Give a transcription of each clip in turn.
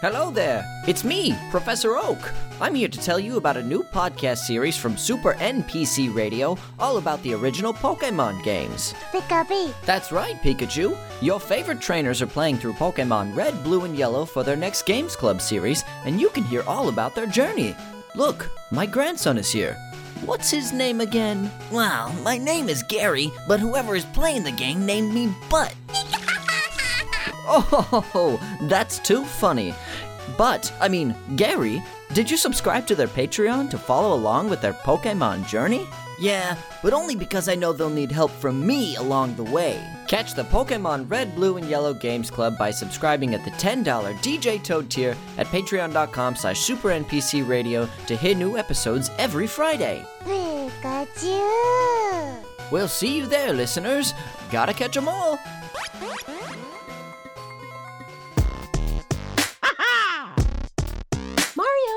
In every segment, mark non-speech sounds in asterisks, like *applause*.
Hello there! It's me, Professor Oak. I'm here to tell you about a new podcast series from Super NPC Radio all about the original Pokemon games. Pika Bee, That's right, Pikachu. Your favorite trainers are playing through Pokemon Red, Blue, and Yellow for their next Games Club series, and you can hear all about their journey. Look, my grandson is here. What's his name again? Wow, my name is Gary, but whoever is playing the game named me Butt. Oh, that's too funny. But, I mean, Gary, did you subscribe to their Patreon to follow along with their Pokemon journey? Yeah, but only because I know they'll need help from me along the way. Catch the Pokemon Red, Blue, and Yellow Games Club by subscribing at the $10 DJ Toad tier at patreon.com slash supernpcradio to hear new episodes every Friday. Pikachu. We'll see you there, listeners. Gotta catch 'em all. Mario.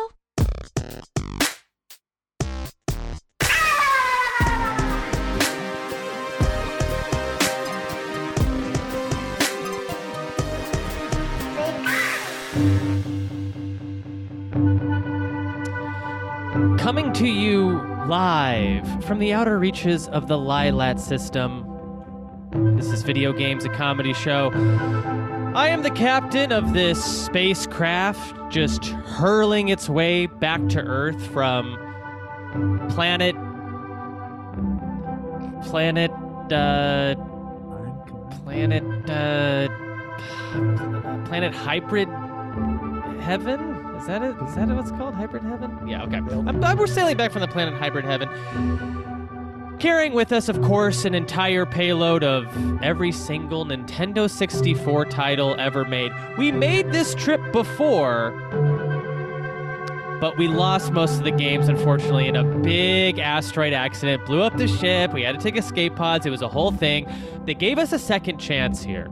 Coming to you live from the outer reaches of the Lilat system. This is Video Games, a comedy show. I am the captain of this spacecraft just hurling its way back to Earth from planet. Planet. Uh, planet. Uh, planet Hybrid Heaven? Is that it? Is that what it's called? Hybrid Heaven? Yeah, okay. I'm, i we're sailing back from the planet Hybrid Heaven. Carrying with us, of course, an entire payload of every single Nintendo 64 title ever made. We made this trip before, but we lost most of the games, unfortunately, in a big asteroid accident. Blew up the ship, we had to take escape pods, it was a whole thing. They gave us a second chance here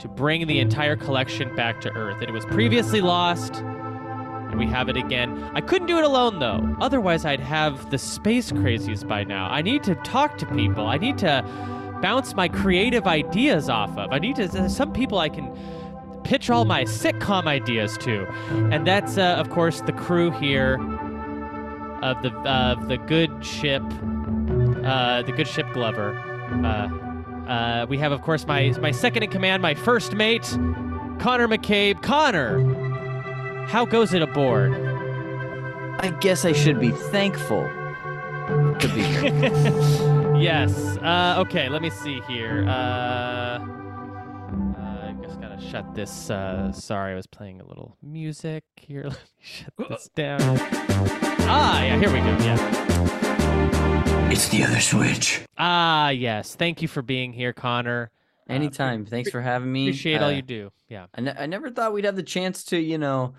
to bring the entire collection back to Earth. It was previously lost, and we have it again. I couldn't do it alone, though. Otherwise, I'd have the space crazies by now. I need to talk to people. I need to bounce my creative ideas off of. I need to. There's some people I can pitch all my sitcom ideas to, and that's, uh, of course, the crew here of the of the good ship, uh, the good ship Glover. Uh, uh, we have, of course, my my second in command, my first mate, Connor McCabe. Connor, how goes it aboard? I guess I should be thankful to be here. *laughs* Yes. Uh, okay. Let me see here. Uh, uh, I just gotta shut this. Uh, sorry, I was playing a little music here. *laughs* Let me shut this down. Ah, yeah. Here we go. Yeah. it's the other switch. Ah, yes. Thank you for being here, Connor. Um, Anytime. Thanks for having me. Appreciate all Uh, you do. Yeah. I, ne- I never thought we'd have the chance to, you know,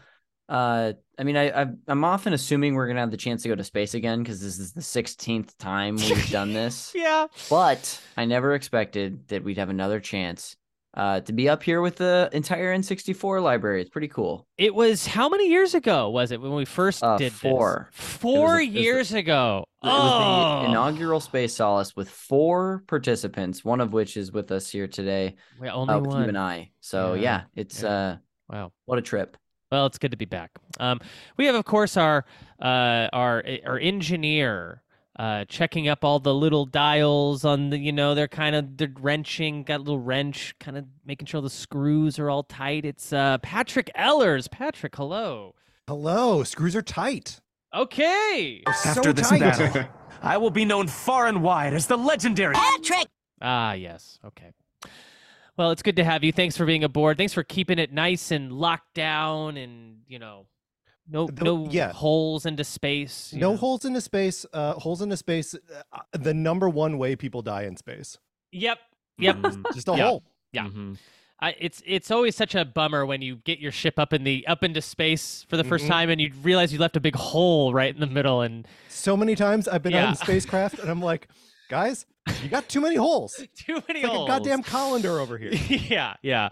uh, I mean, I, I've, I'm often assuming we're gonna have the chance to go to space again because this is the 16th time we've done this. *laughs* Yeah. But I never expected that we'd have another chance uh, to be up here with the entire N64 library. It's pretty cool. It was how many years ago was it when we first Uh, did this? four. Four a- it was a- years ago. It was oh, the inaugural Space Solace with four participants, one of which is with us here today, we only uh, with you one. and I. So Yeah. yeah, it's Yeah. uh, Wow. what a trip. Well, it's good to be back. Um, we have, of course, our uh, our our engineer uh, checking up all the little dials on the. You know, they're kind of they're wrenching, got a little wrench, kind of making sure the screws are all tight. It's uh, Patrick Ellers. Patrick, hello. Hello, screws are tight. Okay. They're so After this tight. battle, I will be known far and wide as the legendary. Patrick! Ah, yes. Okay. Well, it's good to have you. Thanks for being aboard. Thanks for keeping it nice and locked down and, you know, no The- no yeah. holes into space. you No know. holes into space. Uh, holes into space. Uh, the number one way people die in space. Yep. Yep. *laughs* Just a Yeah. hole. Yeah. I, it's it's always such a bummer when you get your ship up in the up into space for the 1st Mhm. time and you realize you left a big hole right in the middle and So many times I've been Yeah. on a spacecraft and I'm like, guys, you got too many holes. It's *laughs* too many like holes. a goddamn colander over *laughs* here. yeah, yeah.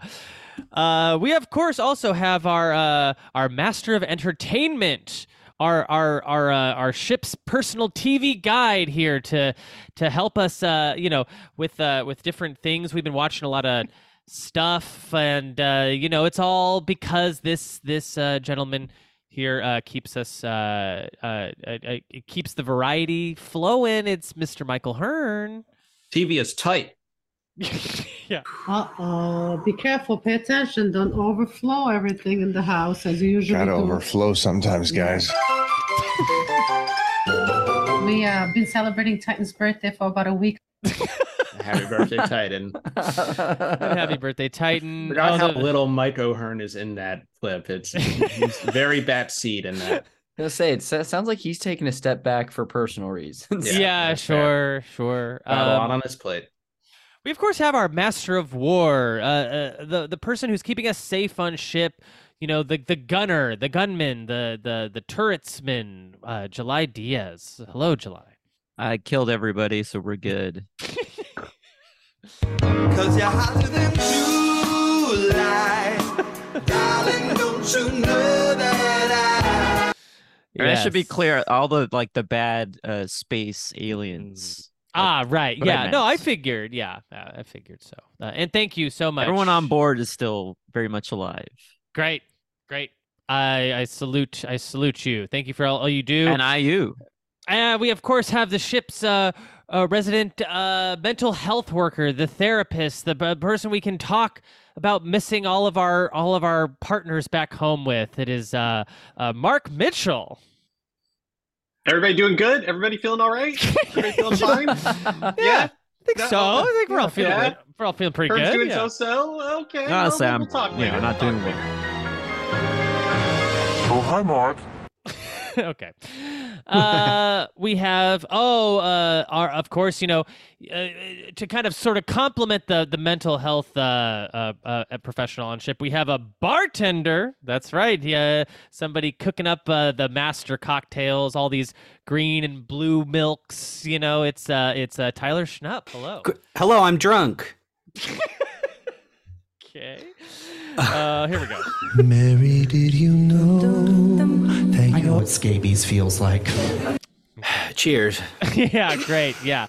Uh, we of course also have our uh, our master of entertainment, our our our uh, our ship's personal TV guide here to to help us, uh, you know, with uh, with different things. We've been watching a lot of stuff, and uh, you know, it's all because this this uh, gentleman here uh, keeps us uh, uh, uh, uh, it keeps the variety flowing. It's Mr. Michael Hearn. TV is tight. yeah. Uh oh. Be careful. Pay attention. Don't overflow everything in the house as you usually Gotta do. overflow sometimes, guys. We uh, been celebrating Titan's birthday for about a week. Happy birthday, Titan. And happy birthday, Titan. Forgot how Although- little Mike O'Hearn is in that clip. It's he's very bat seed *laughs* in that. Gonna say it sa- sounds like he's taking a step back for personal reasons. *laughs* Yeah, Yeah, that's sure, sure. Got a lot Um, on his plate. We of course have our master of war, uh, uh, the the person who's keeping us safe on ship. You know, the the gunner, the gunman, the the the turretsman, uh, July Diaz. Hello, July. I killed everybody, so we're good. Cause you're hotter than July. Darling, don't you know that I And I should be Yes. clear, all the like the bad uh space aliens. Ah, right. what I Yeah. No, I meant. figured. Yeah, uh, I figured so. Uh, and thank you so much. Everyone on board is still very much alive. Great, great. I I salute I salute you. Thank you for all, all you do. And IU. Uh, we of course have the ship's uh, uh, resident uh, mental health worker, the therapist, the b- person we can talk about missing all of our all of our partners back home with. It is uh, uh, Mark Mitchell. Everybody doing good? Everybody feeling all right? *laughs* Everybody feeling fine? Yeah, Yeah. I think That- so. I think we're all feeling yeah. good. we're all feeling pretty Herb's good. doing so yeah. so. Okay. well, Honestly, we'll I'm talk you know, later. not We'll doing talk later. well. *laughs* okay. Uh, we have oh, uh, our of course you know uh, to kind of sort of complement the the mental health uh, uh, uh, professional on ship. We have a bartender. That's right. Yeah, somebody cooking up uh, the master cocktails, all these green and blue milks. You know, it's uh, it's uh, Tyler Schnupp. Hello. Qu- Hello, I'm drunk. *laughs* Okay. Uh, here we go. Mary, did you know that I know what scabies feels like? *sighs* Cheers. *laughs* yeah, great. Yeah.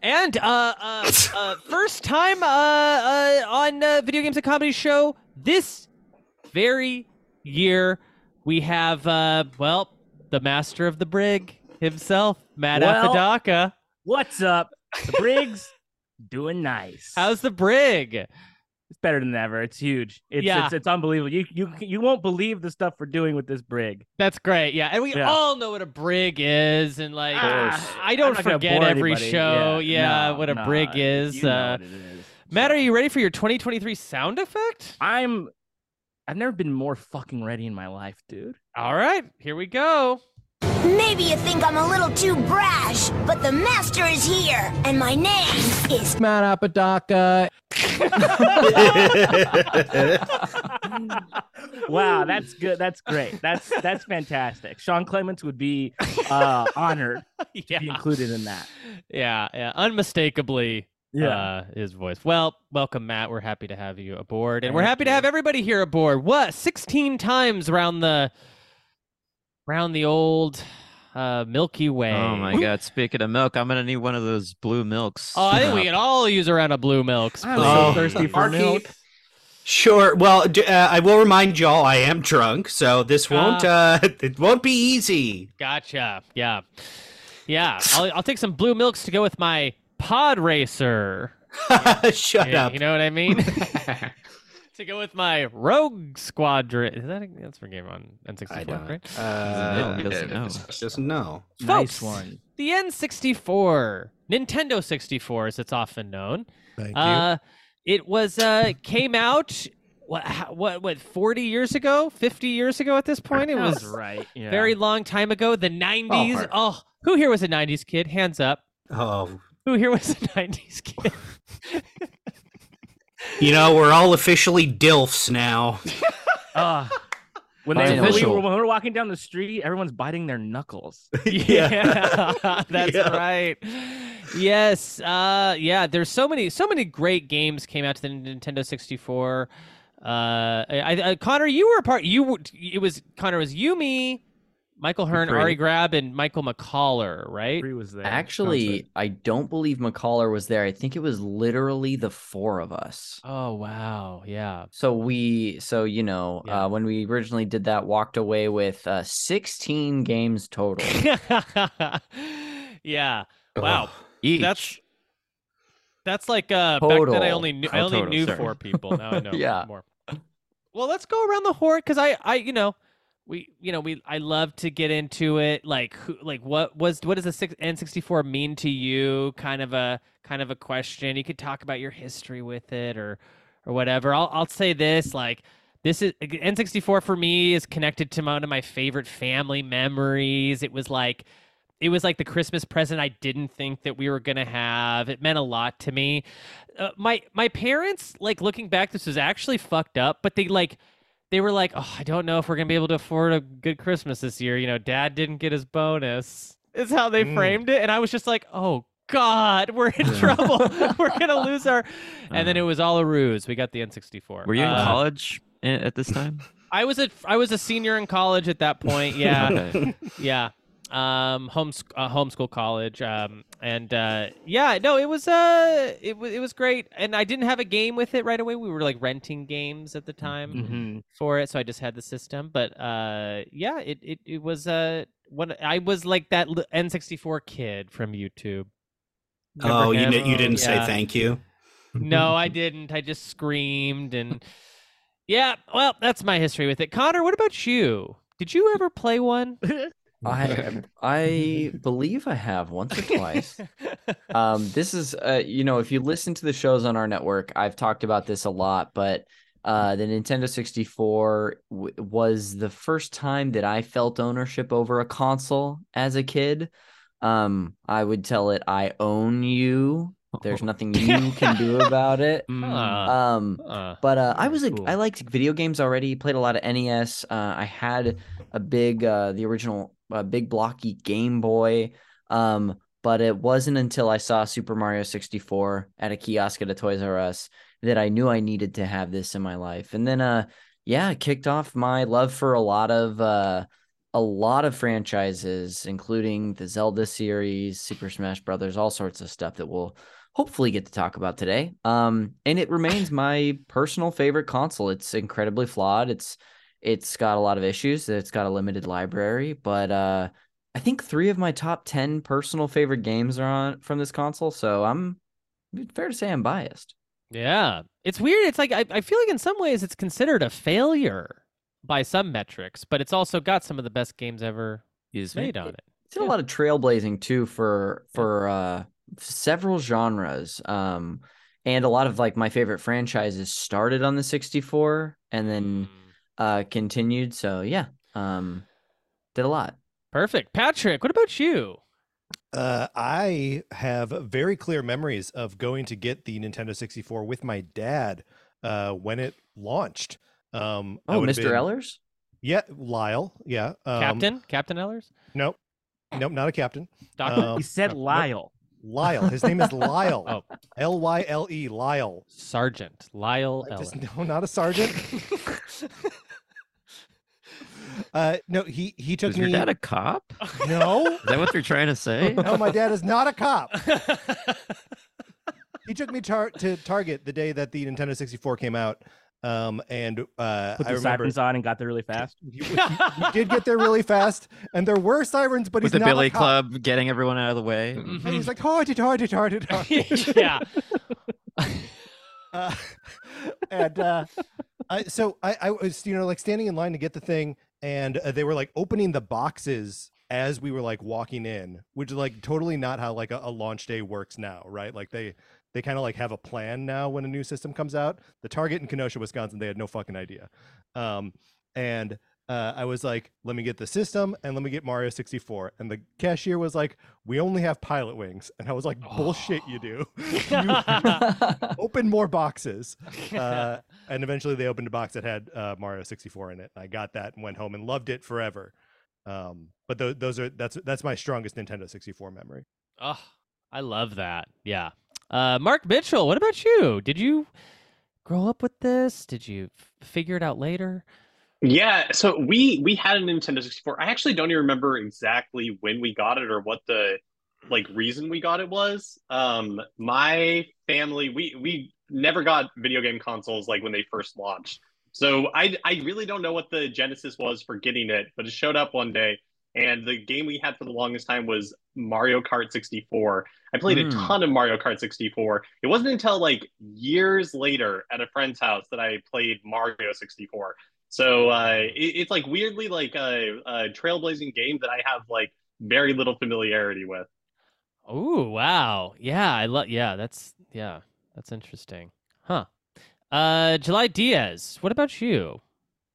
And uh, uh, uh, first time uh, uh, on uh, Video Games and Comedy Show this very year, we have, uh, well, the master of the brig himself, Matt Well- Apodaca. What's up? The Briggs *laughs* doing nice. How's the brig? it's better than ever. It's huge. It's, Yeah. it's it's unbelievable. You you you won't believe the stuff we're doing with this Brig. That's great. Yeah. And we Yeah. all know what a brig is. And, like, course. I don't I'm not gonna forget bore every anybody. show. Yeah, no, what a no, brig is. you know uh, what it is. Matt, are you ready for your 2023 sound effect? I'm I've never been more fucking ready in my life, dude. All right. Here we go. Maybe you think I'm a little too brash, but the master is here, and my name is Matt Apodaca. *laughs* Wow, that's good. That's great. That's that's fantastic. Sean Clements would be uh *laughs* honored Yeah. to be included in that. Yeah, yeah, unmistakably. Yeah. Uh, his voice. Well, welcome, Matt. We're happy to have you aboard, and we're Thank happy to you. have everybody here aboard. What sixteen times round the, round the old, uh, Milky Way. Oh my god. Speaking of milk, I'm gonna need one of those blue milks. Uh, Oh, I think we Up. can all use a round of blue milks. I'm please. Oh. so thirsty for Barkeep. milk. Sure. Well, d- uh, I will remind y'all I am drunk, so this Ah. won't uh, *laughs* it won't be easy. Gotcha. Yeah, yeah. I'll, I'll take some blue milks to go with my pod *laughs* racer. Shut Yeah, up. You know what I mean? *laughs* to go with my Rogue Squadron. Is that a, that's for game on N64, I don't. right? Uh, He doesn't know. Just no. Folks, Nice one. The N64, Nintendo 64, as it's often known. Thank Uh, it was uh, came out what how- what what 40 years ago, 50 years ago at this point. It was Sounds right. Yeah. very long time ago. The 90s. *laughs* hard. Oh, who here was a 90s kid? Hands up. Oh, Who here was a 90s kid? you know we're all officially dilfs *laughs* now. Ah, when they when we, Finally. were, when we were walking down the street, everyone's biting their knuckles. yeah, *laughs* that's Yeah. right yes uh yeah there's so many so many great games came out to the nintendo 64 uh i, I connor you were a part you were- it was connor it was you me Michael Hearn, Great. Ari Grab, and Michael McCaller, right? He was there. Actually, I don't believe McCaller was there. I think it was literally the four of us. Oh wow, yeah. So we, so you know, uh, when we originally did that, walked away with uh, sixteen games *laughs* total. yeah. Wow. That's that's like uh back then I Total. only knew I Oh, only total, knew sorry. four people. *laughs* Now I know Yeah. more. Well, let's go around the horn because I I you know we you know we I love to get into it like who like what was what does the six N sixty four mean to you kind of a kind of a question you could talk about your history with it or or whatever I'll I'll say this like this is N sixty four for me is connected to my- one of my favorite family memories it was like it was like the Christmas present I didn't think that we were gonna have. It meant a lot to me. Uh, my my parents, like looking back, this was actually fucked up, but they like they were like, oh, I don't know if we're gonna be able to afford a good Christmas this year. You know, Dad didn't get his bonus. Is how they Mm. framed it, and I was just like, oh God, we're in *laughs* trouble. we're gonna lose our. And then it was all a ruse. We got the N64. Uh-huh. Were you in Uh, college i- eh, at this time? I was a I was a senior in college at that point. Yeah, Okay. yeah. Um, homes uh, homeschool college. Um, and uh, yeah, no, it was uh, it was it was great. And I didn't have a game with it right away. We were like renting games at the time Mm-hmm. Mhm. for it, so I just had the system. But uh, yeah, it it it was uh when I was like that li- N64 kid *laughs* from YouTube. Remember Oh, you him? kn- you didn't say Yeah. thank you. No, I didn't. I just screamed and *laughs* yeah. Well, that's my history with it. Connor, what about you? Did you ever play *laughs* one? I I believe I have once *laughs* or twice. um, this is uh, you know, if you listen to the shows on our network, I've talked about this a lot, but uh, the Nintendo 64 w- was the first time that I felt ownership over a console as a kid. Um, I would tell it, I own you. There's nothing you can do about it. um, but uh, I was a, I liked video games already. Played a lot of NES. Uh, I had a big uh, the original uh, big blocky Game Boy. Um, but it wasn't until I saw Super Mario 64 at a kiosk at a Toys R Us that I knew I needed to have this in my life. And then uh, yeah, it kicked off my love for a lot of uh, a lot of franchises, including the Zelda series, Super Smash Brothers, all sorts of stuff that we'll hopefully get to talk about today. Um, and it remains my personal favorite console. It's incredibly flawed. It's it's got a lot of issues. It's got a limited library, but uh, I think three of my top ten personal favorite games are on from this console. So I'm it's fair to say I'm biased. Yeah. It's weird. It's like I, I feel like in some ways it's considered a failure by some metrics, but it's also got some of the best games ever made on it. It's did a lot of trailblazing too for for uh several genres um and a lot of like my favorite franchises started on the 64 and then uh continued so yeah um did a lot perfect patrick what about you Uh, I have very clear memories of going to get the Nintendo 64 with my dad uh, when it launched. Um, I Oh, would've Mr. been- Ellers? Yeah, Lyle. Yeah. um, Captain? Captain Ellers? Nope. Nope, not a captain. Um, Doctor? You said nope. Lyle. Lyle. His name *laughs* is Lyle. *laughs* Oh. L Y L E. Lyle. Sergeant Lyle I just- Ellers. no, not a *laughs* sergeant. uh, no, he he took Was me. your dad a cop? No. Is that what they're trying *laughs* to say? *laughs* Oh No, my dad is not a *laughs* cop. he took me tar- to Target the day that the Nintendo 64 came out. Um, and uh, Put I the remember sirens on and got there really fast. *laughs* he did get there really fast, and there were sirens, but With he's the not billy a cop. club, getting everyone out of the way. Mm-hmm. And he's like, hardy, hardy, hardy, hardy. *laughs* yeah. uh, and uh, I, so I, I was, you know, like standing in line to get the thing, and uh, they were like opening the boxes as we were like walking in, which is like totally not how like a, a launch day works now, right? Like they they kind of like have a plan now when a new system comes out. The Target in Kenosha, Wisconsin, they had no fucking idea. Um, and uh, I was like, let me get the system and let me get Mario 64. And the cashier was like, we only have pilot wings. And I was like, bullshit, you do. *laughs* You open more *laughs* boxes. Uh, and eventually they opened a box that had uh, Mario 64 in it. And I got that and went home and loved it forever. Um, but tho- those are that's that's my strongest Nintendo 64 memory. Oh, I love that. Yeah. Uh, Mark Mitchell, what about you? Did you grow up with this? Did you f- figure it out later? Yeah, so we we had a Nintendo 64. I actually don't even remember exactly when we got it or what the like reason we got it was. Um my family we we never got video game consoles like when they first launched. So I I really don't know what the genesis was for getting it, but it showed up one day and the game we had for the longest time was Mario Kart 64. I played a Hmm. ton of Mario Kart 64. It wasn't until like years later at a friend's house that I played Mario 64. So uh, it, it's like weirdly like a, a trailblazing game that I have like very little familiarity with. Oh wow, yeah, I love. Yeah, that's yeah, that's interesting, huh? Uh, July Diaz, what about *laughs* you?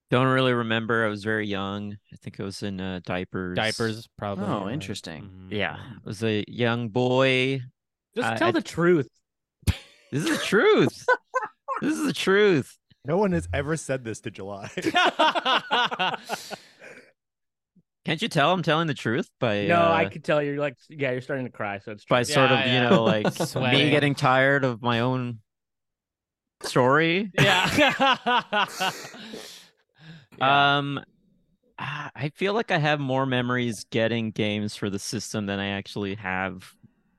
Don't really remember. I was very young. I think I was in uh, diapers. Diapers, probably. Mm-hmm. Oh, right. interesting. Yeah, I was a young boy. Just I- tell I- the truth. *laughs* This is the truth. this is the truth. No one has ever said this to July. *laughs* Can't you tell I'm telling the truth by No, uh, I could tell you're like, yeah, you're starting to cry. So it's true. by sort of you *laughs* *laughs* know like me Sweating. getting tired of my own story? *laughs* Yeah. Um, ah, I feel like I have more memories getting games for the system than I actually have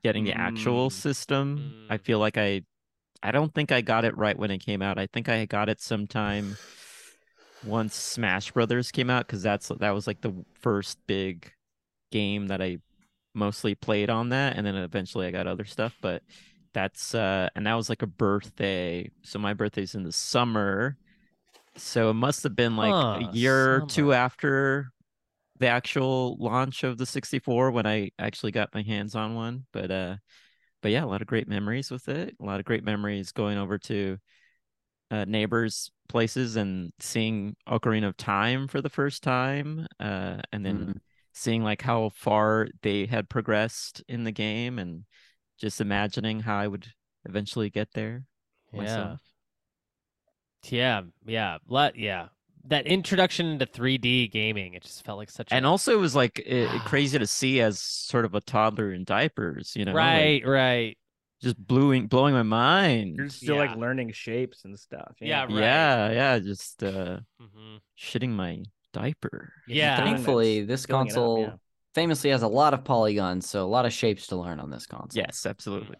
getting the actual system. I feel like I, I don't think I got it right when it came out. I think I got it sometime once Smash Brothers came out because that's that was like the first big game that I mostly played on that, and then eventually I got other stuff, but. That's uh and that was like a birthday. So my birthday's in the summer. So it must have been like Huh, a year or two after the actual launch of the 64 when I actually got my hands on one. But uh but yeah, a lot of great memories with it. A lot of great memories going over to uh, neighbors' places and seeing Ocarina of Time for the first time, uh, and then Mm-hmm. seeing like how far they had progressed in the game, and just imagining how I would eventually get there Yeah. myself. Yeah, yeah, lot, yeah. That introduction into 3D gaming, it just felt like such. And also, it was like it, *sighs* it crazy to see as sort of a toddler in diapers, you know? like, right, right. just blowing blowing my mind. You're still like learning shapes and stuff. Yeah, right. Mm-hmm. Yeah, yeah, just uh shitting my diaper. Thankfully, this filling it up, console yeah. famously has a lot of polygons, so a lot of shapes to learn on this console. Yes, absolutely.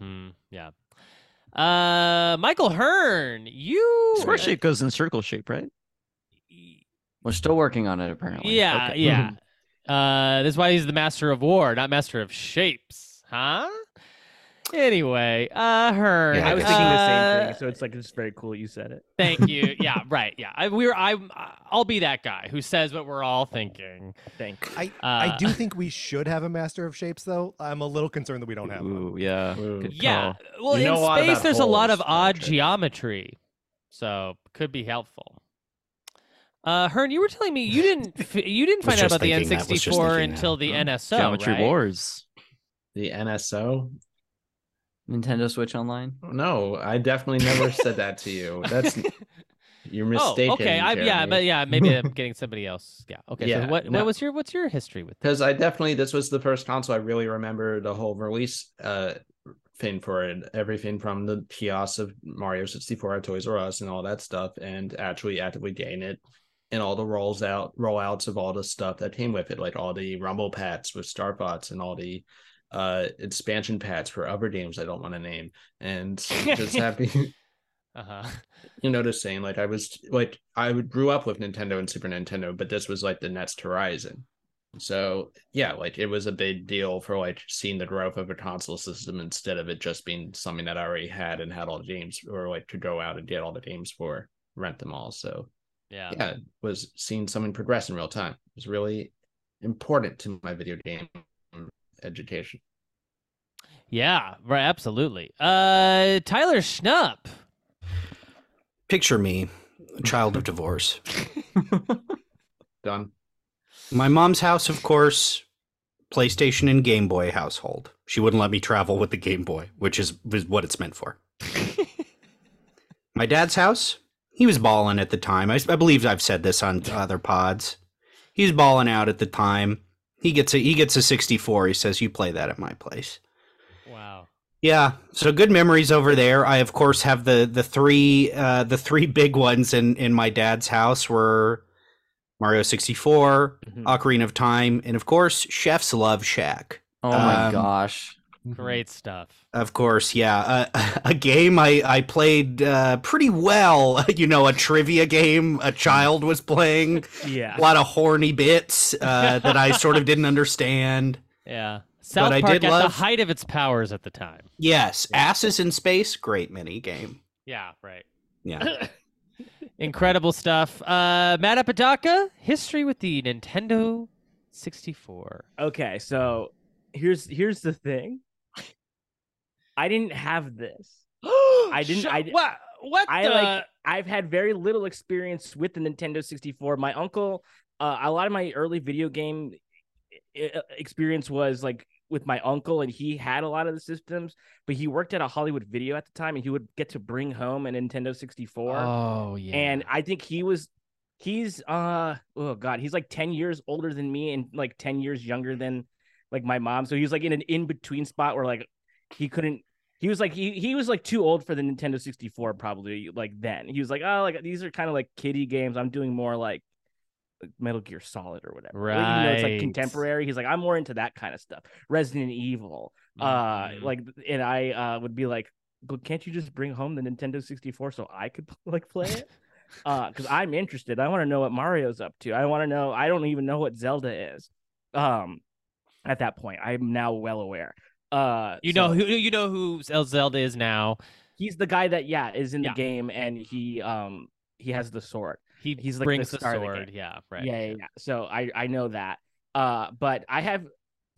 Yeah. Uh, Michael Hearn, you. Square shape goes in circle shape, right? We're still working on it, apparently. E-, Yeah, Okay. *laughs* yeah. Uh, that's why he's the master of war, not master of shapes, huh? Anyway, uh, Hearn. I was thinking the uh, same thing. So it's like it's very cool you said it. Thank *laughs* you. Yeah, right. Yeah, I, we're. I. I'll be that guy who says what we're all thinking. Uh, Thank. I I Uh, *laughs* *laughs* do think we should have a master of shapes, though. I'm a little concerned that we don't have one. Ooh, yeah. good Yeah. call. Well, Oh, You know a lot in space, about there's a lot holes, of odd geometry, so could be helpful. Uh, Hern, you were telling me you didn't f- you Was didn't find out just about the thinking that, was just N64 thinking that. until the Oh, NSO, Geometry right? Wars. The NSO? Nintendo Switch Online. No, I definitely never said that to you. *laughs* That's you're mistaken. Oh, okay. I, yeah, Jeremy. but yeah, maybe I'm getting somebody else. Yeah. Okay. Yeah, so what no. what was your what's your history with? because I definitely this was the first console I really remember the whole release uh thing for it, everything from the kiosks of Mario 64 at Toys R Us and all that stuff, and actually actively getting it and all the rolls out rollouts of all the stuff that came with it, like all the rumble pats with Star Fox and all the uh expansion pats for other games I don't want to name. And just happy Uh-huh. you know the saying like I was like I grew up with Nintendo and Super Nintendo, but this was like the next horizon. So yeah, like it was a big deal for like seeing the growth of a console system instead of it just being something that I already had and had all the games or like to go out and get all the games for, rent them all. So Yeah. yeah, it was seeing something progress in real time. It was really important to my video game education. *laughs* Yeah, right, absolutely. Uh Tyler Schnupp. Picture me, a child of divorce. Done. My mom's house, of course, PlayStation and Game Boy household. She wouldn't let me travel with the Game Boy, which is, is what it's meant for. My dad's house, he was balling at the time. I, I believe I've said this on other pods. He's balling out at the time. He gets a he gets a 64. He says, "You play that at my place." Wow. Yeah, so good memories over there. I of course *laughs* have the the three uh, the three big ones in in my dad's house were Mario 64, Ocarina of Time, and of course, chefs love Shack. Oh my Um, gosh. Great stuff. Of course, yeah. Uh, *laughs* a game I, I played uh, pretty well, *laughs* you know, a trivia game a child was playing. Yeah. A lot of horny bits uh, that I sort of didn't understand. Yeah. South but I Park did at the love. height of its powers at the time. yes, Asses in Space, great mini game. Yeah, right. Yeah. *laughs* Incredible stuff. Uh, Matt Apodaca, history with the Nintendo 64. Okay, so *coughs* here's here's the thing. I didn't *gasps* have this. I didn't. I di- what? What? I the- like. I've had very little experience with the Nintendo 64. My uncle, uh, a lot of my early video game e- e- experience was like with my uncle, and he had a lot of the systems. But he worked at a Hollywood Video at the time, and he would get to bring home a Nintendo 64. Oh yeah. And I think he was he's uh oh god, he's like 10 years older than me and like 10 years younger than like my mom. So he was like in an in-between spot where like he couldn't he was like he, he was like too old for the Nintendo 64 probably like then. He was like, "Oh, like these are kind of like kiddie games. I'm doing more like Metal Gear Solid or whatever." Like, Even though it's like Right. contemporary, he's like, "I'm more into that kind of stuff. Resident Evil." Uh Mhm. like and I uh would be like, "But can't you just bring home the Nintendo 64 so I could like play it?" uh because i'm interested i want to know what mario's up to i want to know i don't even know what zelda is um at that point i'm now well aware uh you so know who you know who Zel- Zelda is now. he's the guy that yeah is in Yeah. the game and he um he has the sword He he's like brings the the star of the sword. game. yeah, right. yeah, yeah, yeah. So I I know that. Uh, but I have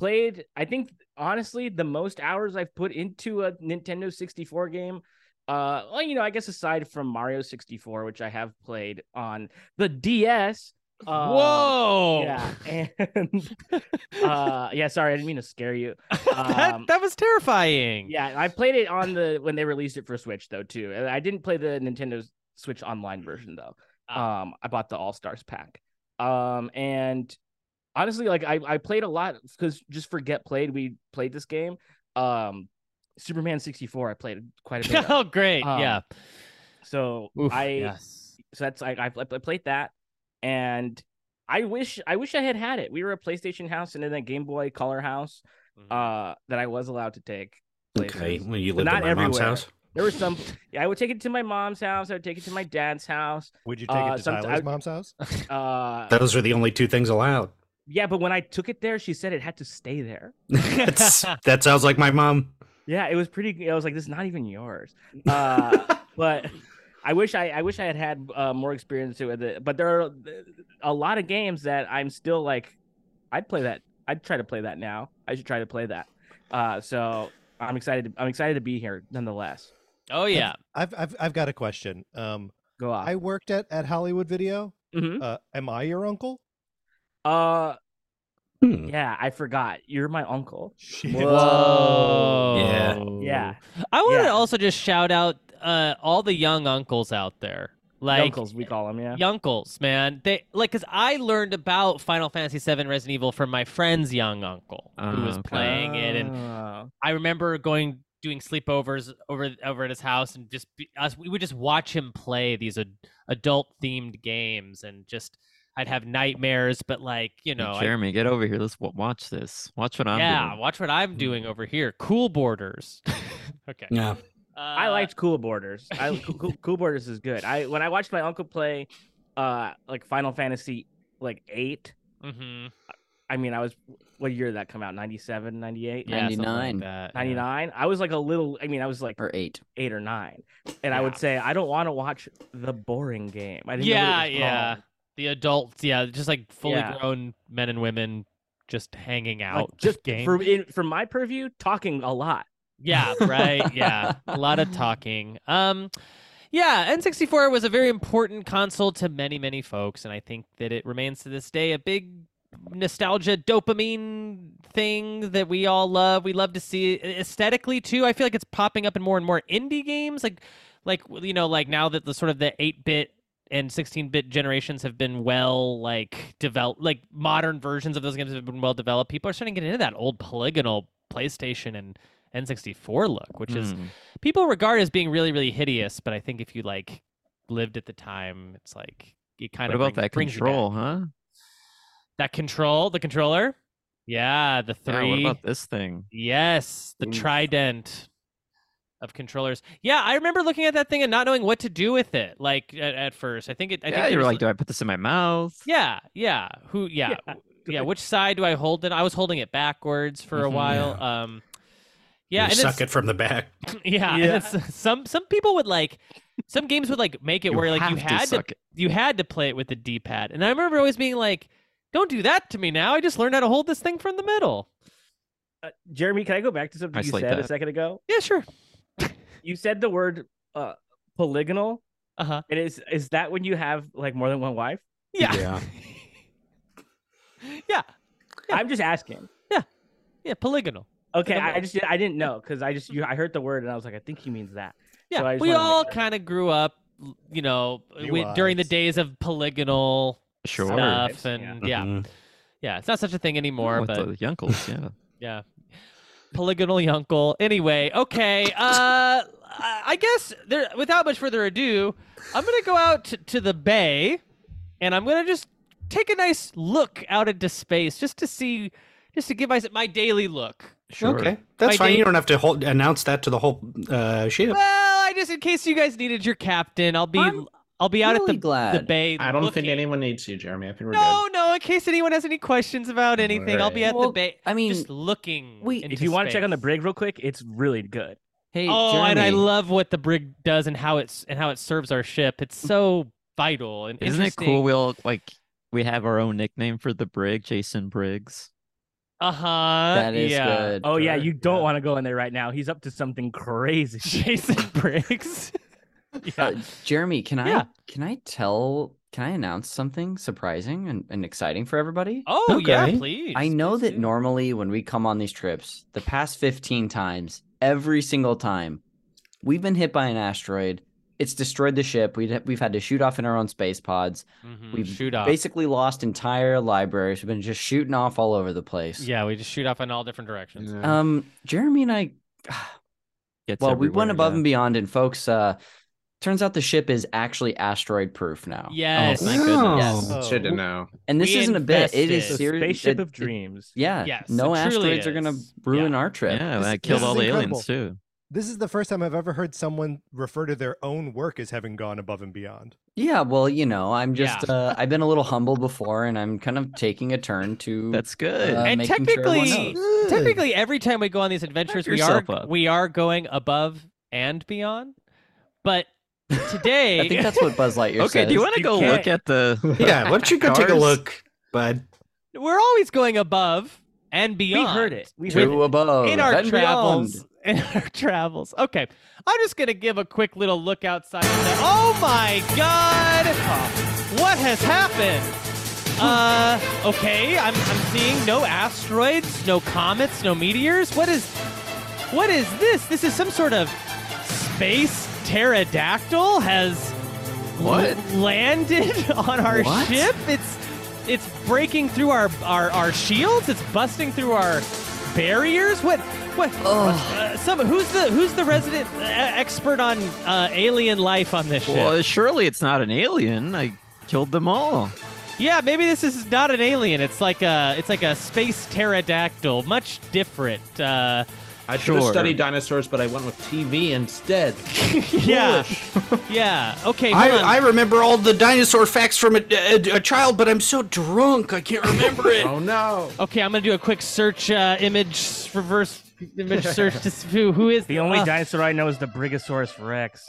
played. I think honestly, the most hours I've put into a Nintendo 64 game. Uh, well, you know, I guess aside from Mario 64, which I have played on the DS. Uh, Whoa! *laughs* Yeah, and uh, yeah. Sorry, I didn't mean to scare you. *laughs* That, Um, that was terrifying. yeah, I played it on the when they released it for Switch though too. And I didn't play the Nintendo Switch online version though. Ah. Um, I bought the All Stars pack. Um, and honestly, like I I played a lot because just forget played. We played this game. Um, Superman sixty four. I played quite a bit. of. *laughs* oh, great. Um, yeah. So Oof, I yes. so that's I, I I played that, and I wish I wish I had had it. We were a PlayStation house and then a Game Boy Color house, Mm-hmm. uh, that I was allowed to take. Okay, places, well, you but lived at not my mom's everywhere. house? There were some. Yeah, I would take it to my mom's house. I would take it to my dad's house. Would you take uh, it to somet- I Tyler's would- mom's *laughs* house? Uh, Those are the only two things allowed. yeah, but when I took it there, she said it had to *laughs* stay there. *laughs* That's, that sounds like my mom. Yeah, it was pretty. I was like, this is not even yours. Uh, but I wish I, I wish I had had uh, more experience with it. But there are a lot of games that I'm still like, I'd play that. I'd try to play that now. I should try to play that. Uh, so I'm excited. I'm excited to be here nonetheless. Oh yeah. I've I've I've got a question. Um, Go off. I worked at at Hollywood Video. Mhm. Uh, am I your uncle? Uh, yeah, I forgot. You're my uncle. Whoa. Yeah. I want Yeah. to also just shout out uh, all the young uncles out there. Like uncles, we call them. Yeah. Yunkles, man. They like because I learned about Final Fantasy VII Resident Evil from my friend's young uncle who was Okay. playing it, and Oh. I remember going doing sleepovers over over at his house, and just be, us we would just watch him play these ad, adult themed games, and just I'd have nightmares, but like you Hey, know, I- Jeremy, get over here. Let's wa- watch this. Watch what I'm yeah, doing. watch what Hmm. I'm doing over here. Cool borders. *laughs* okay. Yeah. I Uh, liked Cool Borders. *laughs* I cool, cool Borders is good. I when I watched my uncle play, uh, like Final Fantasy like eight. Mm-hmm. I mean, I was what year did that come out? 97, 98? Yeah, something like 99. that, yeah. 99 i was like a little i mean i was like or eight eight or nine and i would say i don't want to watch the boring game I didn't know yeah, what it was yeah. called. The adults, yeah, just like fully Yeah. grown men and women just hanging Like, out. just game. for in, from my purview talking a lot yeah, right. Yeah. A lot *laughs* of talking. Um yeah, N64 was a very important console to many, many folks, and I think that it remains to this day a big nostalgia dopamine thing that we all love. We love to see it aesthetically too. I feel like it's popping up in more and more indie games. Like like you know, like now that the sort of the eight bit and 16-bit generations have been well like developed like modern versions of those games have been well developed people are starting to get into that old polygonal playstation and n64 look which is Mm. people regard as being really really hideous but i think if you like lived at the time it's like it kind What of about brings, that brings you control, back. huh? That control, the controller. Yeah, the Yeah, three. what about this thing? Yes, the Oof. trident of controllers. Yeah, I remember looking at that thing and not knowing what to do with it. Like at, at first, I think it. I yeah, think you are were like, do I put this in my mouth? Yeah, yeah. Who? Yeah, yeah. Which side do I hold it? I was holding it backwards for a Mhm. while. Um, yeah, You and suck it's, it from the back. *laughs* yeah, Yeah. And it's, uh, some some people would like some games would like make it You where like you have to had to, suck it. you had to play it with the D pad, and I remember always being like, "Don't do that to me now. I just learned how to hold this thing from the middle." Uh, Jeremy, can I go back to something you Isolate said a that. second ago? Yeah, sure. you said the word uh, polygonal. Uh huh. And is is that when you have like more than one wife? Yeah. Yeah. I'm just asking. Yeah. Yeah. Polygonal. Okay, Number I one. I just I didn't know because I just you, I heard the word and I was like I think he means that. Yeah, So I just we wanted to make all kind of grew up, l- you know, New wi- during the days of polygonal Sure. stuff, Yeah. and yeah. yeah, Mhm. Mm-hmm. it's not such a thing anymore, With but the Yunkles, yeah. *laughs* yeah, polygonal yunkle. Anyway, okay, uh, I I guess there. Without much further ado, I'm gonna go out t- to the bay, and I'm gonna just take a nice look out into space, just to see, just to give my my daily look. Okay, that's My fine. da- You don't have to hold, announce that to the whole uh, ship. Well, I just in case you guys needed your captain, I'll be I'll be out at the the bay. I don't looking- think anyone needs you, Jeremy. I think we're No, no. In case anyone has any questions about anything, I'll be Right. at the Well, bay. I mean, just looking. wait, If you want to check on the brig real quick, it's really good. Hey, oh, and I Jeremy. love what the brig does and how it's and how it serves our ship. It's so vital and Isn't it cool? interesting. We'll like we have our own nickname for the brig, Jason Briggs. Uh huh. That is yeah. good. Oh yeah, you don't want to go in there right now. He's up to something crazy. *laughs* *laughs* Jason Briggs. *laughs* Uh, Jeremy, can I Yeah. can I tell can I announce something surprising and, and exciting for everybody? Oh yeah, Okay. please, I know that normally when we come on these trips, the past 15 times, every single time, we've been hit by an asteroid. It's destroyed the ship. We'd, we've had to shoot off in our own space pods. Mhm, We've shoot off. basically lost entire libraries. We've been just shooting off all over the place. Yeah, we just shoot off in all different directions. Um, Jeremy and I. *sighs* well, we everywhere, went above yeah. and beyond, and folks, uh, turns out the ship is actually asteroid proof now. Oh, Yes. my goodness. Yes. Should have known. And this We isn't a bit. invested. It is The serious. spaceship it- of *laughs* it- dreams. yeah. Yes, No it truly asteroids are gonna is. ruin our trip. Yeah, This- and I this killed is all the incredible. aliens too. This is the first time I've ever heard someone refer to their own work as having gone above and beyond. Yeah, well, you know, I'm just Yeah. uh, I've been a little humble before, and I'm kind of taking a turn to that's Good. Uh, and making sure everyone technically, knows. technically, every time we go on these adventures, we are yourself up. we are going above and beyond. But *laughs* today, I think that's what Buzz Lightyear okay, do you says. want to go look at the? Yeah, why don't you go take a cars? look, bud? we're always going above and beyond. it. We to heard it. above in our and travels. beyond. In our travels. Okay, I'm just gonna give a quick little look outside. Oh my God! What has happened? Uh, okay, I'm I'm seeing no asteroids, no comets, no meteors. What is, what is this? This is some sort of space pterodactyl has What? landed *laughs* on our What? ship. It's it's breaking through our, our our shields. It's busting through our barriers. What what? Uh, some who's the who's the resident uh, expert on uh, alien life on this ship? Well, surely it's not an alien. I killed them all. Yeah, maybe this is not an alien. It's like a it's like a space pterodactyl, much different. Uh, I should have studied dinosaurs, but I went with TV instead. *laughs* yeah, *laughs* yeah. Okay, hold on. I, I remember all the dinosaur facts from a, a, a child, but I'm so drunk I can't *laughs* remember it. *laughs* oh no! Okay, I'm gonna do a quick search uh, image reverse image search to see who who is The only uh, dinosaur I know is the Brigosaurus Rex.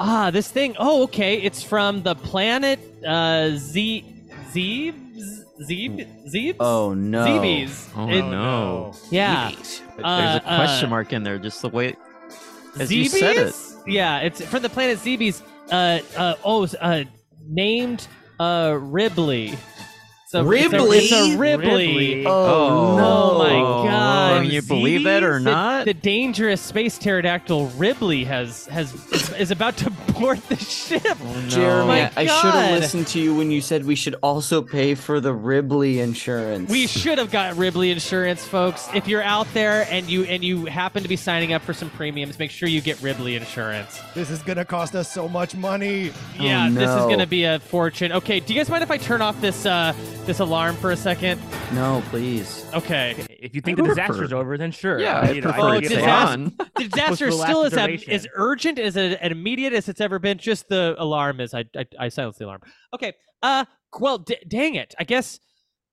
Ah, this thing. Oh, okay. It's from the planet uh, Z Zeebs Zeeb Zeebs. Oh no! Zeebies. Oh It- no! Yeah. There's a Uh, question uh, mark in there, just the way as you said it. Zeebies? Yeah, it's from the planet Zeebies. Uh, uh, oh, uh, named uh, Ribley. It's a, Ribley? It's a, it's a Ribley. Ribley. Oh, no. no. my god! Can you believe it or ZDs? The- not? The, dangerous space pterodactyl Ribley has has is, is about to *laughs* board the ship. Oh, Oh, Jeremy, My I should God. have listened to you when you said we should also pay for the Ribley insurance. We should have got Ribley insurance, folks. If you're out there and you and you happen to be signing up for some premiums, make sure you get Ribley insurance. This is gonna cost us so much money. Yeah, this is gonna be a fortune. Okay, do you guys mind if I turn off this uh this alarm for a second? No, please. Okay. If you think the disaster's over, then sure. Yeah, You know, I oh, think it's disaster, *laughs* on. the disaster Was the still last is ab- iteration. as urgent as it- and immediate as it's ever been. Just the alarm is. I I, I silenced the alarm. Okay. Uh. Well, d- dang it. I guess.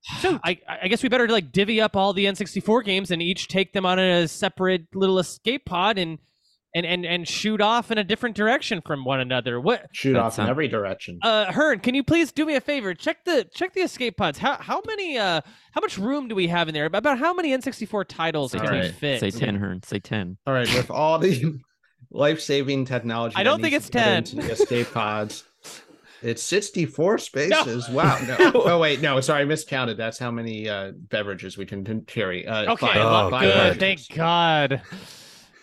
I I guess we better like divvy up all the N64 games and each take them on a separate little escape pod and and and and shoot off in a different direction from one another. What Shoot That off in sound- every direction. uh, Hearn, can you please do me a favor? Check the check the escape pods. How how many uh how much room do we have in there? About how many N64 titles Say can we 10. fit? Say 10, Hearn. Say 10. All right, with all the *laughs* life-saving technology, I that don't think needs it's to get 10. into the escape *laughs* pods. It's sixty-four spaces. Wow. *laughs* No. Oh wait, no. Sorry, I miscounted. That's how many uh, beverages we can carry. Uh, Okay, five. well, Five good. beverages. Thank God.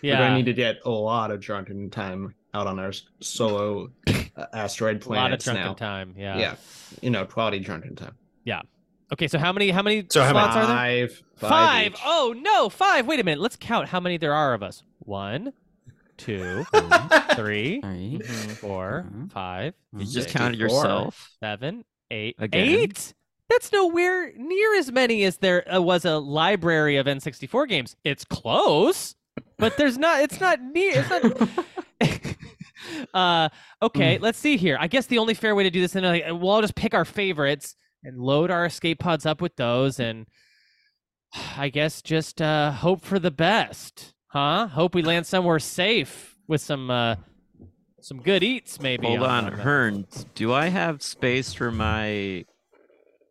We're gonna Yeah. need to get a lot of drunken time out on our s- solo uh, asteroid A lot of planets drunken now. time, yeah. Yeah. You know, quality drunken time. Yeah. Okay, so how many how many So how many- slots are there? Five. Five each. Oh no, five. Wait a minute. Let's count how many there are of us. One, *laughs* two, three, Mhm. four, five. Uh-huh. You just six, counted yourself. Seven, eight, Again. eight? That's nowhere near as many as there uh, was a library of N64 games. It's close, but there's not. It's not near. It's *laughs* not. Uh, okay, let's see here. I guess the only fair way to do this, and like, we'll all just pick our favorites and load our escape pods up with those, and *sighs* I guess just uh, hope for the best, huh? Hope we land somewhere safe with some uh, some good eats, maybe. Hold on, the- Hearn. Do I have space for my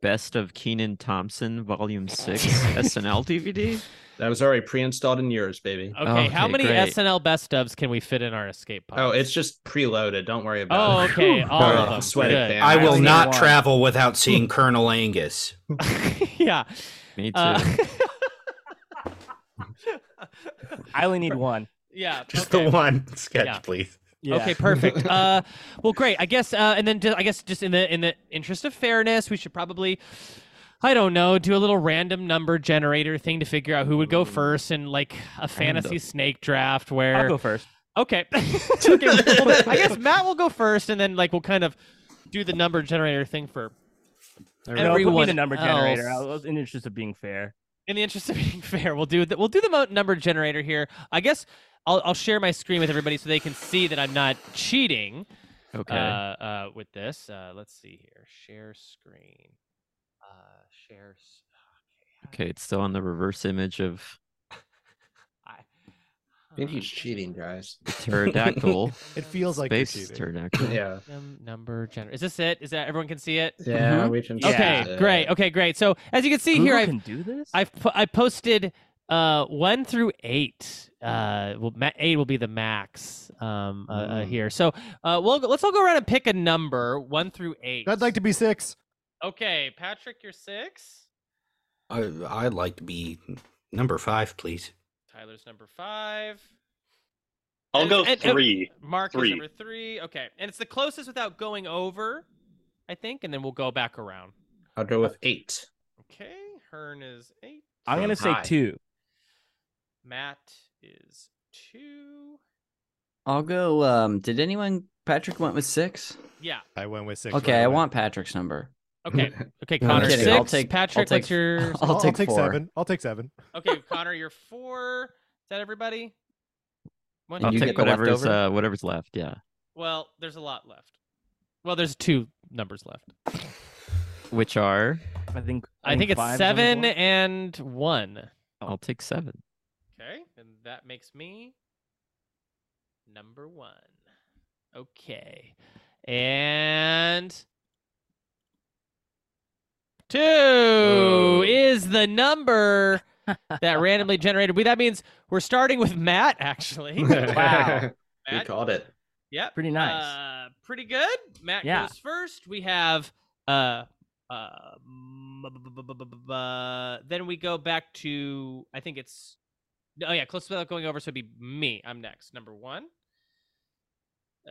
Best of Keenan Thompson *laughs* Volume 6 SNL DVD? That was already pre-installed in yours, baby. Okay, how many SNL best ofs can we fit in our escape pod? Oh, it's just preloaded. Don't worry Oh, about it. okay, all of them. Sweat it, Good. fam. I I will only not want- travel without seeing Colonel *laughs* Angus. *laughs* yeah. Me too. Uh, *laughs* I only need one. yeah. Just okay. the one sketch, Yeah. please. Okay, *laughs* perfect. Uh, well, great. I guess, uh, and then ju- I guess just in the in the interest of fairness, we should probably, I don't know, do a little random number generator thing to figure out who would go first, and like a fantasy Random. snake draft where I'll go first. Okay. *laughs* okay. well, *laughs* then I guess Matt will go first, and then like we'll kind of do the number generator thing for No, put me everyone. in the number generator. I else. was in the interest of being fair. in the interest of *laughs* being fair, we'll do the, we'll do the mo- number generator here. I guess I'll I'll share my screen with everybody so they can see that I'm not cheating. Okay. Uh, uh, with this, uh, let's see here. Share screen. Uh, share. s- Okay, it's still on the reverse image of Oh, Maybe he's cheating, guys. pterodactyl. *laughs* It feels like you're space cheating. pterodactyl. Yeah. Random Number generator. Is this it? Is that everyone can see it? Yeah, Mhm. we can see Okay, it. great. Okay, great. So as you can see here, Google I've Mm-hmm. can do this? I've pu- I posted uh one through eight. Uh, well, ma- eight will be the max. Um, uh, Mm. uh, here. So uh, we'll go- let's all go around and pick a number one through eight. I'd like to be six. Okay, Patrick, you're six. I, I'd like to be number five, please. Tyler's number five. I'll And- go and- and three. Mark three. is number three. Okay, and it's the closest without going over, I think, and then we'll go back around. I'll go Oh. with eight. *laughs* Okay, Hearn is eight. I'm gonna say Hi. two. Matt is two. I'll go. Um, did anyone? Patrick went with six. Yeah. I went with six. okay, right I away. want Patrick's number. Okay. Okay, *laughs* No, I'm Connor kidding. I'll six. take- I'll Patrick, what's take- your- *laughs* *laughs* I'll take, four. seven. I'll take seven. Okay, Connor, you're four. Is that everybody? One, I'll two, take three. whatever's uh, whatever's left. Yeah. Well, there's a lot left. Well, there's two numbers left. Which are? I think I think um, it's five's on the seven board. and one. I'll take seven. Okay, and that makes me number one. Okay, and two is the number *laughs* that randomly generated. We that means we're starting with Matt *laughs* actually. we Matt, called it. Yep. Pretty Uh, pretty good. Matt Yeah. goes first. We have uh, uh, bu- bu- bu- bu- bu- bu- bu- Then we go back to I think it's oh yeah, close without going over. So it'd be me. I'm next, number one. Uh,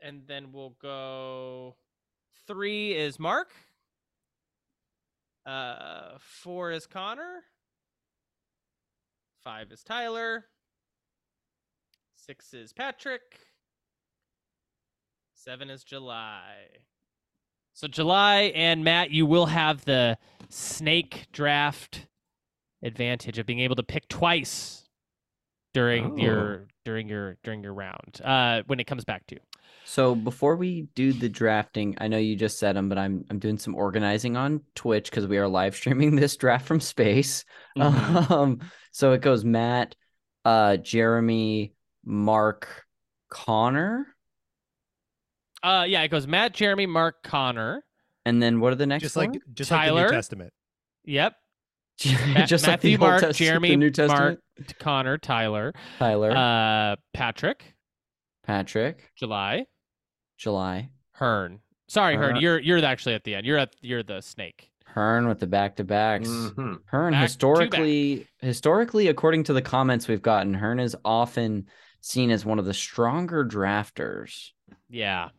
and then we'll go three is Mark. Uh, four is Connor. Five is Tyler. Six is Patrick. Seven is July. So July and Matt, you will have the snake draft advantage of being able to pick twice during your during your during your round uh, when it comes back to you. So before we do the drafting, I know you just said them, but I'm I'm doing some organizing on Twitch because we are live streaming *laughs* this draft from space. Mm-hmm. *laughs* Um, so it goes Matt, uh, Jeremy, Mark, Connor, Uh, yeah, it goes Matt, Jeremy, Mark, Connor. and then what are the next? Just four? like- just like the New Tyler? Testament. *laughs* Yep. Ma- just like Matthew, the Old Mark, Testament, the Jeremy, New Mark, Testament. T- Connor, Tyler, Tyler, uh, Patrick, Patrick, July, July, Hearn. Sorry, Hearn, Hearn. you're you're actually at the end. You're at you're the snake. Hearn with the back to backs. Mhm. Hearn Back to historically, historically, according to the comments we've gotten, Hearn is often seen as one of the stronger drafters. Yeah,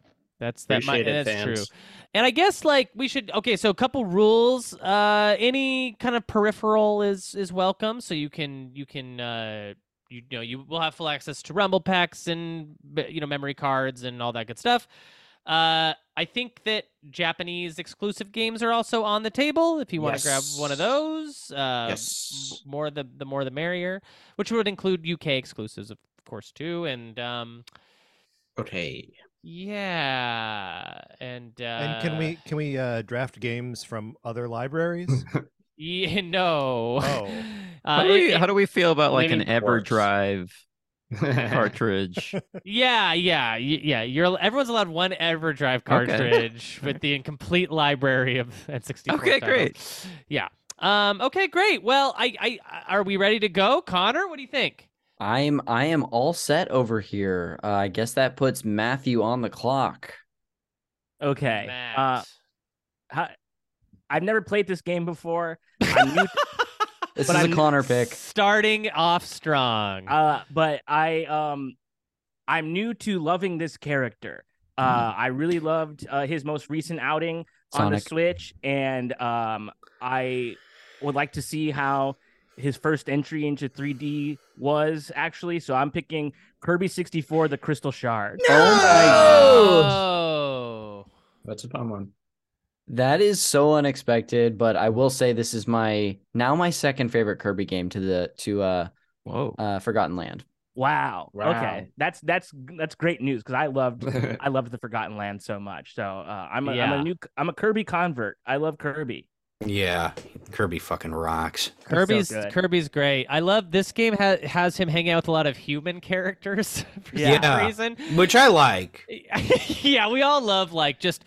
that's that. Might, Appreciate it, that's true. fans. And I guess like we should. Okay, so a couple rules. Uh, any kind of peripheral is is welcome. So you can you can uh you know you will have full access to rumble packs and b- you know memory cards and all that good stuff. Uh, I think that Japanese exclusive games are also on the table. If you want to grab one of those, uh, Yes. m- more the the more the merrier, which would include UK exclusives, of course, too. And um, Okay. yeah, and uh, and can we can we uh, draft games from other libraries? *laughs* Yeah, no. *laughs* Oh. how, Uh, do it- we, it- how do we feel about like an Maybe quartz. EverDrive cartridge? Yeah, yeah, y- yeah. You're al- everyone's allowed one EverDrive cartridge with the incomplete library of *laughs* N64. Okay, titles. great. Yeah. Um. Okay, great. Well, I, I, I- are we ready to go, Connor? What do you think? I'm I am all set over here. Uh, I guess that puts Matthew on the clock. Okay. Uh, Matt. how- I've never played this *laughs* game before. I'm new, This But is I'm- a Connor pick. Starting off strong. uh, but I um, I'm new to loving this character. Uh, I really loved uh, his most recent outing on the Mm. Sonic. Switch, and um, I would like to see how his first entry into 3D was actually. So I'm picking Kirby 64: The Crystal Shard. Oh. That's a fun one. That is so unexpected, but I will say this is my now my second favorite Kirby game to the to uh Whoa. uh Forgotten Land. Wow. Wow. Okay. That's that's that's great news because I loved I loved the Forgotten Land so much. So uh, I'm a, am Yeah. a new I'm a Kirby convert. I love Kirby. Yeah, Kirby fucking rocks. Kirby's Kirby's great. I love this game ha- has him hanging out with a lot of human characters *laughs* for some reason. which I like. *laughs* yeah, we all love like just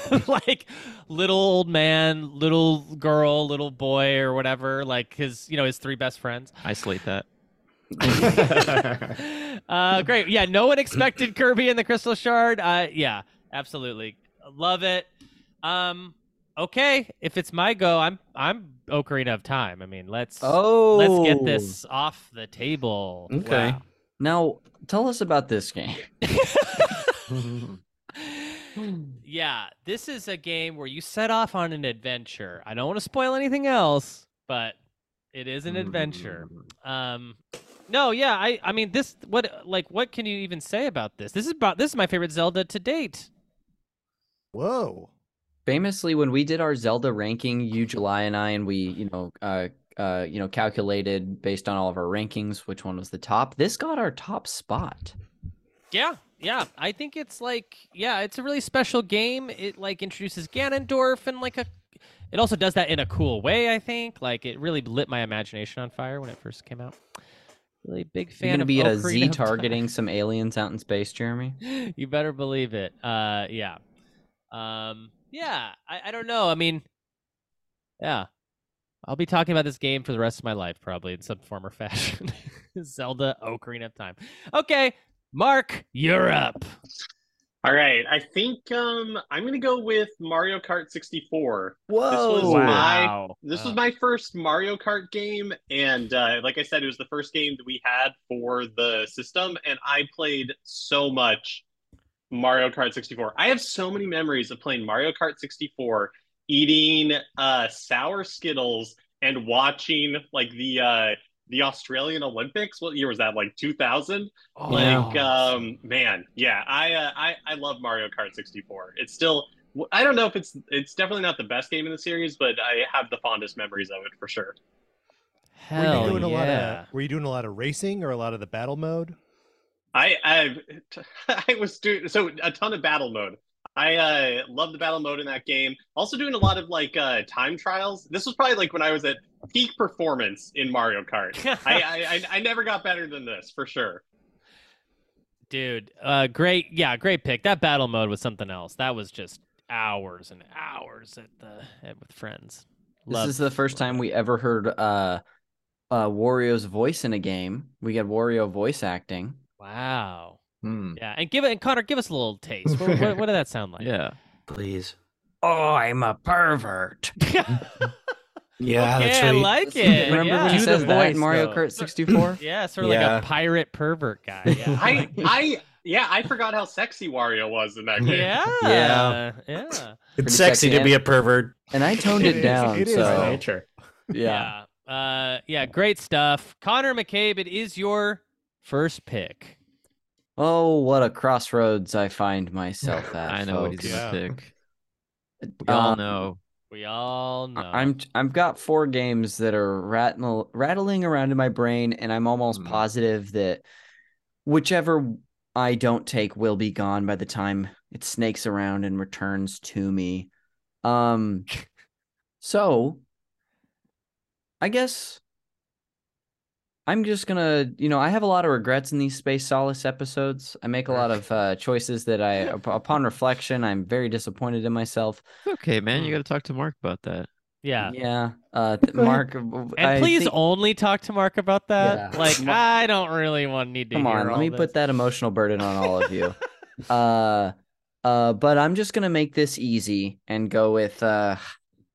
*laughs* like little old man, little girl, little boy or whatever, like his you know, his three best friends. *laughs* Isolate that. Uh great. Yeah, no one expected Kirby and the Crystal Shard. Uh yeah, absolutely. Love it. Um okay, if it's my go, I'm I'm Ocarina of Time. I mean, let's let's get this off the table. Wow. Now tell us about this game. Yeah, this is a game where you set off on an adventure. I don't want to spoil anything else, but it is an adventure. Um no, yeah, I I mean this what like what can you even say about this? This is about this is my favorite Zelda to date. Whoa. Famously, when we did our Zelda ranking, you, July, and I, and we, you know, uh, uh, you know, calculated based on all of our rankings which one was the top. This got our top spot. Yeah, yeah. I think it's like yeah, it's a really special game. It like introduces Ganondorf and like a it also does that in a cool way, I think. Like it really lit my imagination on fire when it first came out. Really big fan You're gonna of be at a Ocarina Z of Time. targeting some aliens out in space, Jeremy. *laughs* you better believe it. Uh, yeah. Um, yeah. I, I don't know. I mean, yeah. I'll be talking about this game for the rest of my life, probably in some form or fashion. *laughs* Zelda Ocarina of Time. Okay, Mark, you're up. All right, I think um I'm gonna go with Mario Kart 64. this was Whoa. Wow. my this was Wow. my first Mario Kart game, and uh, like I said, it was the first game that we had for the system, and I played so much Mario Kart 64. I have so many memories of playing Mario Kart 64, eating uh, sour Skittles, and watching like the uh, the Australian Olympics. What year was that? Like 2000. Like, um, man, yeah, I, uh, I I love Mario Kart 64. It's still, I don't know if it's it's definitely not the best game in the series, but I have the fondest memories of it for sure. were you Hell doing a lot yeah. of were you doing a lot of racing or a lot of the battle mode? I I *laughs* I was doing so a ton of battle mode. I uh, love the battle mode in that game. Also doing a lot of like uh, time trials. This was probably like when I was at peak performance in Mario *laughs* Kart. I, I I- I never got better than this for sure. Dude, uh, great. Yeah, great pick. That battle mode was something else. That was just hours and hours at the at, with friends. This Love- is the first time we ever heard uh, uh, Wario's voice in a game. We got Wario voice acting. wow. Hmm. Yeah, and give it and Connor, give us a little taste. What, what, what did that sound like? Yeah. Please. Oh, I'm a *laughs* pervert. Yeah, Okay, that's I right. like it. Remember yeah. when he Do the says that in voice, Mario though. Kart 64? *clears throat* Yeah, sort of like Yeah. a pirate pervert guy. Yeah. I I yeah I forgot how sexy Wario was in that game. *laughs* Yeah. Yeah. Yeah. It's Pretty sexy, to sexy, be a and- pervert. And I toned it, It *laughs* is- down. it is so. by nature. *laughs* Yeah. Yeah. Uh, yeah, great stuff. Connor McCabe, it is your first pick. Oh, what a crossroads I find myself at. *laughs* I know what he's gonna folks. pick. We all Um, know. We all know. I- I'm I've got four games that are rattle, rattling around in my brain, and I'm almost Mm. positive that whichever I don't take will be gone by the time it snakes around and returns to me. Um, so I guess I'm just gonna, you know, I have a lot of regrets in these Space Solace episodes. I make a lot of uh, choices that I, up- upon reflection, I'm very disappointed in myself. Um, Okay, man, you got to talk to Mark about that. Yeah. Yeah, uh, th- Mark, and And please only talk to Mark about that. Yeah. Like, I don't really want need to come hear on, let all me this. put that emotional burden on all of *laughs* you. uh, uh, but I'm just gonna make this easy and go with uh,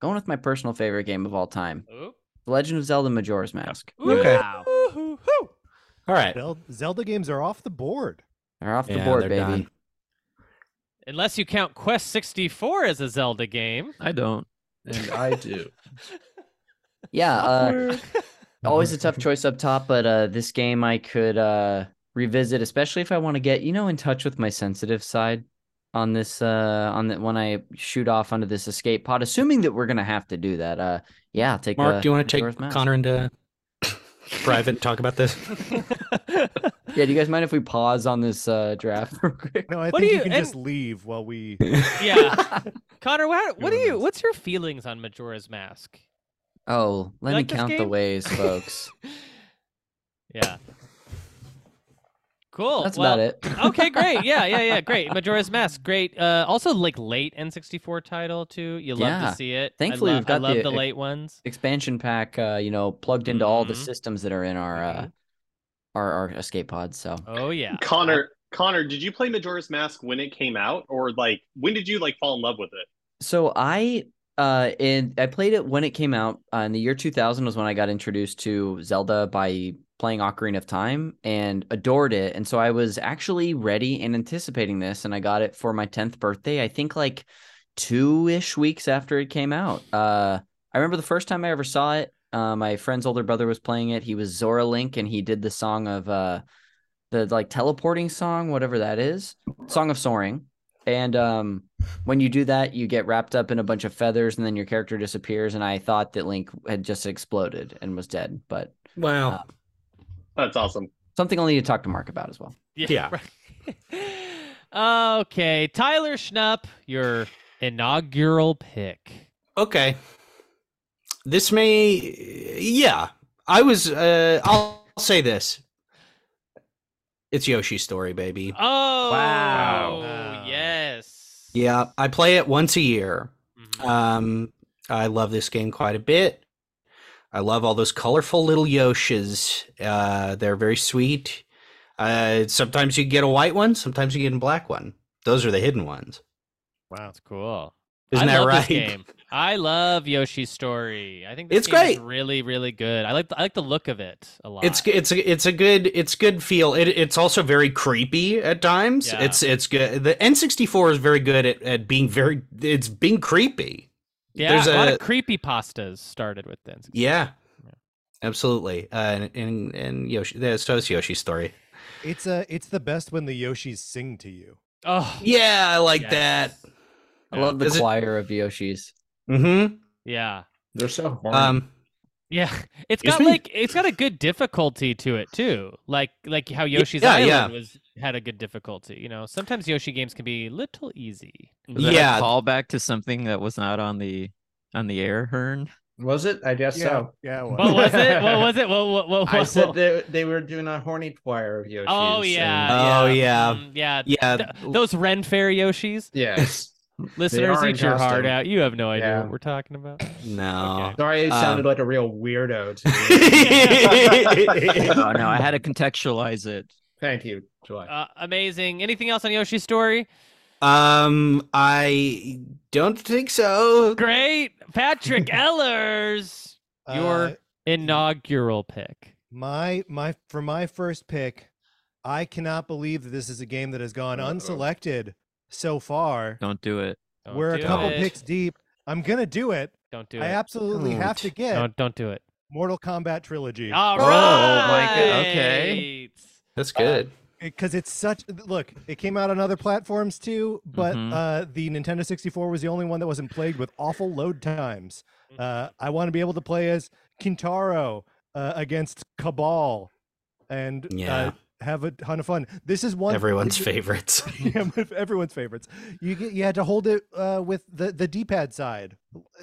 going with my personal favorite game of all time, Oop. The Legend of Zelda: Majora's Mask. Okay. Wow. All right. Zel- Zelda games are off the board. They're off the Yeah, board, they're baby. done. Unless you count Quest 64 as a Zelda game. I don't. And I do. Yeah, uh, *laughs* always a tough choice up top, but uh, this game I could uh, revisit, especially if I want to get you know in touch with my sensitive side on this uh, on that when I shoot off onto this escape pod, assuming that we're gonna have to do that. Uh, yeah, I'll take Mark, uh, do you want to take Majora's Mask. Connor into private and talk about *laughs* this? Yeah, do you guys mind if we pause on this uh, *laughs* draft? real quick? No, I What do think you, you- can and- just leave while *laughs* we. Yeah. *laughs* Connor, what, what do you what's your feelings on Majora's Mask? Oh, let me like this count the game? ways, folks. *laughs* Yeah. Cool. That's well, about it. *laughs* okay, great. Yeah, yeah, yeah. *laughs* Great. Majora's Mask. Great. Uh, also, like late N64 title too. You love Yeah. to see it. I Thankfully, lo- we've got I love the- the, late ones. Expansion pack, uh, you know, plugged into all the Mhm. systems that are in our uh, our, our escape pods. So Mm-hmm. Oh yeah. Connor Connor, did you play Majora's Mask when it came out, or like when did you like fall in love with it? So I uh in I played it when it came out uh, in the year 2000 was when I got introduced to Zelda by playing Ocarina of Time and adored it and so I was actually ready and anticipating this and I got it for my 10th birthday I think like 2ish weeks after it came out. Uh I remember the first time I ever saw it uh, my friend's older brother was playing it he was Zora Link and he did the song of uh the like teleporting song whatever that is Song of Soaring and um when you do that, you get wrapped up in a bunch of feathers, and then your character disappears. And I thought that Link had just exploded and was dead, but Wow. That's awesome. something I'll need to talk to Mark about as well. Yeah. right. *laughs* okay, Tyler Schnupp, your inaugural pick. Okay. This may yeah. I was uh I'll I'll say this. It's Yoshi's story, baby. Oh. Wow. Yes. Yeah, I play it once a year. Mm-hmm. Um I love this game quite a bit. I love all those colorful little Yoshis. Uh they're very sweet. Uh sometimes you get a white one, sometimes you get a black one. Those are the hidden ones. Wow, that's cool. Isn't I that love right? This game. I love Yoshi's Story. I think this It's game is great. really, really good. I like the, I like the look of it a lot. It's it's a- it's a good it's good feel. It, it's also very creepy at times. Yeah. It's it's good. The N64 is very good at, at being very it's being creepy. yeah, there's a, lot a- of creepy pastas started with this. Yeah, absolutely. Uh, and, and and Yoshi, yeah, so it's Yoshi's story. It's uh it's the best when the Yoshis sing to you. Oh yeah, I like Yes. that. I love the Is it- choir of Yoshis. Mm-hmm. Yeah. They're so Um, Yeah, it's Excuse got me? like it's got a good difficulty to it too. Like like how Yoshi's yeah, Island yeah. was had a good difficulty. You know, sometimes Yoshi games can be little easy. Was that Yeah. a callback to something that was not on the on the air, *laughs* Hearn. Was it? I guess Yeah, so. yeah, it was. What was *laughs* it? What was it? What- what- what- I what- said what- they, they were doing a horny choir of Yoshi's. Oh yeah. Oh, yeah. Mm, yeah. Yeah. Th- those Ren Fair Yoshis. Yes. *laughs* Listeners, are eat your heart exhausting. out. You have no idea Yeah. what we're talking about. Oh, No. Sorry, it Um, sounded like a real weirdo to me. *laughs* oh no, I had to contextualize it. Thank you, July. Uh, amazing. Anything else on Yoshi's story? Um, I don't think so. Great, *laughs* Patrick Ellers, your Uh, inaugural pick. My my for my first pick, I cannot believe that this is a game that has gone unselected so far. Don't do it. Don't We're a do couple it. picks deep. I'm gonna do it. Don't do I it. absolutely have to get Don't don't do it. Mortal Kombat trilogy. All right. okay. That's good. Uh, because it's such look it came out on other platforms too but Mm-hmm. Mhm. uh, the nintendo 64 was the only one that wasn't plagued with awful load times uh, i want to be able to play as kintaro uh, against cabal and Yeah. uh, have a ton of fun this is one Everyone's you- favorites. *laughs* yeah, my- everyone's favorites you get you had to hold it uh, with the the d-pad side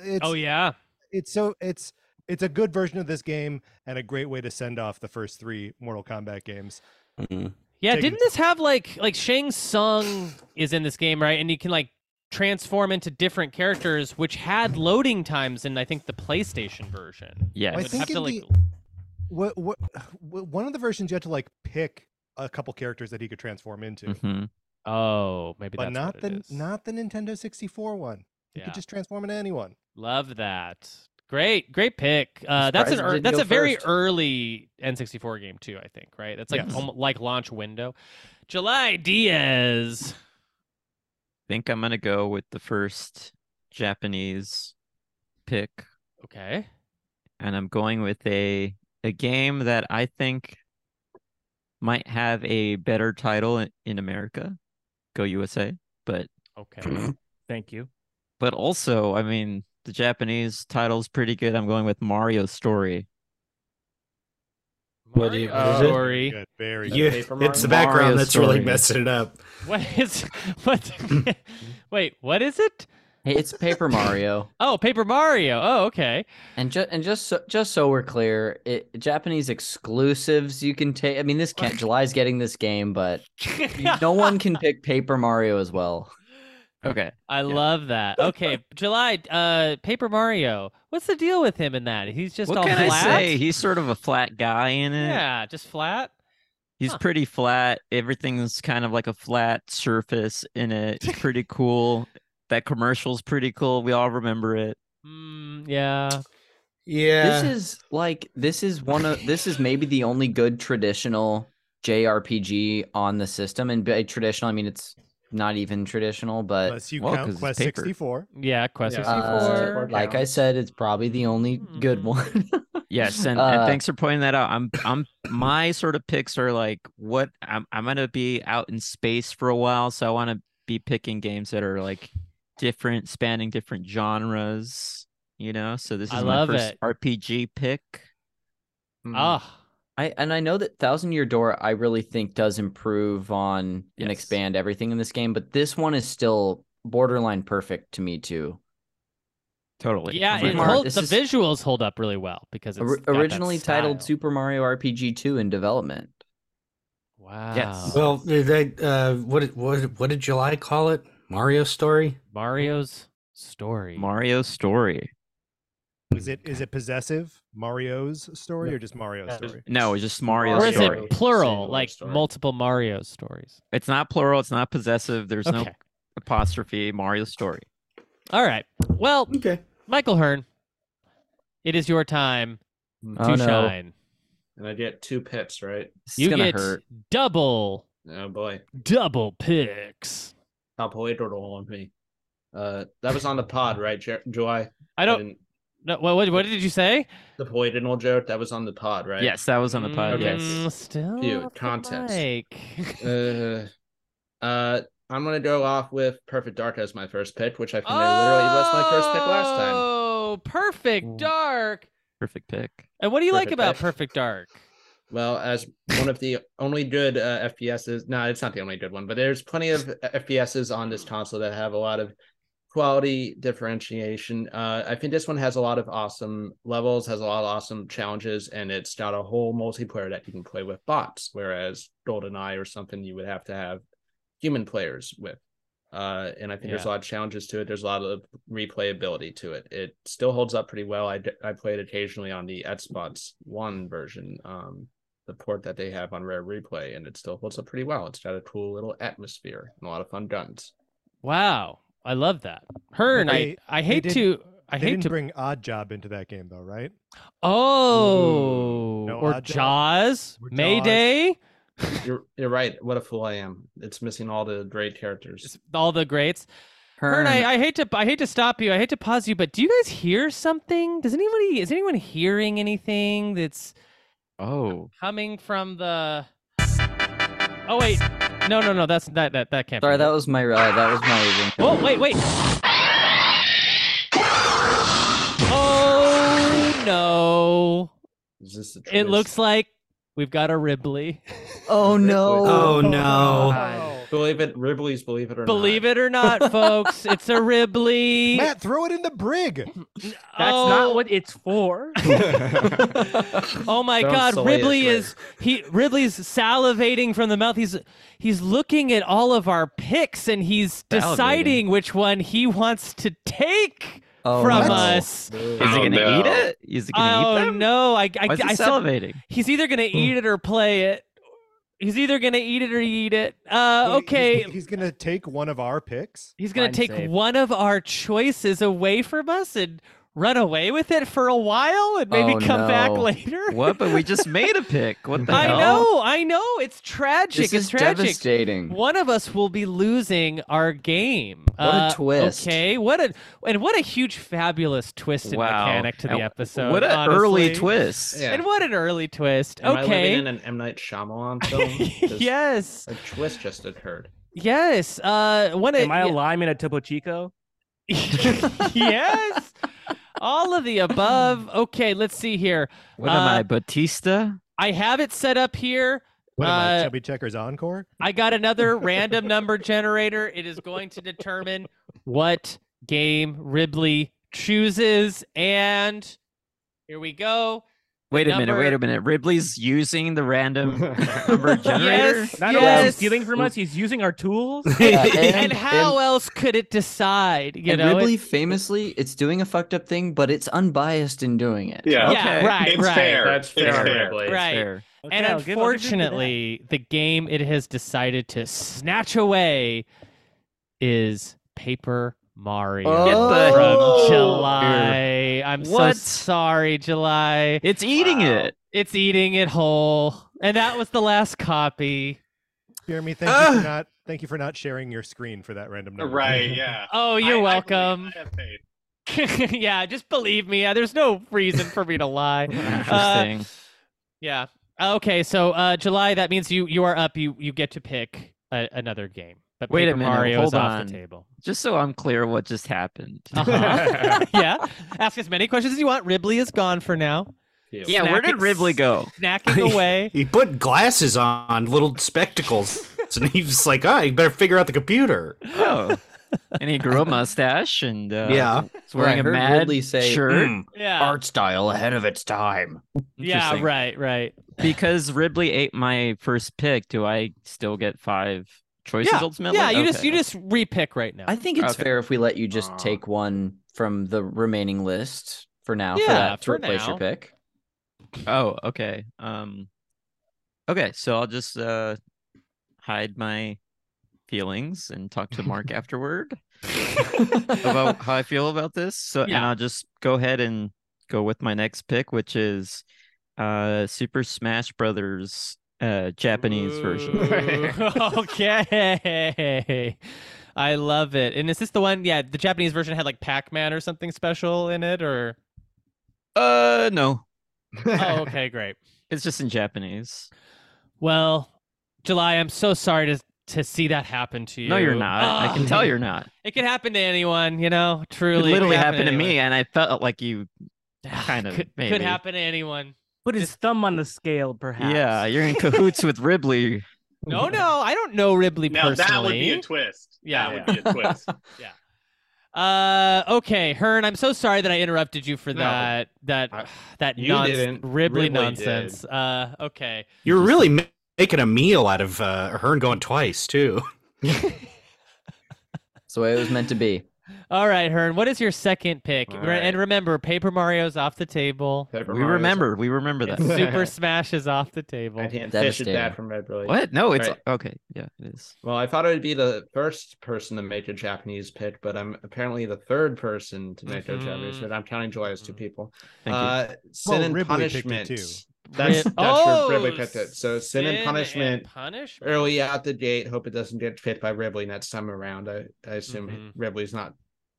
it's, Oh yeah. it's so it's it's a good version of this game and a great way to send off the first three mortal kombat games Mm-hmm. Yeah, Taking- didn't this have like like Shang Tsung is in this game, right? And you can like transform into different characters, which had loading times in I think the PlayStation version. Yeah. I Would have think to in like the what, what what one of the versions you had to like pick a couple characters that he could transform into, Oh, Mm-hmm. maybe but that's not what the it is. not the Nintendo sixty four one. You Yeah. could just transform into anyone. Love that. *laughs* Great, great pick. Uh, that's an surprised it ear didn't that's go a very first. early N64 game too. I think right. That's like Yes. almo- like launch window. July Diaz. *laughs* think I'm gonna go with the first Japanese pick, Okay. and I'm going with a a game that I think might have a better title in, in America, Go USA, but *clears throat* Okay. Thank you. but also I mean the Japanese title's pretty good. I'm going with Mario Story. What do you, Mario what is it? Story. Good, very You- good. Paper Mario? it's the background Mario that's really Story. messing it up. What is what? *laughs* *laughs* Wait, what is it? Hey, it's Paper Mario. *laughs* Oh, Paper Mario. Oh, okay. And just and just so, just so we're clear, it, Japanese exclusives you can take. I mean, *laughs* this can't. July's getting this game, but no one can pick Paper Mario as well. Okay. I love that. Okay, *laughs* July. Uh, Paper Mario. What's the deal with him in that? He's just what all can flat. I say? eh. He's sort of a flat guy in it. Yeah, just flat. He's Huh. pretty flat. Everything's kind of like a flat surface in it. It's *laughs* pretty cool. That commercial's pretty cool. We all remember it. Mm, yeah. Yeah. This is like this is one of this is maybe the only good traditional JRPG on the system. And by traditional, I mean it's not even traditional, but Unless you well, 'cause count it's Quest paper. sixty four. Yeah. Quest Yeah. uh, 64. like I said, it's probably the only Hmm. good one. *laughs* Yes, and, Uh, and thanks for pointing that out. I'm I'm my sort of picks are like what I'm I'm gonna be out in space for a while, so I want to be picking games that are like different, spanning different genres. You know, so this is I my love first it. RPG pick. Mm-hmm. Ah. I and I know that Thousand Year Door I really think does improve on and Yes. expand everything in this game, but this one is still borderline perfect to me too. Totally. yeah, I'm it gonna- Mario- hold, this the is- visuals hold up really well because it's Or- got that originally titled style. Super Mario RPG 2 in development. Wow. Yes. Well, they, uh, what did- what did- what did July call it? Mario story. Mario's story. Mario story. Is it is it possessive Mario's story or just Mario's story? No, it's just Mario's or is story. it plural, like multiple Mario stories? It's not plural. It's not possessive. There's no Okay. apostrophe. Mario's story. All right. Well, okay. Michael Hearn, it is your time to Oh, no. shine. Mm. And I get two pips, right? you get double, Oh boy. double picks. Top total on me. Uh, that was on the pod, right, Jer- July? I don't- didn't- No, what, what, what did you say? the poitinal joke that was on the pod, right? Yes, that was on the pod, yes. Mm, Still, Phew, off the context. mic. uh, *laughs* uh, I'm gonna go off with Perfect Dark as my first pick, which I think literally was my first pick last time. Oh, perfect dark. Perfect pick. And what do you like Perfect about pick. Perfect Dark? Well, as one of the only good uh, FPSs, no, it's not the only good one, but there's plenty of uh, FPSs on this console that have a lot of quality differentiation. Uh, I think this one has a lot of awesome levels, has a lot of awesome challenges, and it's got a whole multiplayer that you can play with bots, whereas GoldenEye or something you would have to have human players with. Uh, and I think there's a Yeah. lot of challenges to it. There's a lot of replayability to it. It still holds up pretty well. I, d- I played occasionally on the Xbox One version, um, the port that they have on Rare Replay, and it still holds up pretty well. It's got a cool little atmosphere and a lot of fun guns. Wow, I love that. Hearn, They- I, I they hate didn't- to, I they hate didn't to. bring Odd Job into that game though, right? oh, Ooh. No or odd job. Jaws, Or Jaws. Oh. Mayday, *laughs* You're you're right. What a fool I am. It's missing all the great characters. all the greats. Hearn, I, I hate to, I hate to stop you. I hate to pause you, but do you guys hear something? Does anybody, is anyone hearing anything that's Oh, coming from the? Oh wait, no, no, no. That's that that that can't. Sorry, be. that was my uh, that was my. Oh wait, wait. Oh no! Is this the It looks like we've got a Ribley. *laughs* Oh no! Oh, no. Believe it, Ribley's Believe It or Believe it or not, *laughs* folks, it's a Ribley. Matt, throw it in the brig. That's Oh. not what it's *laughs* for. Oh my Don't God, soy it, Ribley Rick. is he? Ribley's salivating from the mouth. He's he's looking at all of our picks and he's deciding which one he wants to take Oh, from no. us. Is he gonna eat it? Is he gonna Oh eat them? no! I, I, Why is he I said- salivating? He's either gonna eat it or play it. He's either gonna eat it or eat it. Uh, okay, He's, gonna take one of our picks. He's gonna take one of our choices away from us and run away with it for a while and maybe Oh, come back no. *laughs* later. what? But we just made a pick. What *laughs* the I hell? know, I know. It's tragic. This it's is tragic. devastating. One of us will be losing our game. What a twist. Okay, what a and what a huge fabulous twist and Wow. mechanic to the And episode. what an early honestly. twist. Yeah. And what an early twist. Am I okay. living in an M Night *laughs* Shyamalan film? 'Cause yes. a twist just occurred. Yes. Uh *laughs* one of Am I a yeah. lime in a Topo Chico? yes. All of the above. Okay, let's see here. What am I, Uh, Batista? I have it set up here. What am I, Uh, Chubby Checkers Encore? I got another random number generator. It is going to determine what game Ribley chooses. And here we go. The Wait a minute. Wait number- a minute. Ribley's using the random *laughs* number generator. Yes, Not only is he yes. stealing from us, he's using our tools. *laughs* and, how else could it decide? You and know, Ribley It- famously, it's doing a fucked up thing, but it's unbiased in doing it. Yeah. Yeah, Okay. right, It's right. fair. That's It's fair. fair. Ribley. right. fair. Okay, and I'll give- I'll give you that. unfortunately, the game it has decided to snatch away is Paper Mario Get the- from July. I'm What? so sorry, July. It's eating it. It's eating it whole, and that was the last copy. Jeremy, thank you for not thank you for not sharing your screen for that random number. *laughs* Right, yeah. Oh, you're I- I believe welcome. I have faith. *laughs* yeah, just believe me. Uh, There's no reason for me to *laughs* lie. Uh, Interesting. yeah. Okay, so uh, July, that means you you are up. You you get to pick a, another game. But Wait a Paper minute, Mario is hold off on. the *laughs* table. Just so I'm clear, what just happened? *laughs* Uh-huh. *laughs* yeah. Ask as many questions as you want. Ribley is gone for now. Yeah, where did Snacking- Ribley go? *laughs* Snacking away. *laughs* He put glasses on, little spectacles, and he was like, "Ah, you better figure out the computer." Oh, and he grew a mustache and uh, Yeah. was I wearing a heard mad Ridley say, shirt. "Mm, Yeah. art style ahead of its time. Yeah, Interesting. right, right. Because Ribley ate my first pick, do I still get five choices yeah, ultimately? yeah, you just Okay. you just repick right now. I think it's Okay. fair if we let you just Aw. take one from the remaining list for now for Yeah, that to for replace your now. pick. Oh, okay. Um okay, so I'll just uh hide my feelings and talk to *laughs* Mark afterward about how I feel about this. So and Yeah. I'll just go ahead and go with my next pick, which is uh Super Smash Brothers uh Japanese version. *laughs* okay. I love it. And is this the one? Yeah, the Japanese version had like Pac Man or something special in it, or? Uh, no. *laughs* Oh, okay, great. It's just in Japanese. Well, July, I'm so sorry to to see that happen to you. No, you're not. I can Ugh. tell you're not. Ah. It could happen to anyone, you know. It Truly, literally could happened to anyone. me, and I felt like you kind of Could, maybe. could happen to anyone. Put his thumb on the scale, perhaps. Yeah, you're in *laughs* cahoots with Ribley. No, no, I don't know Ribley Now personally. that would be a twist. Yeah, that would be a twist. Uh, okay, Hearn, I'm so sorry that I interrupted you for No. that that that You nonsense, didn't. Ribley, Ribley nonsense. Uh, okay. You're really ma- making a meal out of uh, Hearn going twice *laughs* too. That's the way it was meant to be. All right, Hearn, what is your second pick? All Re- And remember, Paper Mario's off the table. We remember. We remember that. And *laughs* Super Smash is off the table. I can't fish it that from Red Release. What? No, it's All right. okay. Yeah, it is. Well, I thought I'd be the first person to make a Japanese pick, but I'm apparently the third person to make a Japanese Mm-hmm. pick. I'm counting Joy Mm. as two people. Thank you. uh, Sin Well, and Ribley picked it Punishment. too. That's, Rib- that's Oh, where Ribley picked it. So Sin, Sin and and Punishment. Punishment. Early out the gate. Hope it doesn't get picked by Ribley next time around. I, I assume Mm-hmm. Ribley's not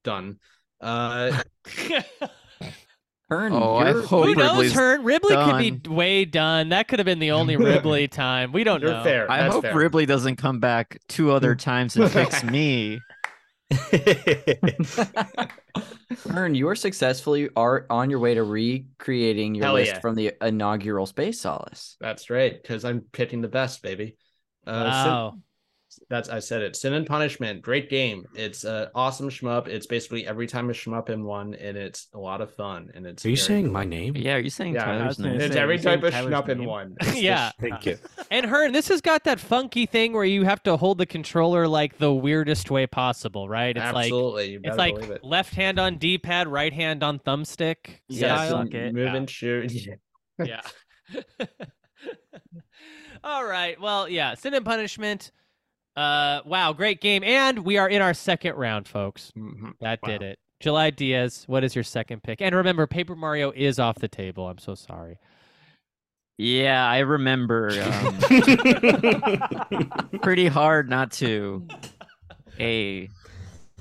done. *laughs* Uh, Hearn, Oh, I you're- hope Who Ribley's knows, Hearn? Ribley could be way done. That could have been *laughs* the only Ribley time. We don't You're know. fair. I That's hope fair. Ribley doesn't come back two *laughs* other times and fix me. Ern, you are successfully are on your way to recreating your Hell list yeah. from the inaugural Space Solace. That's right, because I'm picking the best, baby. Uh, Wow. Sin- that's I said it. Sin and Punishment, great game. It's an awesome shmup. It's basically every time a shmup in one, and it's a lot of fun. And it's Are you very- saying my name? Yeah, are you saying Yeah, Tyler's name? It's every type of shmup in *laughs* one. It's the Yeah. Thank you. And Hearn, this has got that funky thing where you have to hold the controller like the weirdest way possible, right? It's Absolutely, you like better it's like believe it. left hand on D pad, right hand on thumbstick. Yes, style. and move and shoot. yeah. *laughs* All right. Well, yeah. Sin and Punishment. Uh, wow, great game, and we are in our second round, folks. Mm-hmm. That did it. July Diaz, what is your second pick? And remember, Paper Mario is off the table. I'm so sorry. Yeah, I remember. *laughs* Um, pretty hard not to. A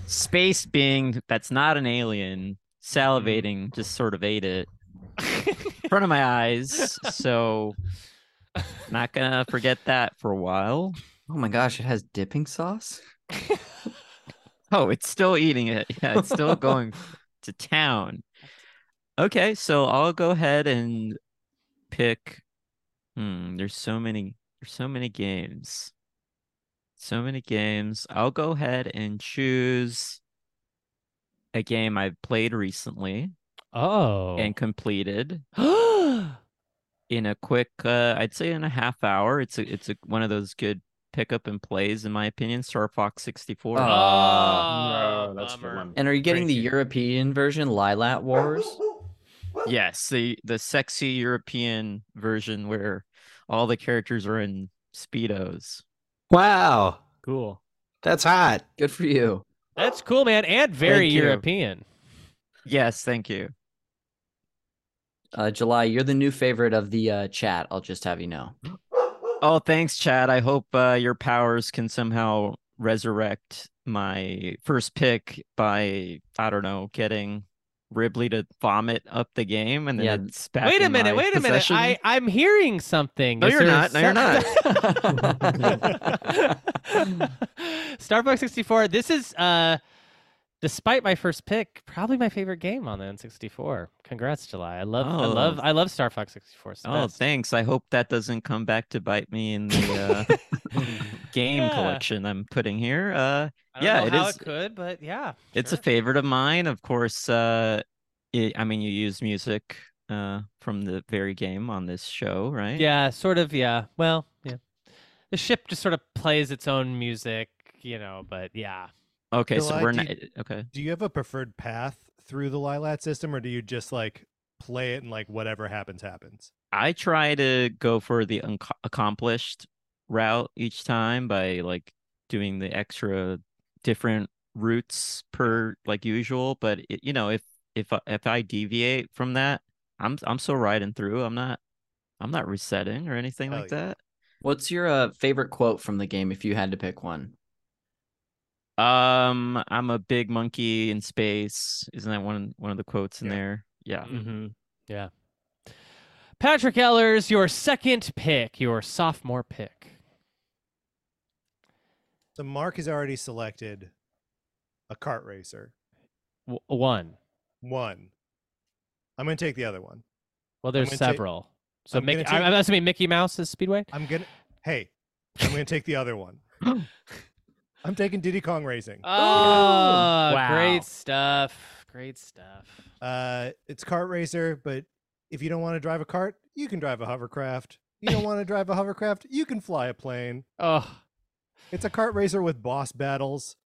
space being that's not an alien Mm-hmm. salivating just sort of *laughs* ate it in front of my eyes. So not gonna forget that for a while. Oh my gosh, it has dipping sauce? Oh, it's still eating it. *laughs* Yeah, it's still going to town. Okay, so I'll go ahead and pick. Hmm, there's so many. There's so many games. So many games. I'll go ahead and choose a game I've played recently Oh. and completed in a quick uh I'd say in a half hour. It's a, it's a, one of those good pickup and plays in my opinion, Star Fox 64. Oh, no, that's the one. And are you getting the European version, Lilat Wars? Yes, the the sexy European version where all the characters are in speedos. Wow, Cool. that's hot. Good for you. That's cool, man, and very Thank you. European. Yes, thank you. Uh, July, you're the new favorite of the uh, chat. I'll just have you know. Oh, thanks, Chad. I hope uh, your powers can somehow resurrect my first pick by I don't know getting Ribley to vomit up the game and then Yeah. it's back. wait a in minute. my Wait a possession. minute. I I'm hearing something. No, Is you're there not. No, you're not. *laughs* Starbucks 64. This is uh despite my first pick, probably my favorite game on the N64. Congrats, July. I love I Oh. love I love Star Fox 64. So Oh, that's- thanks. I hope that doesn't come back to bite me in the *laughs* uh, game Yeah. collection I'm putting here. Uh, I don't yeah, know it how is. it could, but yeah. It's a favorite of mine, of course. Uh, it, I mean, you use music uh, from the very game on this show, right? Yeah, sort of yeah. Well, yeah. The ship just sort of plays its own music, you know, but yeah. Okay, so July, we're do not. you- Okay. Do you have a preferred path through the Lilat system, or do you just like play it and like whatever happens happens? I try to go for the un- accomplished route each time by like doing the extra different routes per like usual. But it, you know, if if I- if I deviate from that, I'm I'm still riding through. I'm not I'm not resetting or anything like that. What's your uh, favorite quote from the game if you had to pick one? Um, I'm a big monkey in space. Isn't that one one of the quotes in there? Yeah. Mm-hmm. Yeah. Patrick Ellers, your second pick, your sophomore pick. So Mark has already selected a kart racer. W- one. One. I'm going to take the other one. Well, I'm there's gonna take- several. so I'm Mickey, gonna I'm, take- I'm assuming Mickey Mouse is Speedway. I'm gonna. *laughs* Hey, I'm going to take the other one. I'm taking Diddy Kong Racing. Oh, Ah, great stuff. Great stuff. Uh, it's kart racer, but if you don't want to drive a cart, you can drive a hovercraft. You don't want to drive a hovercraft, you can fly a plane. Oh, it's a kart racer with boss battles.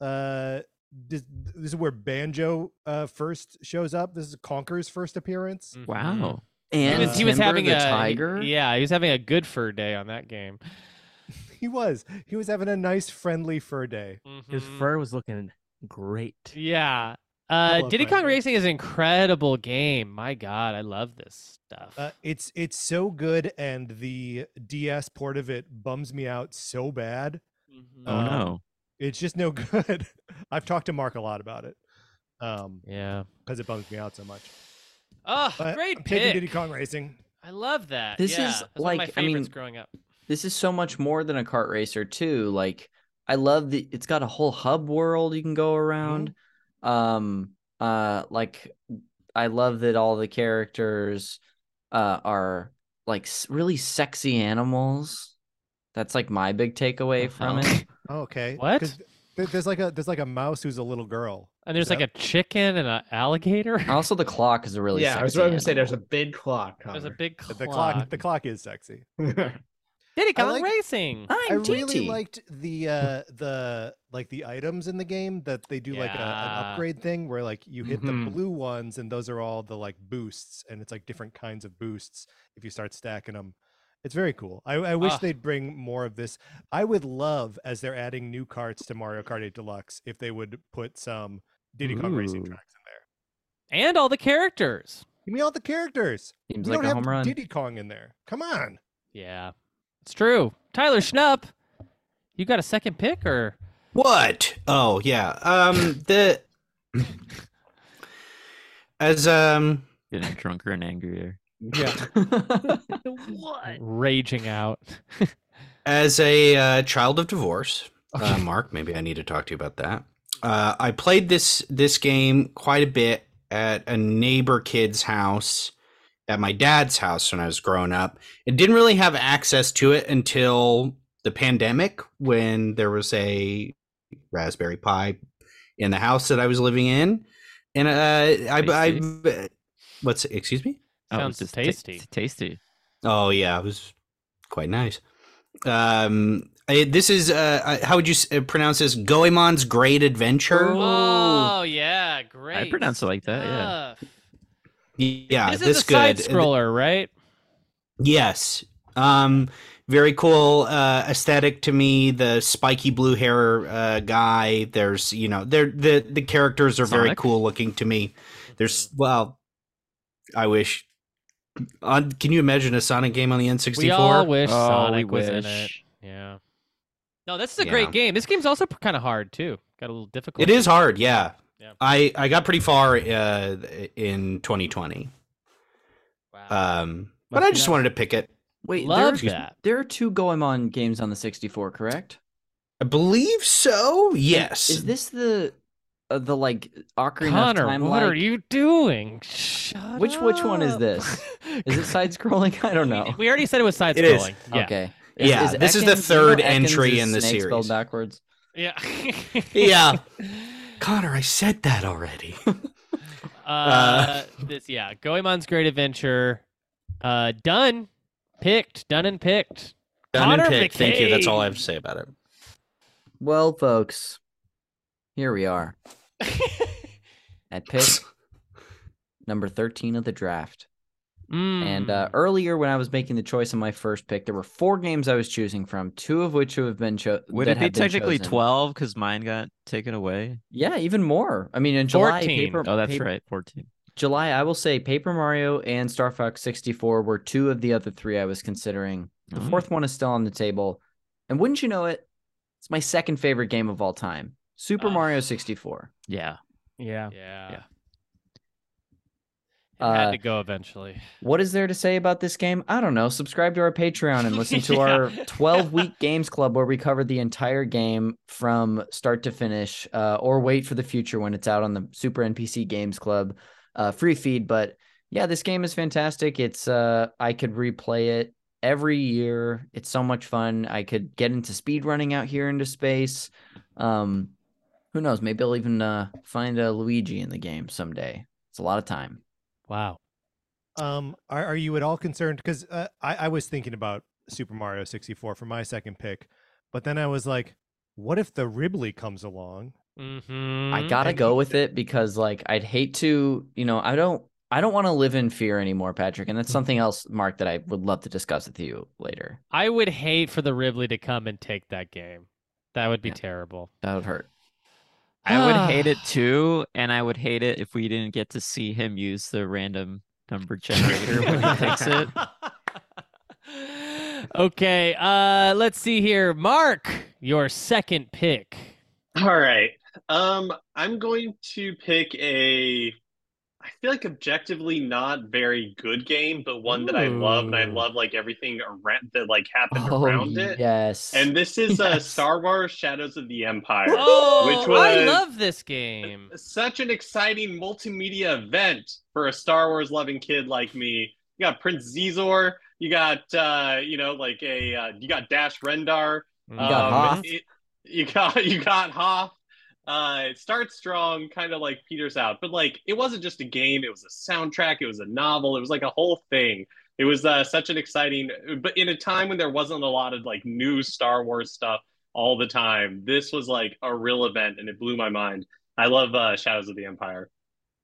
Uh, this, this is where Banjo uh first shows up. This is Conker's first appearance. Wow. mm-hmm. he was, he was having a tiger? Yeah, he was having a good fur day on that game. He was. He was having a nice, friendly fur day. His fur was looking great. Mm-hmm. Yeah. I Uh, love Diddy that Kong Racing is an incredible game. My God, I love this stuff. Uh, it's it's so good, and the DS port of it bums me out so bad. Mm-hmm. Oh Um, no. It's just no *laughs* good. I've talked to Mark a lot about it. Um, yeah, because it bums me out so much. Oh, But great I'm taking pick. Diddy Kong Racing. I love that. This Yeah, is that's one of like my I favorites mean, growing up. this is so much more than a kart racer too. Like I love the it's got a whole hub world you can go around. Mm-hmm. Um uh like I love that all the characters uh are like s- really sexy animals. That's like my big takeaway from Uh-huh. it. Oh, okay. What? 'Cause th- there's like a there's like a mouse who's a little girl. And there's like a *laughs* chicken and an alligator. Also the clock is *laughs* a really yeah, I was sexy going to say animal. there's a big clock. There's a Connor. big The clock. clock the clock is sexy. Diddy I Kong like- Racing. i really liked the uh the like the items in the game that they do like a, an Yeah. Mm-hmm. upgrade thing where like you hit the Mhm. blue ones and those are all the like boosts and it's like different kinds of boosts if you start stacking them. It's very cool. I, I wish Ah. they'd bring more of this. I would love as they're adding new carts to Mario Kart 8 Deluxe if they would put some Diddy Kong Racing Ooh. tracks in there. and all the characters. Give me all the characters. Seems we like don't a have home run. Diddy Kong in there. Come on. Yeah, it's true. Tyler Schnupp, you got a second pick or? What? Oh yeah. Um the as um Getting drunker and angrier. Yeah. what? Raging out. As a uh, child of *laughs* divorce, uh, Mark, maybe I need to talk to you about that. Uh, I played this this game quite a bit at a neighbor kid's house, at my dad's house when I was growing up. It didn't really have access to it until the pandemic, when there was a Raspberry Pi in the house that I was living in, and uh, I, I, what's excuse me? Oh, Sounds just ta- tasty. t- tasty. Oh yeah, it was quite nice. Um, I, this is uh, I- how would you s- uh, pronounce this? Goemon's Great Adventure. Oh yeah, great. I pronounce it like that. Yeah. stuff. Yeah, this, this, is a good. side scroller, right? Yes. Um, very cool uh, aesthetic to me. The spiky blue hair uh, guy. There's you know they're the the characters are very Sonic? cool looking to me. There's well, I wish. On, can you imagine a Sonic game on the N sixty We four? all wish Oh, we Sonic was in it. wish. Yeah. No, this is a Yeah. great game. This game's also kind of hard too. Got a little difficult. It is hard, yeah. Yeah. I I got pretty far uh, in 2020. Um, but I just wanted to pick it. Wait, Love there, are- that. there are two Goemon games on the 64, correct? I believe so. Yes. Is this the uh, the like Ocarina Connor, of Time? what are like- you doing? Shut Which which one is up. this? Is it side scrolling? I don't know. We already said it was side It is. scrolling. Yeah. Okay. Yeah, this is the Ekans- do you know third *laughs* Ekans entry is in the snake spelled series. backwards. Yeah. *laughs* Yeah. Connor, I said that already. *laughs* Uh, this yeah, Goemon's Great Adventure. Uh, done, picked, done and picked. Done and Connor picked. Thank you. That's all I McCabe. have to say about it. Well, folks, here we are at pick number 13 of the draft. Mm. And uh, earlier, when I was making the choice on my first pick, there were four games I was choosing from, two of which have been chosen. Would it be technically 12 because mine got taken away? Yeah, even more. I mean, in July, 14. Paper, oh, that's Paper- right. 14. July, I will say Paper Mario and Star Fox 64 were two of the other three I was considering. The Mm-hmm. Mm. fourth one is still on the table. And wouldn't you know it, it's my second favorite game of all time Super Mario 64. Yeah. Yeah. Yeah. Uh, Had to go eventually. What is there to say about this game? I don't know. Subscribe to our Patreon and listen to *laughs* Yeah. our 12 week games club where we cover the entire game from start to finish, uh, or wait for the future when it's out on the Super NPC Games Club uh, free feed. But yeah, this game is fantastic. It's uh, I could replay it every year. It's so much fun. I could get into speed running out here into space. Um, who knows? Maybe I'll even uh, find a Luigi in the game someday. It's a lot of time. Wow. Um, are, are you at all concerned? Because uh, I, I was thinking about Super Mario 64 for my second pick, but then I was like, what if the Ribley comes along? Mm-hmm. I gotta go with it because like I'd hate to, you know, I don't I don't want to live in fear anymore, Patrick. And that's Mm-hmm. something else, Mark, that I would love to discuss with you later. I would hate for the Ribley to come and take that game. That would be terrible. Ah. That would hurt. I would hate it too. And I would hate it if we didn't get to see him use the random number generator when *laughs* he takes it. Okay, uh let's see here. Mark, your second pick. All right. Um, I'm going to pick a. I feel like objectively not very good game, but one that I love, and I Ooh. love like everything around that like *laughs* happened Oh, around it. yes. And this is uh, Star Wars: Shadows of the Empire, Oh, which was I love this game. such an exciting multimedia event for a Star Wars loving kid like me. You got Prince Zizor. You got uh, you know like a uh, you got Dash Rendar. um, You got Hoth. it- you got *laughs* you got Hoth. Uh, it starts strong, kind of like peters out, but like it wasn't just a game. It was a soundtrack. It was a novel. It was like a whole thing. It was uh, such an exciting, but in a time when there wasn't a lot of like new Star Wars stuff all the time, this was like a real event, and it blew my mind. I love uh, Shadows of the Empire.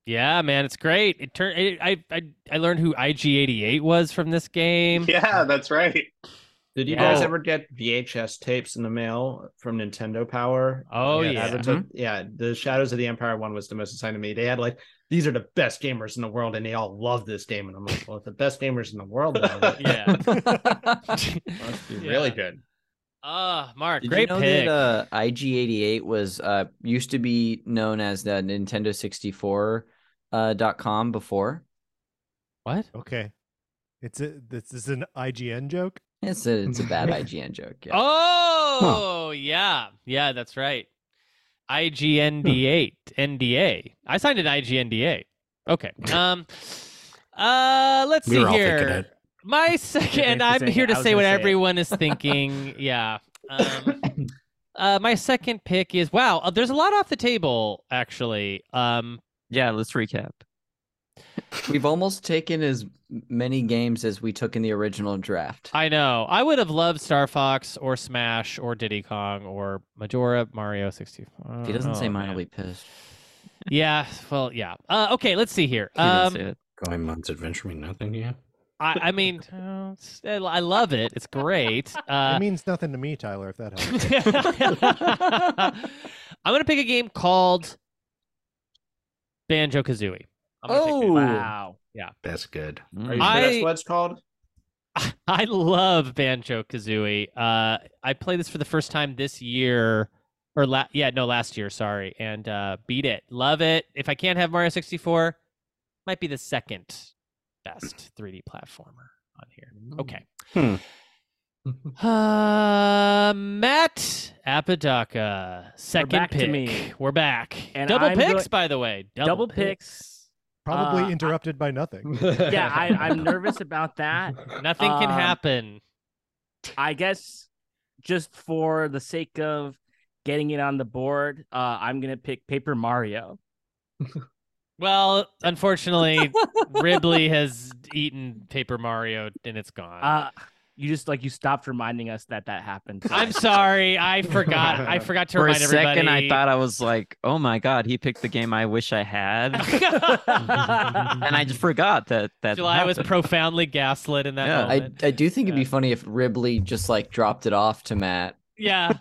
Yeah, man, it's great. It turned I I I learned who IG88 was from this game. *laughs* Yeah, that's right. Did you Yeah. guys Oh. ever get VHS tapes in the mail from Nintendo Power? Oh, yeah. adverti- yeah. The Shadows of the Empire one was the most exciting to me. They had like these are the best gamers in the world, and they all love this game. And I'm like, well, if the best gamers in the world love it, *laughs* Yeah. *laughs* must be really good. Ah, Mark, Did great you know pick. that uh, IG88 was uh, used to be known as the Nintendo 64 uh, dot com before? What? Okay. It's a this is an IGN joke. It's a it's *laughs* a bad IGN joke. Yeah. Oh, yeah. Yeah, that's right. IGND8, NDA. I signed an IGNDA. Okay. Um uh let's We see were all thinking here. it. My second and for I'm saying here it. to I was say gonna what say it. everyone is thinking. yeah. Um uh my second pick is wow, uh, there's a lot off the table actually. Um Yeah, let's recap. *laughs* We've almost taken as many games as we took in the original draft. I know. I would have loved Star Fox or Smash or Diddy Kong or Majora Mario 64. If he doesn't say Oh, mine, man. I'll be pissed. Yeah, well, yeah. Uh, okay, let's see here. didn't Um, say Going months adventuring nothing, yeah. I, I mean, uh, it's- I love it. *laughs* It's great. it Uh, *laughs* *laughs* means nothing to me, Tyler, if that helps. I'm gonna pick a game called Banjo Kazooie. Oh. Wow. Yeah, That's good. Are you sure I- that's what it's called? I love Banjo Kazooie. Uh, I played this for the first time this year, or la- yeah, no, last year. Sorry, and uh, beat it. Love it. If I can't have Mario 64, might be the second best 3D platformer on here. Okay. Hmm. *laughs* *laughs* Uh, Matt Apodaca, second back to pick. me. We're back. And double I'm picks, going- by the way. Double, Double picks. Probably Uh, I- interrupted by *laughs* nothing. yeah, *laughs* I, I'm nervous about that. Nothing can Um, happen. I guess just for the sake of getting it on the board, uh, I'm gonna pick Paper Mario. Well, *laughs* unfortunately, Ribley has eaten Paper Mario and it's gone. Uh, you just like you stopped reminding us that *laughs* that happened. So- I'm sorry, I forgot. I forgot to For a remind second, everybody. I thought I was like, "Oh my god, he picked the game I wish I had," and I just forgot that *laughs* that July was happened. profoundly gaslit in that I, moment. I do think it'd be funny if Ribley just like dropped it off to Matt. yeah.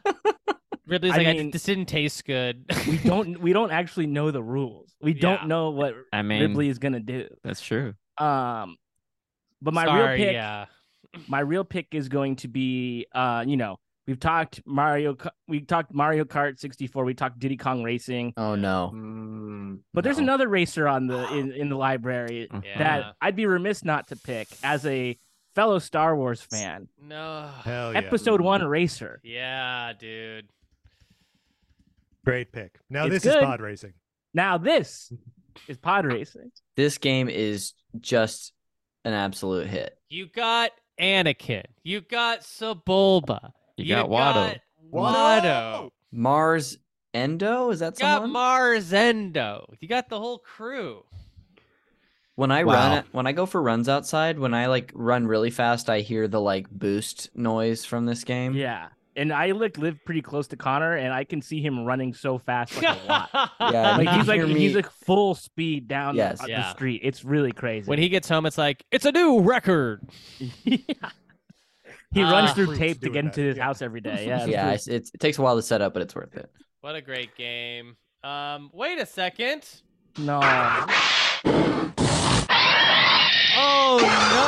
Ripley's I like, I, mean- this didn't taste good. we don't *laughs* we don't actually know the rules. We don't Yeah. know what I mean, Ripley is gonna do. That's true. Um, but my Sorry, real pick, yeah. *laughs* my real pick is going to be, uh, you know, we've talked Mario, Ka- we talked Mario Kart 64, we talked Diddy Kong Racing, Oh no. Mm, Hmm. but there's another racer *sighs* on the in, in the library Yeah. that I'd be remiss not to pick as a fellow Star Wars fan. No. Hell yeah. Episode one racer. Yeah, dude. Great pick. Now It's this good. is pod racing. Now this *laughs* is pod racing. This game is just an absolute hit. You got Anakin. You got Sebulba. You got Watto. Got Watto. Mars Endo? Is that You got someone? Marzendo. You got the whole crew. When I Wow. run when I go for runs outside, when I like run really fast, I hear the like boost noise from this game. Yeah. And I like live pretty close to Connor, and I can see him running so fast like *laughs* a lot. Yeah, like you he's like hear he's me- like full speed down Yes. the, Yeah. the street. It's really crazy. When he gets home, it's like it's a new record. he Ah. runs through Fruits tape to doing get into *laughs* that, his house every day. Yeah, it's yeah. really- It's, it's, it takes a while to set up, but it's worth it. What a great game. Um, wait a second. No. Oh no!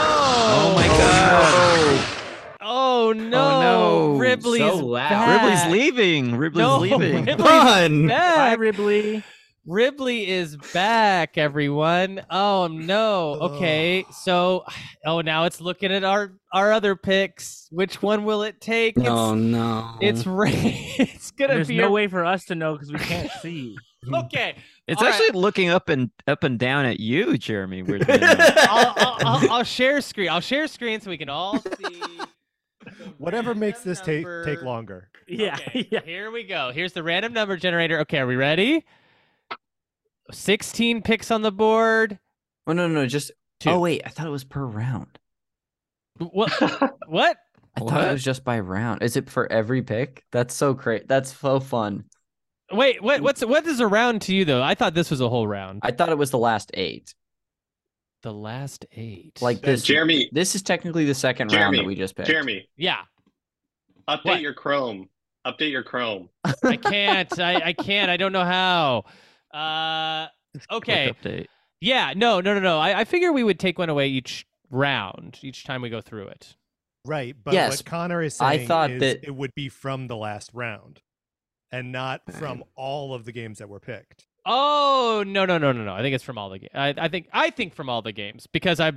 Oh my god! Oh no! Oh, no. Ripley's So back. Ripley's leaving. Ripley's No, leaving. Ripley's back. Bye, Ripley. Ripley is back, everyone. Oh no. Okay, so oh now it's looking at our our other picks. Which one will it take? Oh no! It's, it's ra- *laughs* It's gonna There's be no a- way for us to know because we can't see. *laughs* okay. It's all right. *laughs* actually looking up and up and down at you, Jeremy. We're *laughs* I'll, I'll, I'll, I'll share screen. I'll share screen so we can all see. *laughs* Whatever makes this take take longer. *laughs* Yeah. Okay, Here we go. Here's the random number generator. Okay, are we ready? 16 picks on the board. Oh no, no, no, just Oh wait, I thought it was per round. What? *laughs* what? I thought it was just by round. Is it for every pick? That's so great. That's so fun. Wait, what? What's what is a round to you though? I thought this was a whole round. I thought it was the last eight. The last eight. Like Yeah, this, Jeremy- This is technically the second round that we just picked. Jeremy, Yeah. update your Chrome. Update your Chrome. I can't. I, I can't. I don't know how. Uh, okay. update. Yeah. No. No. No. No. I, I figure we would take one away each round, each time we go through it. Right, but Yes, what Connor is I saying thought is that- it would be from the last round, and not from all of the games that were picked. Oh no no no no no! I think it's from all the games. I, I think I think from all the games because I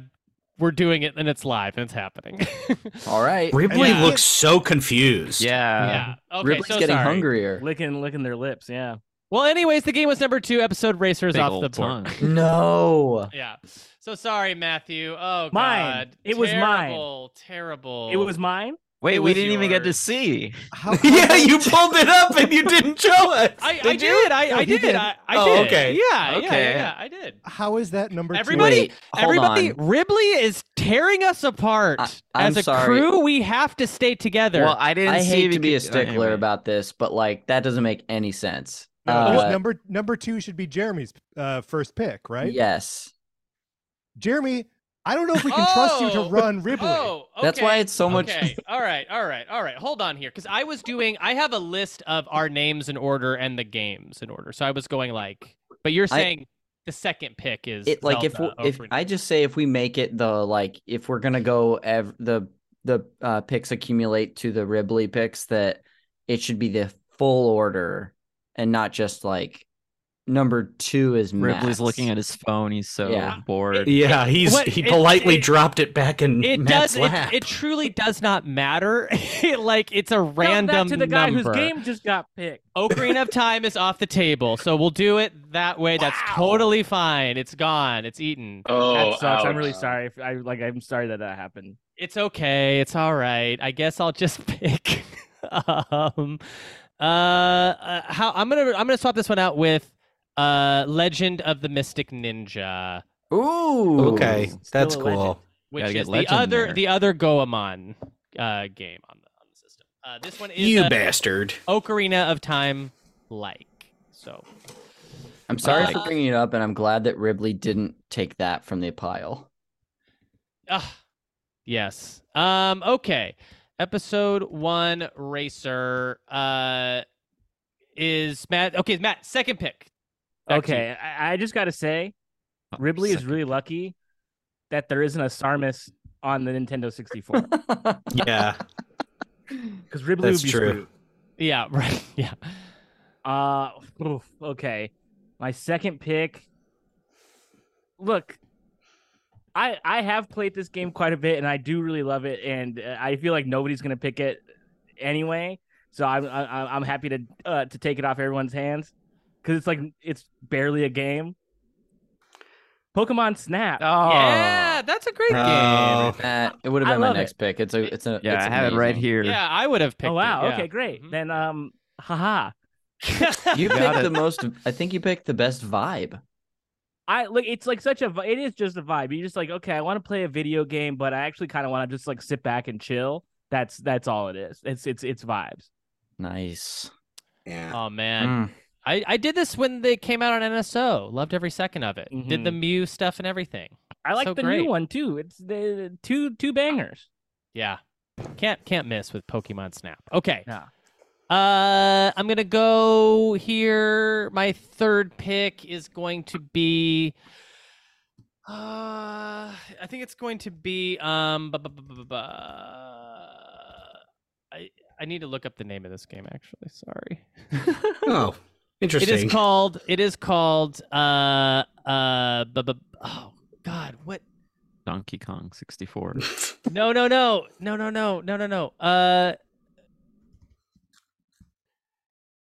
we're doing it and it's live and it's happening. *laughs* All right. Ripley Yeah. looks so confused. yeah. Okay. Ripley's so getting sorry. hungrier. licking licking their lips. Yeah. Well, anyways, the game was number two. Episode racer is Big off the old board. *laughs* tongue. No. Yeah. So sorry, Matthew. Oh Mine. God. It was mine. Terrible, Terrible. It was mine. Wait, It we was didn't even get to yours. see. *laughs* yeah, you pulled it up and you didn't *laughs* show us. I, I Did did. you? I, No, I he did. didn't. I, I Oh, did. okay. Yeah, yeah, Okay. yeah, yeah, I did. How is that number two? Everybody, Wait, hold everybody, on. Ripley is tearing us apart. I'm As a sorry. crew, we have to stay together. Well, I didn't I see hate if to you be a could- uh, anyway. stickler about this, but like that doesn't make any sense. No, 'cause Uh, number number two should be Jeremy's uh, first pick, right? Yes. Jeremy, I don't know if we can trust you Oh! to run Ripley. Oh, That's why okay, it's so much- *laughs* Okay. All right, all right, all right. Hold on here, because I was doing. I have a list of our names in order and the games in order. So I was going like, but you're I- saying the second pick is It like if Zelda we- if Ocarina. I just say if we make it the like if we're gonna go ev- the the uh, picks accumulate to the Ribley picks that it should be the full order and not just like number two is Ripley's Matt's. looking at his phone. He's so Yeah. *laughs* bored. Yeah, he's What- he it- politely it- dropped it back in it Matt's does. It, lap. it truly does not matter. *laughs* like it's a Tell random that to the guy number. whose game just got picked. Ocarina *laughs* of Time is off the table, so we'll do it that way. That's totally fine. It's gone. It's eaten. Oh, that sucks. ouch. I'm really sorry. If I like, I'm sorry that that happened. It's okay. It's all right. I guess I'll just *laughs* pick. um, uh, uh, how I'm gonna I'm gonna swap this one out with uh Legend of the Mystic Ninja, Ooh. okay, that's a legend. cool. which Gotta get is the legend other there. the other Goemon. uh, game on the on the system. Uh, this one is You uh, bastard. Ocarina of Time like. So I'm sorry Uh, for bringing it up, and I'm glad that Ribley didn't take that from the pile. Ah, yes. Um. Okay. Episode one racer. Uh, is Matt? Okay, Matt. Second pick. Back to you. Okay, I, I just got to say, Oh, Ribley is really lucky that there isn't a Sarmus on the Nintendo 64. *laughs* *laughs* Yeah. Because That's Ribley would be true. screwed. Yeah, *laughs* right. Yeah. Uh, oof, okay. My second pick. Look, I I have played this game quite a bit, and I do really love it, and uh, I feel like nobody's gonna pick it anyway. So I'm I, I'm happy to uh, to take it off everyone's hands because it's like it's barely a game. Pokemon Snap. Oh, Yeah, that's a great Oh, game. Matt, it would have I been my love next it. pick. It's a, it's a, Yeah, it's I have it right amazing. here. Yeah, I would have picked. Oh It. wow. yeah. Mm-hmm. Okay, great. Then um, haha. *laughs* You Got picked it. the most. I think you picked the best vibe. I like it's like such a vi- it is just a vibe. You're just like, okay, I want to play a video game, but I actually kind of want to just like sit back and chill. That's that's all it is. It's it's it's vibes. Nice. Yeah. Oh Mm. man. I, I did this when they came out on NSO. Loved every second of it. Did the Mew stuff and everything. Mm-hmm. I like So the great. new one too. It's the the two two bangers. Yeah. Can't can't miss with Pokemon Snap. Okay. Yeah. Uh I'm gonna go here. My third pick is going to be uh I think it's going to be um bu- bu- bu- bu- bu- bu- I I need to look up the name of this game actually. Sorry. *laughs* Oh, interesting. It is called. It is called. Uh. Uh. Bu- bu- oh God. What? Donkey Kong 64. No. No. No. No. No. No. No. No. No. Uh.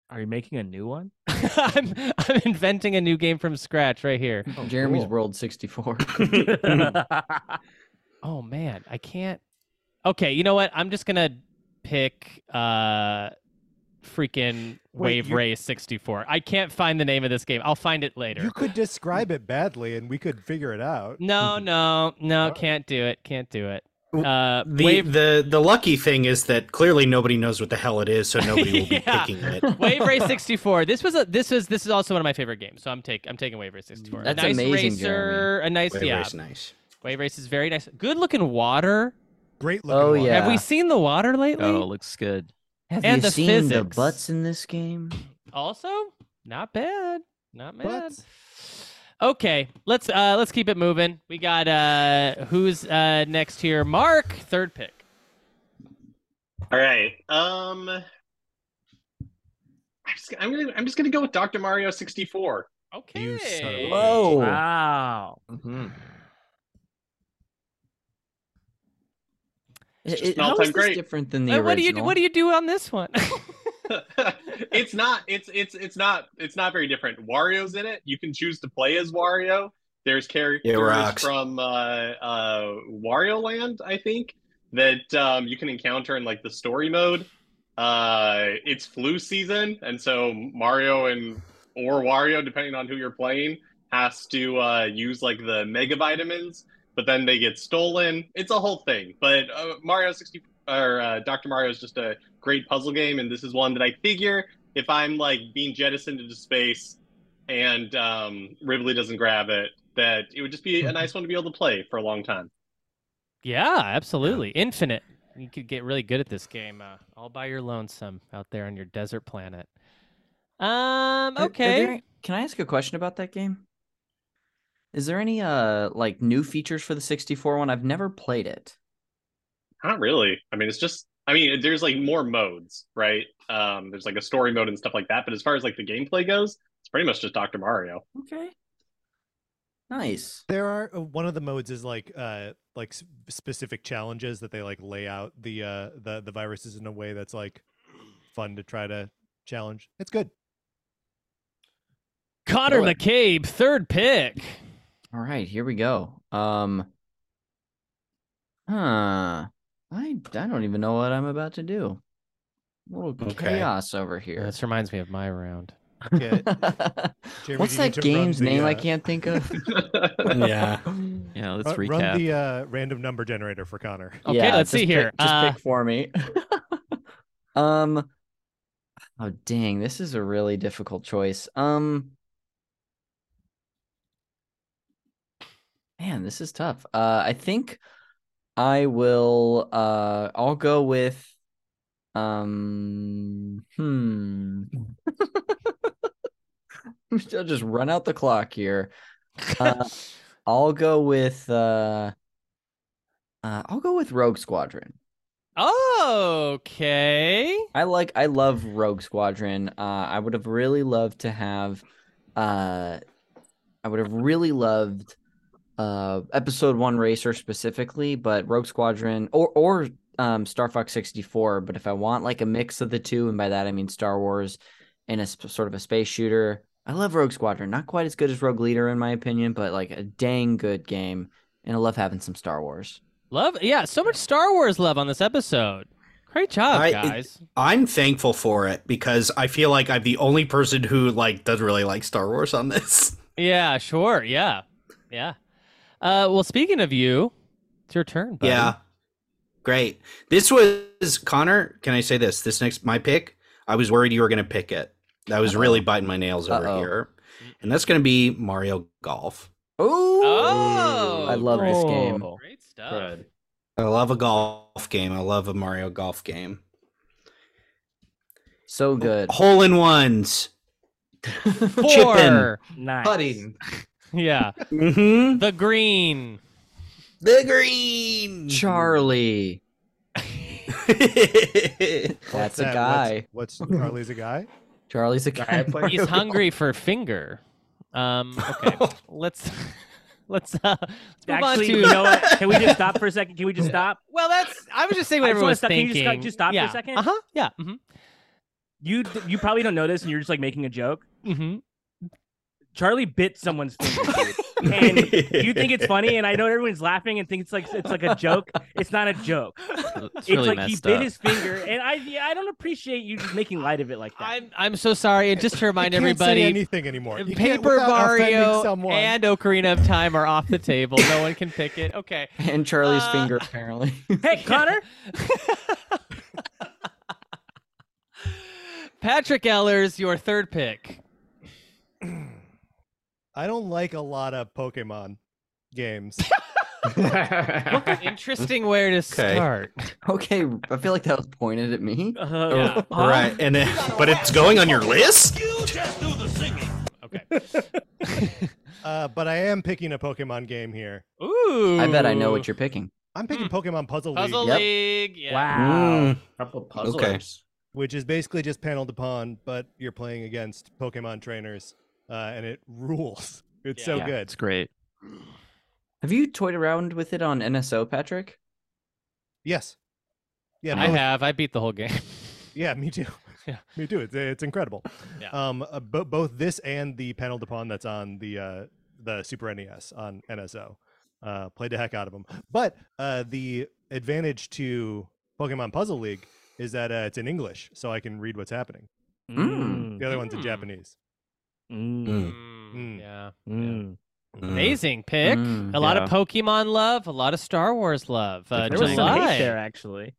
Are you making a new one? *laughs* I'm. I'm inventing a new game from scratch right here. Oh, Jeremy's *laughs* *laughs* World 64. Oh man. I can't. Okay. You know what? I'm just gonna pick. Uh. Freaking Wait, Wave you- Race 64. I can't find the name of this game. I'll find it later. You could describe it badly, and we could figure it out. No. No. No. Can't do it. Can't do it. Uh. The, Wave the the lucky thing is that clearly nobody knows what the hell it *laughs* is, so nobody will be Yeah. picking it. *laughs* Wave Race 64. This was a this was this is also one of my favorite games. So I'm take I'm taking Wave Race 64. That's a nice amazing, racer, Jeremy. a nice Wave yeah. Race, nice. Wave Race is very nice. Good looking water. Great looking. Oh one. yeah. Have we seen the water lately? oh, it looks good. Have and you the seen the physics. butts in this game? Also, not bad. Not bad. Butts. Okay, let's uh let's keep it moving. We got uh who's uh next here? Mark, third pick. All right. Um, I'm just, I'm gonna I'm just gonna go with Doctor Mario 64. Okay. son of a Whoa. Mm-hmm. Wow. It- just it- an how all-time is this great. different than the Uh, original? what do you what do you do on this one? *laughs* *laughs* it's not it's it's it's not it's not very different. Wario's in it. You can choose to play as Wario. There's characters rocks. from uh, uh, Wario Land, I think, that um, you can encounter in like the story mode. Uh, it's flu season, and so Mario and or Wario, depending on who you're playing, has to uh, use like the mega vitamins, but then they get stolen. It's a whole thing. But uh, Mario 60 or uh, Dr. Mario is just a great puzzle game, and this is one that I figure if I'm like being jettisoned into space and um, Ribley doesn't grab it, that it would just be a Mm-hmm. nice one to be able to play for a long time. Yeah, absolutely. Infinite. You could get really good at this game uh, all by your lonesome out there on your desert planet. Um. Are- are Okay. there- can I ask a question about that game? Is there any uh like new features for the 64 one? I've never played it. Not really. I mean, it's just. I mean, there's like more modes, right? Um, there's like a story mode and stuff like that. But as far as like the gameplay goes, it's pretty much just Dr. Mario. Okay. Nice. There are uh, one of the modes is like uh like s- specific challenges that they like lay out the uh the the viruses in a way that's like fun to try to challenge. It's *laughs* good. Connor Throw it. McCabe, third pick. All right, here we go. Um Huh. I I don't even know what I'm about to do. A little Okay. chaos over here. This reminds me of my round. *laughs* Get- Jeremy, What's do you need that to run game's the, name I uh, can't think of? Yeah. Yeah, Run- let's recap. Run the uh, random number generator for Connor. Okay, let's see just here. Pick, just Uh, pick for me. *laughs* um, oh dang, this is a really difficult choice. Um, man, this is tough. Uh, I think I will. Uh, I'll go with. Um, hmm. *laughs* I'll just run out the clock here. Uh, *laughs* I'll go with. Uh, uh, I'll go with Rogue Squadron. Okay. I like I love Rogue Squadron. Uh, I would have really loved to have uh I would have really loved uh episode 1 racer specifically, but Rogue Squadron or or um Star Fox 64, but if I want like a mix of the two and by that I mean Star Wars and a sp- sort of a space shooter. I love Rogue Squadron. Not quite as good as Rogue Leader in my opinion, but like a dang good game and I love having some Star Wars. Love, yeah, so much Star Wars love on this episode. Great job, I- guys. I'm thankful for it because I feel like I'm the only person who like doesn't really like Star Wars on this. yeah, sure. Yeah, yeah. Uh, well, speaking of you, it's your turn. Buddy. Yeah. Great. This was Connor, can I say this? This next my pick, I was worried you were gonna pick it. I was really biting my nails over Uh-oh. here. And that's gonna be Mario Golf. Oh, I love this game. Great stuff. I love a golf game. I love a Mario golf game. So good. Hole in *laughs* ones. Four. Nice. Putting. Yeah. Mm-hmm. The green. The green. *laughs* Charlie. That's a That- guy. What's, what's Charlie's a guy? *laughs* Charlie's a guy. He's hungry *laughs* for finger. Um. *laughs* Okay. let's let's uh, let's move Actually, on to. you know what? Can we just *laughs* stop for a second? Can we just stop? Well, that's. I was just saying what I just wanna everyone's stop- can you just- thinking. can you just stop for a yeah. second? Uh huh. Yeah. Mm-hmm. You you probably don't know this, and you're just like making a joke. Mm-hmm. Charlie bit *laughs* someone's finger, dude. and you think it's funny. And I know everyone's laughing and thinks it's like it's like a joke. It's not a joke. *laughs* It's It's, really like he messed bit up. his finger, and I yeah, I don't appreciate you just making light of it like that. I'm I'm so sorry. And just to You remind can't everybody, say anything anymore. You can't Paper without offending Mario someone. and Ocarina of Time are off the table. No one can pick it. Okay. and Charlie's Uh, finger apparently. hey, *laughs* Connor. Patrick Ellers, your third pick. *clears throat* I don't like a lot of Pokemon *laughs* *laughs* games. Interesting where to start. *laughs* Uh-huh. okay, I feel like that was pointed at me. Uh, Right, and then, but it's going on your list. *laughs* uh, but I am picking a Pokemon game here. Ooh. Hmm. I bet I know what you're picking. I'm picking Pokemon Puzzle, Puzzle League, League. Yep. Yeah. Mm, Couple okay. puzzlers. which is basically just paneled upon, but you're playing against Pokemon trainers, uh, and it *laughs* rules. It's so Yeah, good. It's great. Have you toyed around with it on *laughs* NSO, Patrick? Yes. Yeah, I both. have. I beat the whole game. *laughs* Yeah, me too. *laughs* Yeah. me too. It's, it's incredible. Yeah. Um, uh, bo- both this and the paneled upon that's on the uh, the Super NES on NSO. Uh, played the heck out of them. But uh, the advantage to Pokemon Puzzle League is that uh, it's in English, so I can read what's happening. Mm. The other one's in Mm. Japanese. Mm, Mm. Yeah. mm. Amazing pick. Mm, a lot yeah. of Pokemon love, a lot of Star Wars love. Uh, There was some July. hate there actually.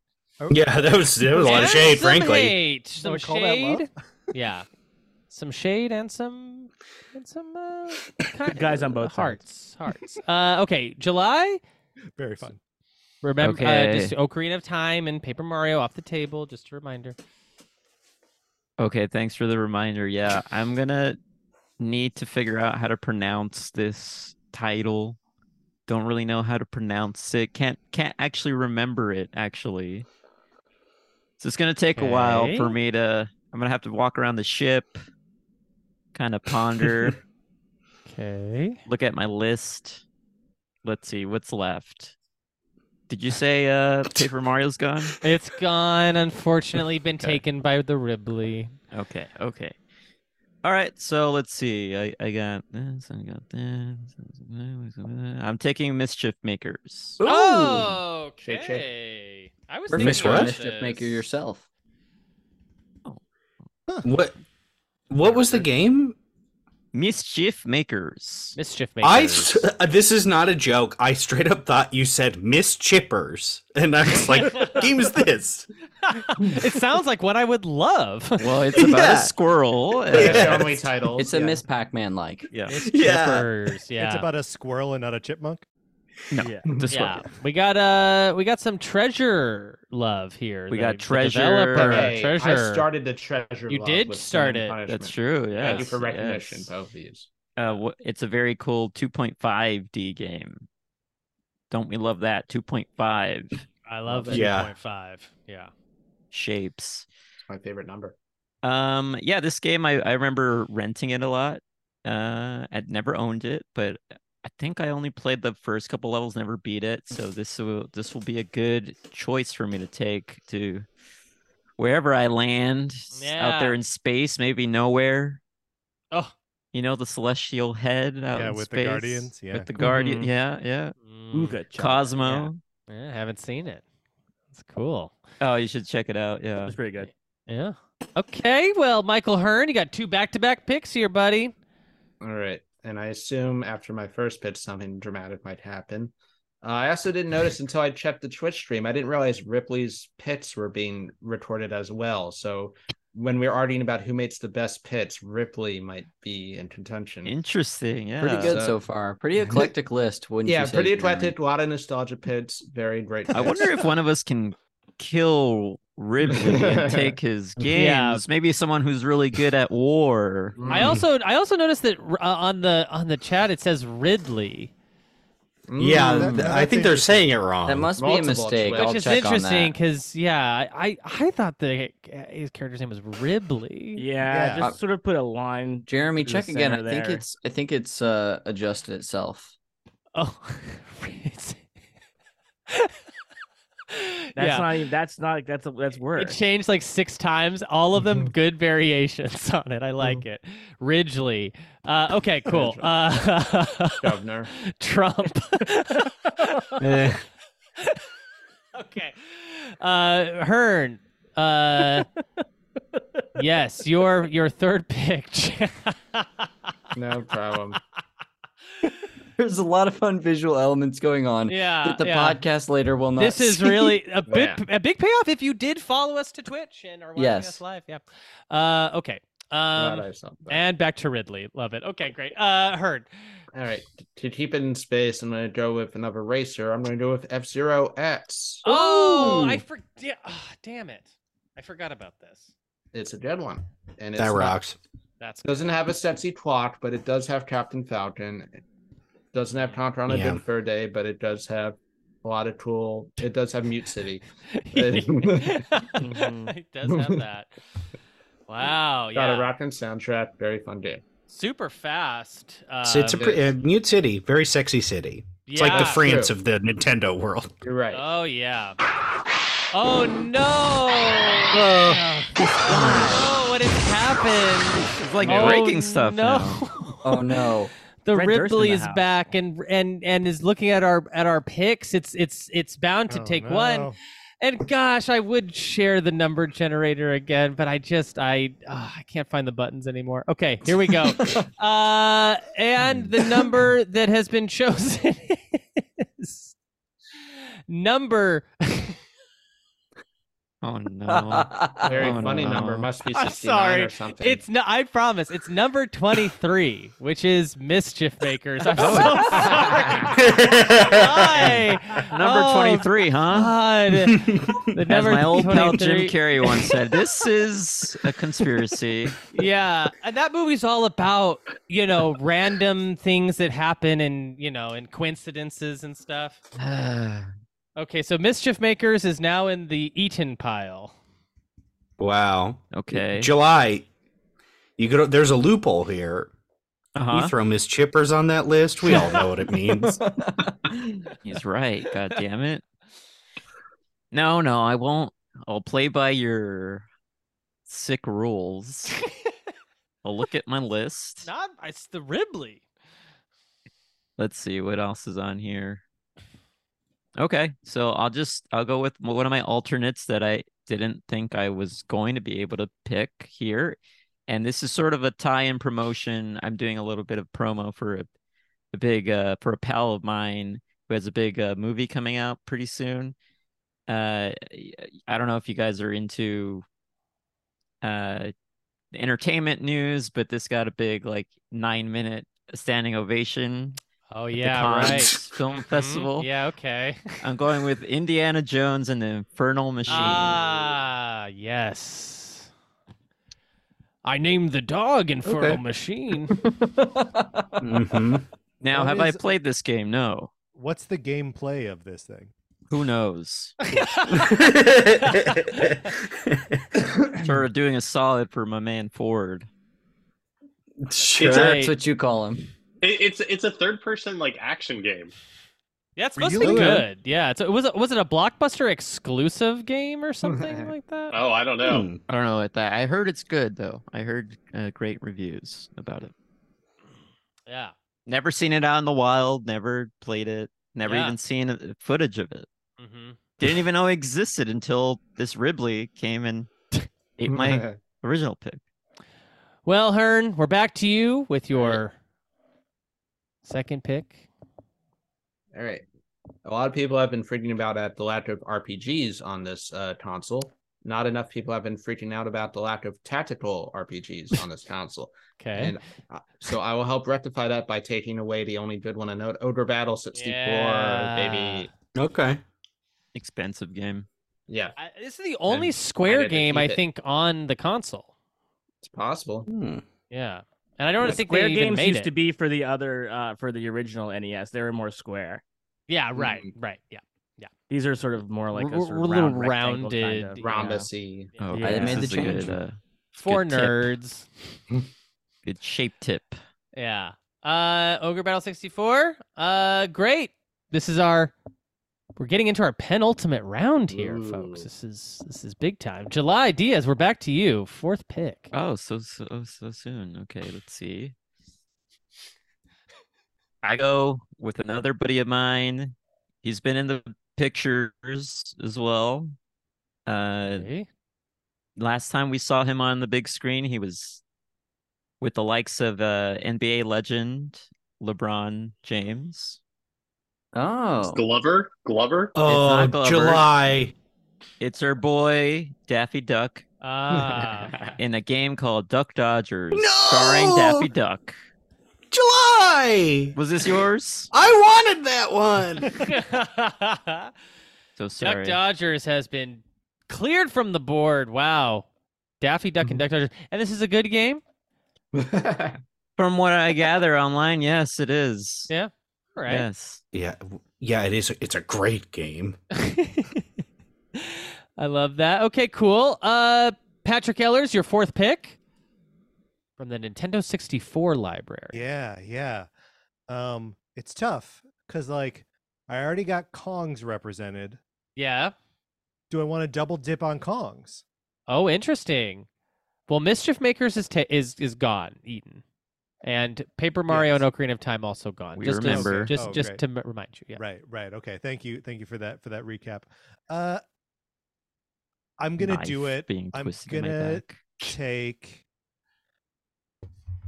Yeah, that was that was a lot of And shade, some frankly. hate, Wanna Some call that love? shade. *laughs* yeah. Some shade and some and some uh, kind- *laughs* guys on both hearts. Hearts. Uh, okay, July. Very fun. Remember, uh, Okay. just Ocarina of Time and Paper Mario off the table. Just a reminder. Okay, thanks for the reminder. Yeah, I'm gonna need to figure out how to pronounce this title. Don't really know how to pronounce it. Can't can't actually remember it actually. So it's gonna take a while for Okay. me to. I'm gonna have to walk around the ship, kind of ponder, *laughs* Okay. look at my list. Let's see what's left. Did you say uh Paper Mario's gone? It's gone. Unfortunately, been taken by the Ribley. Okay, okay. All right, so let's see. I, I got this, I got that. I'm taking Mischief Makers. Oh, Shake, shake. okay. I was Perfect thinking for a about Oh. mischief maker this. yourself. What? What was the game? Mischief Makers. Mischief I s- uh, this is not a joke. I straight up thought you said Miss Chippers, and I was like, "What game is this?" it sounds like what I would love. Well, it's *laughs* about Yeah. a squirrel. Yeah, and- it's the only title, It's a yeah. Miss Pac-Man like. Yeah. *laughs* It's about *laughs* a squirrel and not a chipmunk. No, the squirrel. Yeah. We got uh we got some treasure love here. We that got the treasure. developer- Hey, I treasure. I started the treasure. You log did with Sin start and it. Punishment. That's true. Yeah. Thank you for recognition, both of you. Uh, wha- it's a very cool 2.5D game. Don't we love that? 2.5 I love Love it. it. Yeah. 2.5. Yeah. shapes. It's my favorite number. Um, yeah, this game I, I remember renting it a lot. Uh, I'd never owned it, but I think I only played the first couple levels, never beat it. So this will this will be a good choice for me to take to wherever I land s- out there Yeah. in space, maybe nowhere. Oh. you know the celestial head out Yeah, in with the space, Guardians, yeah. with the guardian. Mm-hmm. Mm-hmm. Mhm. Yeah, Mm. yeah. Ooga chaka, Cosmo. Yeah, I haven't seen it. It's cool. Oh, you should check it out. Yeah, It's pretty good. Yeah. Okay, well, Michael Hearn, you got two back-to-back picks here, buddy. All right. And I assume after my first pitch, something dramatic might happen. Uh, I also didn't notice until I checked the Twitch stream. I didn't realize Ripley's pits were being recorded as well. So when we're arguing about who makes the best pits, Ripley might be in contention. Interesting. Yeah, Pretty good so far. *laughs* Pretty eclectic list, wouldn't yeah, you say? pretty Jeremy? eclectic. A lot of nostalgia pits. Very great. I wonder *laughs* if one of us can kill Ripley and take his games. Yeah. Maybe someone who's really good at war. I also I also noticed that uh, on the on the chat it says Ridley, Yeah, Hmm. Mm. th- That- I think they're saying it wrong. That must be a Multiple mistake. choice. I'll which is check interesting on that. because yeah, I I thought the his character's name was Ribley. Yeah, Yeah. just sort of put a line. Jeremy, to the check again. I center think there. it's I think it's uh adjusted itself. Oh, it's- that's yeah. not even, that's not that's a, that's It worse. changed like six times, all of them good variations *laughs* on it. I like it. Ridgely. Uh, okay, cool. Uh, Governor. *laughs* Trump. Eh. okay. Uh, Hearn. Uh, yes, your your third pick. *laughs* no *laughs* problem. *laughs* There's a lot of fun visual elements going on. Yeah, That the yeah. podcast later will not. this is see. *laughs* really *laughs* a big a big payoff if you did follow us to Twitch and are watching Yes. us live. Yeah. Uh, okay. Glad I Um, saw that. and back to Ridley. Love it. Okay, great. Uh, Hearn. All right. To keep it in space, I'm going to go with another racer. I'm going to go with F Zero X. Oh, I forget. ah, damn it! I forgot about *laughs* this. *laughs* It's a dead one. And it's that not- rocks. That's doesn't have a sexy clock, but it does have Captain Falcon. It doesn't have Contra on a Yeah. good fur day, but it does have a lot of cool. It does have Mute *laughs* City. *laughs* it does have *laughs* that. Wow. Got a Yeah. rockin' soundtrack. Very fun game. Super fast. Uh, So it's a pre- uh, mute city, very sexy city. It's like the Yeah. France True. of the Nintendo world. You're right. Oh yeah. Oh no! Oh, no, Oh, what has happened? It's like Oh, breaking stuff. No. *laughs* now. Oh no. The Fred Durst in Ripley the is house. back and and and is looking at our at our picks. It's it's it's bound to Oh, take one. no. And gosh, I would share the number generator again, but I just I ah, I can't find the buttons anymore. Okay, *laughs* here we go. uh, and the number that has been chosen *laughs* is number. *laughs* Oh no. *laughs* Very Oh, funny no. number. Must be I'm 69 sorry. or something. It's no. I promise. It's number twenty-three, which is mischief makers. *laughs* I'm so *laughs* Oh. sorry. Why? *laughs* Number Oh, 23, huh? God. *laughs* The As number my old pal Jim 23 Carrey once said, this is a conspiracy. yeah, and that movie's all about you know random things that happen and you know and coincidences and *sighs* stuff. Okay, so mischief makers is now in the Eaton pile. Wow. okay. July. You could. There's a loophole here. You Uh-huh. throw Miss Chippers on that list. We all know what *laughs* it means. He's right. God damn it. No, no, I won't. I'll play by your sick rules. I'll look at my list. Not it's the Ribley. Let's see what else is on here. Okay, so I'll just I'll go with m- one of my alternates that I didn't think I was going to be able to pick here. and this is sort of a tie-in promotion. I'm doing a little bit of promo for a, a big uh, for a pal of mine who has a big uh, movie coming out pretty soon. Uh, I don't know if you guys are into uh entertainment news, but this got a big like nine-minute standing ovation. Oh at the yeah, Cannes right. *laughs* *laughs* Film Mhm. Festival. Yeah, okay. I'm going with Indiana Jones and the Infernal Machine. Ah, yes. I named the dog Infernal *laughs* Okay. Machine. *laughs* Now, What have I is- played this game? No. What's the gameplay of this thing? Who *laughs* knows? sort of doing a solid for my man Ford. Sure. That's what you call him. It, it's it's a third person like action game. Yeah, it's supposed to be Really? good. Yeah, it's, was it was it a blockbuster exclusive game or something like that? Oh, I don't know. Hmm. I don't know what that. I heard it's good though. I heard uh, great reviews about it. Yeah. Never seen it out in the wild. Never played it. Never Yeah. even seen uh, footage of it. Mm-hmm. Didn't even know it existed until this Ribley *laughs* came and ate my original pick. Well, Hearn, we're back to you with your second pick. All right. A lot of people have been freaking about at the lack of RPGs on this uh, console. Not enough people have been freaking out about the lack of tactical RPGs on this *laughs* console. Okay. And uh, so I will help rectify that by taking away the only good one I know, Ogre Battle 64, baby. Okay. Expensive game. Yeah. I, this is the only I Square didn't game keep I it. think on the console. It's possible. Hmm. Yeah, and I don't The think Square they even games made used it. to be for the other uh, for the original NES. They were more square. Yeah, Hmm. right, right, yeah. These are sort of more like We're- a sort we're of a little round rectangle rounded, kind of, Rhombusy. Yeah. Oh, Yeah. this made the is a change. Good, uh, For good tip. nerds. Good shape tip. Yeah. Uh Ogre Battle 64. Uh great. This is our we're getting into our penultimate round here, folks. This is this is big time. July Diaz, we're back to you. Fourth pick. Oh, so so so soon. Okay, let's see. I go with another buddy of mine. He's been in the pictures as well. Uh last time we saw him on the big screen, he was with the likes of uh NBA legend LeBron James. Oh. Glover? Glover? It's Oh, not Glover. Oh, July. It's our boy Daffy Duck Ah. in a game called Duck Dodgers, starring Daffy Duck. July. Was this yours? I wanted that one. So Duck sorry. Dodgers has been cleared from the board. Wow. Daffy Duck Mm-hmm. and Duck Dodgers. And this is a good game? From what I gather online, yes, it is. Yeah. All *laughs* right. Yes. Yeah, w- yeah, it is. It's a great game. I love that. Okay, cool. Uh Patrick Ellers, your fourth pick from the Nintendo 64 library. Yeah, yeah. Um, it's tough because like I already got Kong's represented. Yeah. Do I want to double dip on Kong's? Oh, interesting. Well, Mischief Makers is ta- is is gone, eaten, and Paper Mario and Ocarina of Time also gone. We just to- remember. Okay. just Oh, just great. to m- remind you. Yeah. Right, right. Okay. Thank you. Thank you for that for that recap. Uh I'm gonna do Knife it. being I'm twisted in my gonna back. take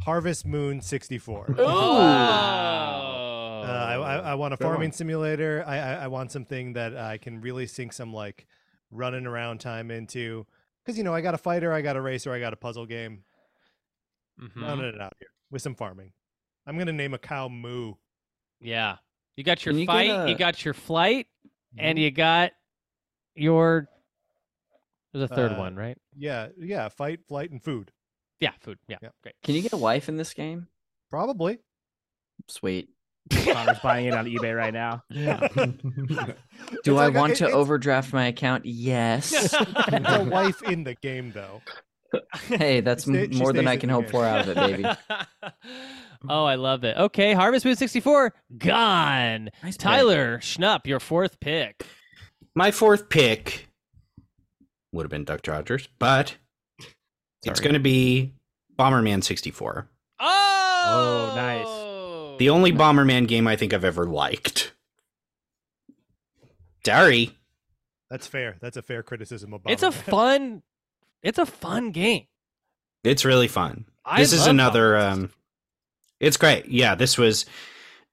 Harvest Moon 64. Uh, I, I, I want a Fair one. farming simulator. I, I I want something that I can really sink some like running around time into. Because you know I got a fighter, I got a racer, I got a puzzle game. Mhm. Rounding it out here with some farming. I'm gonna name a cow Moo. Yeah. You got your Can you get fight. You a- got your flight, and you got your. There's a third Uh, one, right? Yeah, yeah. Fight, flight, and food. Yeah, food. Yeah, Yeah. *laughs* great. Can you get a wife in this game? Probably. Sweet. Connor's buying *laughs* it on eBay right now. Do It's I like a- want it- to it's- overdraft my *laughs* account? Yes. It's a wife in the game though. *laughs* hey, that's She sta- m she more than stays I in can the hope game. for out of *laughs* it, baby. Oh, I love it. Okay, Harvest Moon 64 gone. Nice pick. Tyler Schnupp, your fourth pick. My fourth pick would have been Duck Dodgers, but it's going to be Bomberman 64. Oh, nice. The Oh. only Bomberman game I think I've ever liked. Sorry. That's fair. That's a fair criticism of. It's a Bomberman. fun. It's a fun game. It's really fun. I This is love another. Um, it's great. Yeah, this was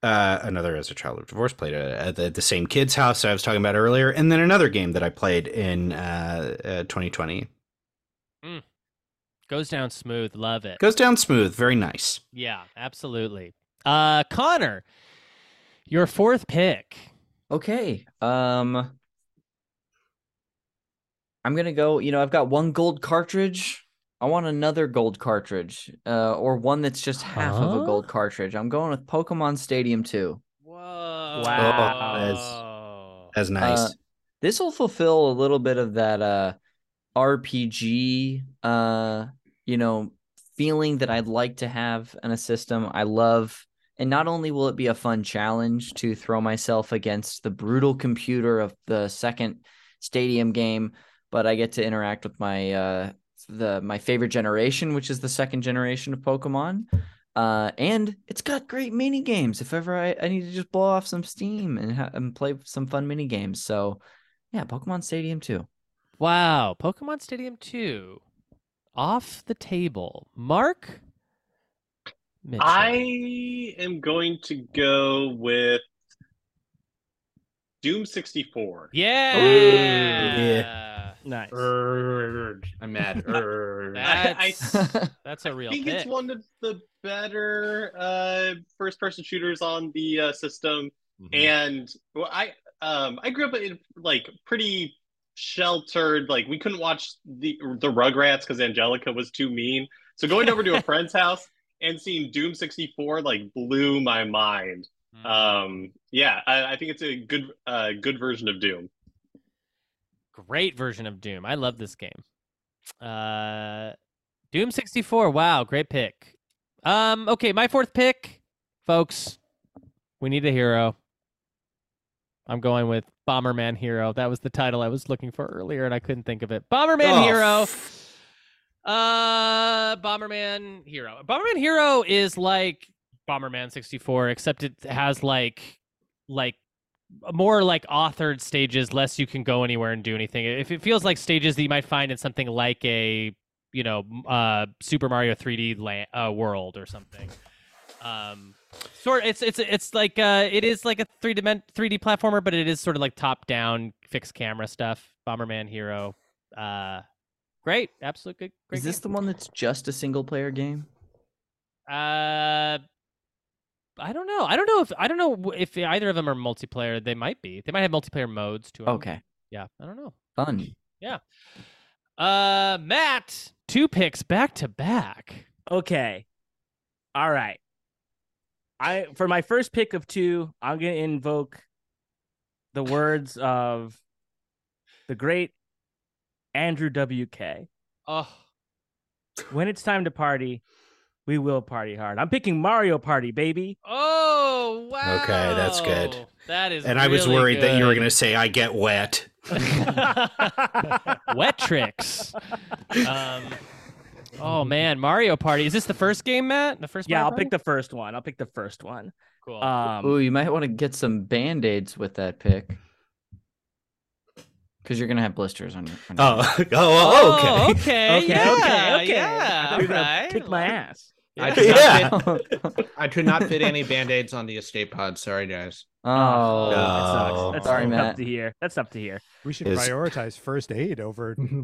uh, another as a child of divorce played at, at the, the same kid's house that I was talking about earlier, and then another game that I played in uh, uh, 2020 Goes down smooth. Love it. goes down smooth. Very nice. Yeah, absolutely. Uh, Connor, your fourth pick. Okay. Um I'm gonna go, you know, I've got one gold cartridge. I want another gold cartridge. Uh or one that's just half of a gold cartridge. I'm going with Pokemon Stadium 2. Wow. That's, that's nice. Uh, this will fulfill a little bit of that uh RPG uh you know feeling that I'd like to have in a system. I love and not only will it be a fun challenge to throw myself against the brutal computer of the second stadium game, but I get to interact with my uh the my favorite generation, which is the second generation of Pokemon. Uh, and it's got great mini games. If ever I, I need to just blow off some steam and, ha- and play some fun mini games, so yeah, Pokemon Stadium 2. Wow, Pokemon Stadium 2 off the table. Mark Mitchell. I am going to go with Doom 64. Yeah. Nice. I'm *laughs* mad. Urgh. That's, that's a real I think pick. it's one of the better uh, first-person shooters on the uh, system, Mm-hmm. and well, I um, I grew up in like pretty sheltered. Like we couldn't watch the the Rugrats because Angelica was too mean. So going over *laughs* to a friend's house and seeing Doom sixty four like blew my mind. Mm. Um, yeah, I, I think it's a good uh, good version of Doom. Great version of Doom. I love this game. Uh, Doom 64. Wow, great pick. Um, okay, my fourth pick, folks. We need a hero. I'm going with Bomberman Hero. That was the title I was looking for earlier, and I couldn't think of it. Oh, Bomberman Hero. Uh, Bomberman Hero. Bomberman Hero is like Bomberman 64, except it has like, like, more like authored stages. Less you can go anywhere and do anything. If it feels like stages that you might find in something like a, you know, m- uh, Super Mario 3D land, uh, world or something. Um, sort it's it's it's like uh, it is like a three dimension 3D platformer, but it is sort of like top down fixed camera stuff. Bomberman Hero. Uh, great, absolute good. Great Is this the one that's just a single player game? Uh, I don't know. I don't know if I don't know w- if either of them are multiplayer. They might be. They might have multiplayer modes to 'em. Okay. Yeah, I don't know. Fun. Yeah. Uh, Matt, two picks back to back. Okay. All right. I for my first pick of two, I'm gonna invoke the words of the great Andrew WK. Oh, When it's time to party, we will party hard. I'm picking Mario Party, baby. oh wow. Okay, that's good. That is. and I was really worried that you were good. going to say I get *laughs* wet. wet tricks. Um, oh man, Mario Party. Is this the first game, Matt? The first? Yeah, Mario I'll Party? pick the first one. I'll pick the first one. Cool. Um, Ooh, you might want to get some band aids with that pick. Because you're gonna have blisters on your. On your Oh, *laughs* oh, oh, okay. Oh, okay. *laughs* Okay, yeah, okay, okay. yeah. I thought you were gonna kick my ass. I Yeah. could Yeah. not *laughs* fit, I could not fit any band aids on the escape pod. Sorry, guys. Oh, That sucks. That's Sorry, up Matt. to here. That's up to here. We should Is- prioritize first aid *laughs* over Mm-hmm.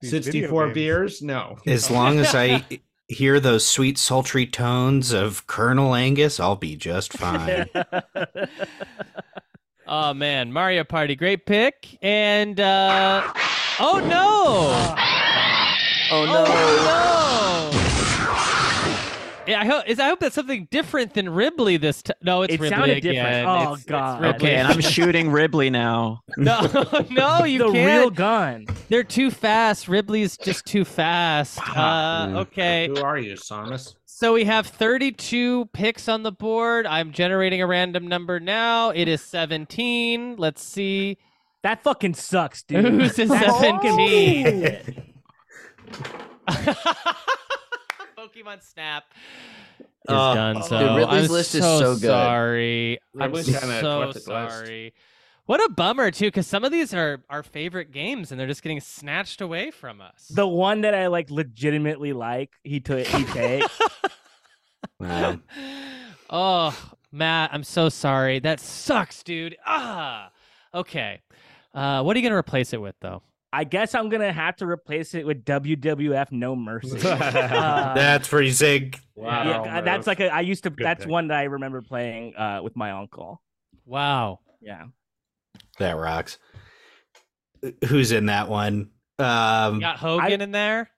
these video 64 games. beers? No. As long as *laughs* I hear those sweet, sultry tones of Colonel Angus, I'll be just fine. Oh man, Mario Party, great pick. And uh oh no. Oh no. Oh no. Yeah, I hope is I hope that's something different than Ribley this time. No, it's It Ribley sounded again. different. Oh, It's- it's God. Ribley. Okay, and *laughs* I'm shooting Ribley now. No, *laughs* no, you the can't. real gun. They're too fast. Ribley's just too fast. Uh, okay. Who are you, Samus? So we have 32 picks on the board. I'm generating a random number now. It is 17. Let's see. That fucking sucks, dude. *laughs* Who's in That fucking 17? sucks. Pokemon Snap is Uh, done. So Ripley's I'm list is so so good. sorry. I'm Ripley's kinda so eclectic list. sorry. What a bummer too, because some of these are our favorite games, and they're just getting snatched away from us. The one that I like legitimately like, he *laughs* took he take. Wow. Oh, Matt, I'm so sorry. That sucks, dude. Ah, okay. Uh, what are you gonna replace it with, though? I guess I'm gonna have to replace it with WWF No *laughs* Mercy. Uh, *laughs* *laughs* that's pretty sick. yeah, that's like a, I used to. that's one that I remember playing uh, with my uncle. Wow. Yeah. That rocks. Who's in that one? Um, You got Hogan in there.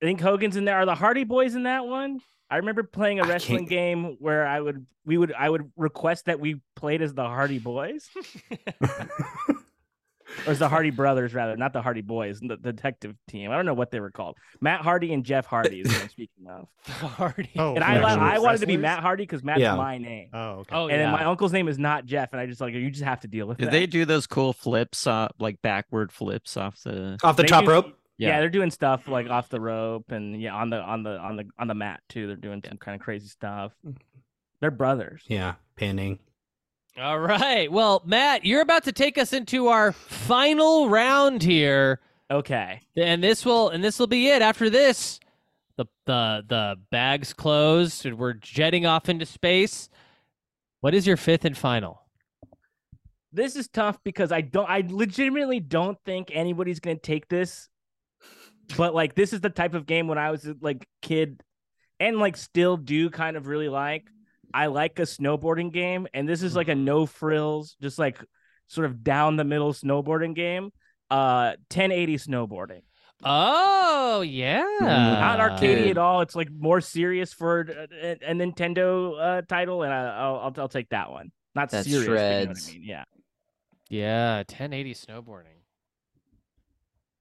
I think Hogan's in there. Are the Hardy Boys in that one? I remember playing a wrestling game where I would we would I would request that we played as the *laughs* Hardy Boys. or as the Hardy Brothers rather, not the Hardy Boys, the detective team. I don't know what they were called. Matt Hardy and Jeff Hardy is what I'm speaking of. Hardy. Oh, and I from lo- actual I wanted to be wrestlers? Matt Hardy because Matt's Yeah. my name. Oh, okay. Oh, and then yeah. my uncle's name is not Jeff, and I just like you just have to deal with Did that. they do those cool flips, uh, like backward flips off the Off the They top do- rope? Yeah. Yeah. they're doing stuff like off the rope and yeah, on the on the on the on the mat too. They're doing some kind of crazy stuff. They're brothers. Yeah, pinning. All right. Well, Matt, you're about to take us into our final round here. Okay. And this will and this will be it. After this, the the the bags closed. and We're jetting off into space. What is your fifth and final? This is tough because I don't I legitimately don't think anybody's gonna take this. But like this is the type of game when I was like kid and like still do kind of really like. I like a snowboarding game, and this is like a no frills, just like sort of down the middle snowboarding game. Uh 1080 snowboarding. Oh yeah, not arcadey at all. It's like more serious for a, a- a Nintendo uh, title, and I, I'll, I'll I'll take that one. Not That's serious. but you know what I Shreds. mean, Yeah. Yeah, 1080 snowboarding.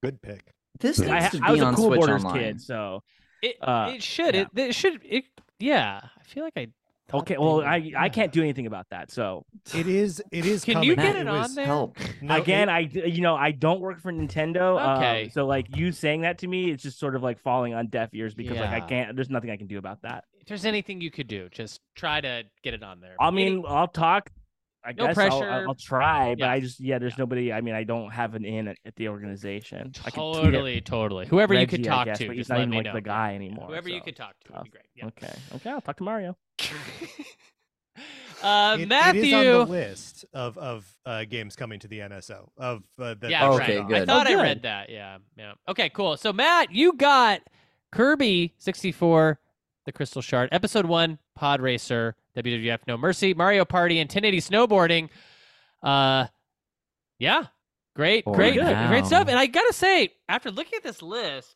Good pick. This needs I, to be I was on a Cool Switch Borders Online. kid, so Hmm. It Uh, it should yeah. it, it should it yeah. I feel like I thought okay. they Well, were- I I yeah. can't do anything about that. So It is. It is. Can coming. you get It it was- on there? No, it- again, I you know I don't work for Nintendo. um, Okay. so like you saying that to me, it's just sort of like falling on deaf ears because like I Yeah. can't. There's nothing I can do about that. If there's anything you could do, just try to get it on there. I Any- mean, I'll talk. I No guess pressure. I'll, I'll try, but Yeah. I just yeah. There's nobody. I mean, I don't have an in at, at the organization. I can tweet at Totally, totally. Whoever you could Reggie, I talk guess, to, but he's just not let even me like know. the guy anymore. Whoever you so could talk to would be tough. great. Yeah. Okay. Okay. I'll talk to Mario. Uh, it- Matthew. It is on the list of of uh, games coming to the NSO of uh, that. Yeah, that's okay, not- I thought Oh, I good. read that. Yeah, yeah. Okay, cool. So Matt, you got Kirby sixty four, the Crystal Shard, Episode one, Pod Racer, WWF No Mercy, Mario Party, and ten eighty snowboarding. Uh, yeah, great, Boy, great, wow. great stuff. And I gotta say, after looking at this list,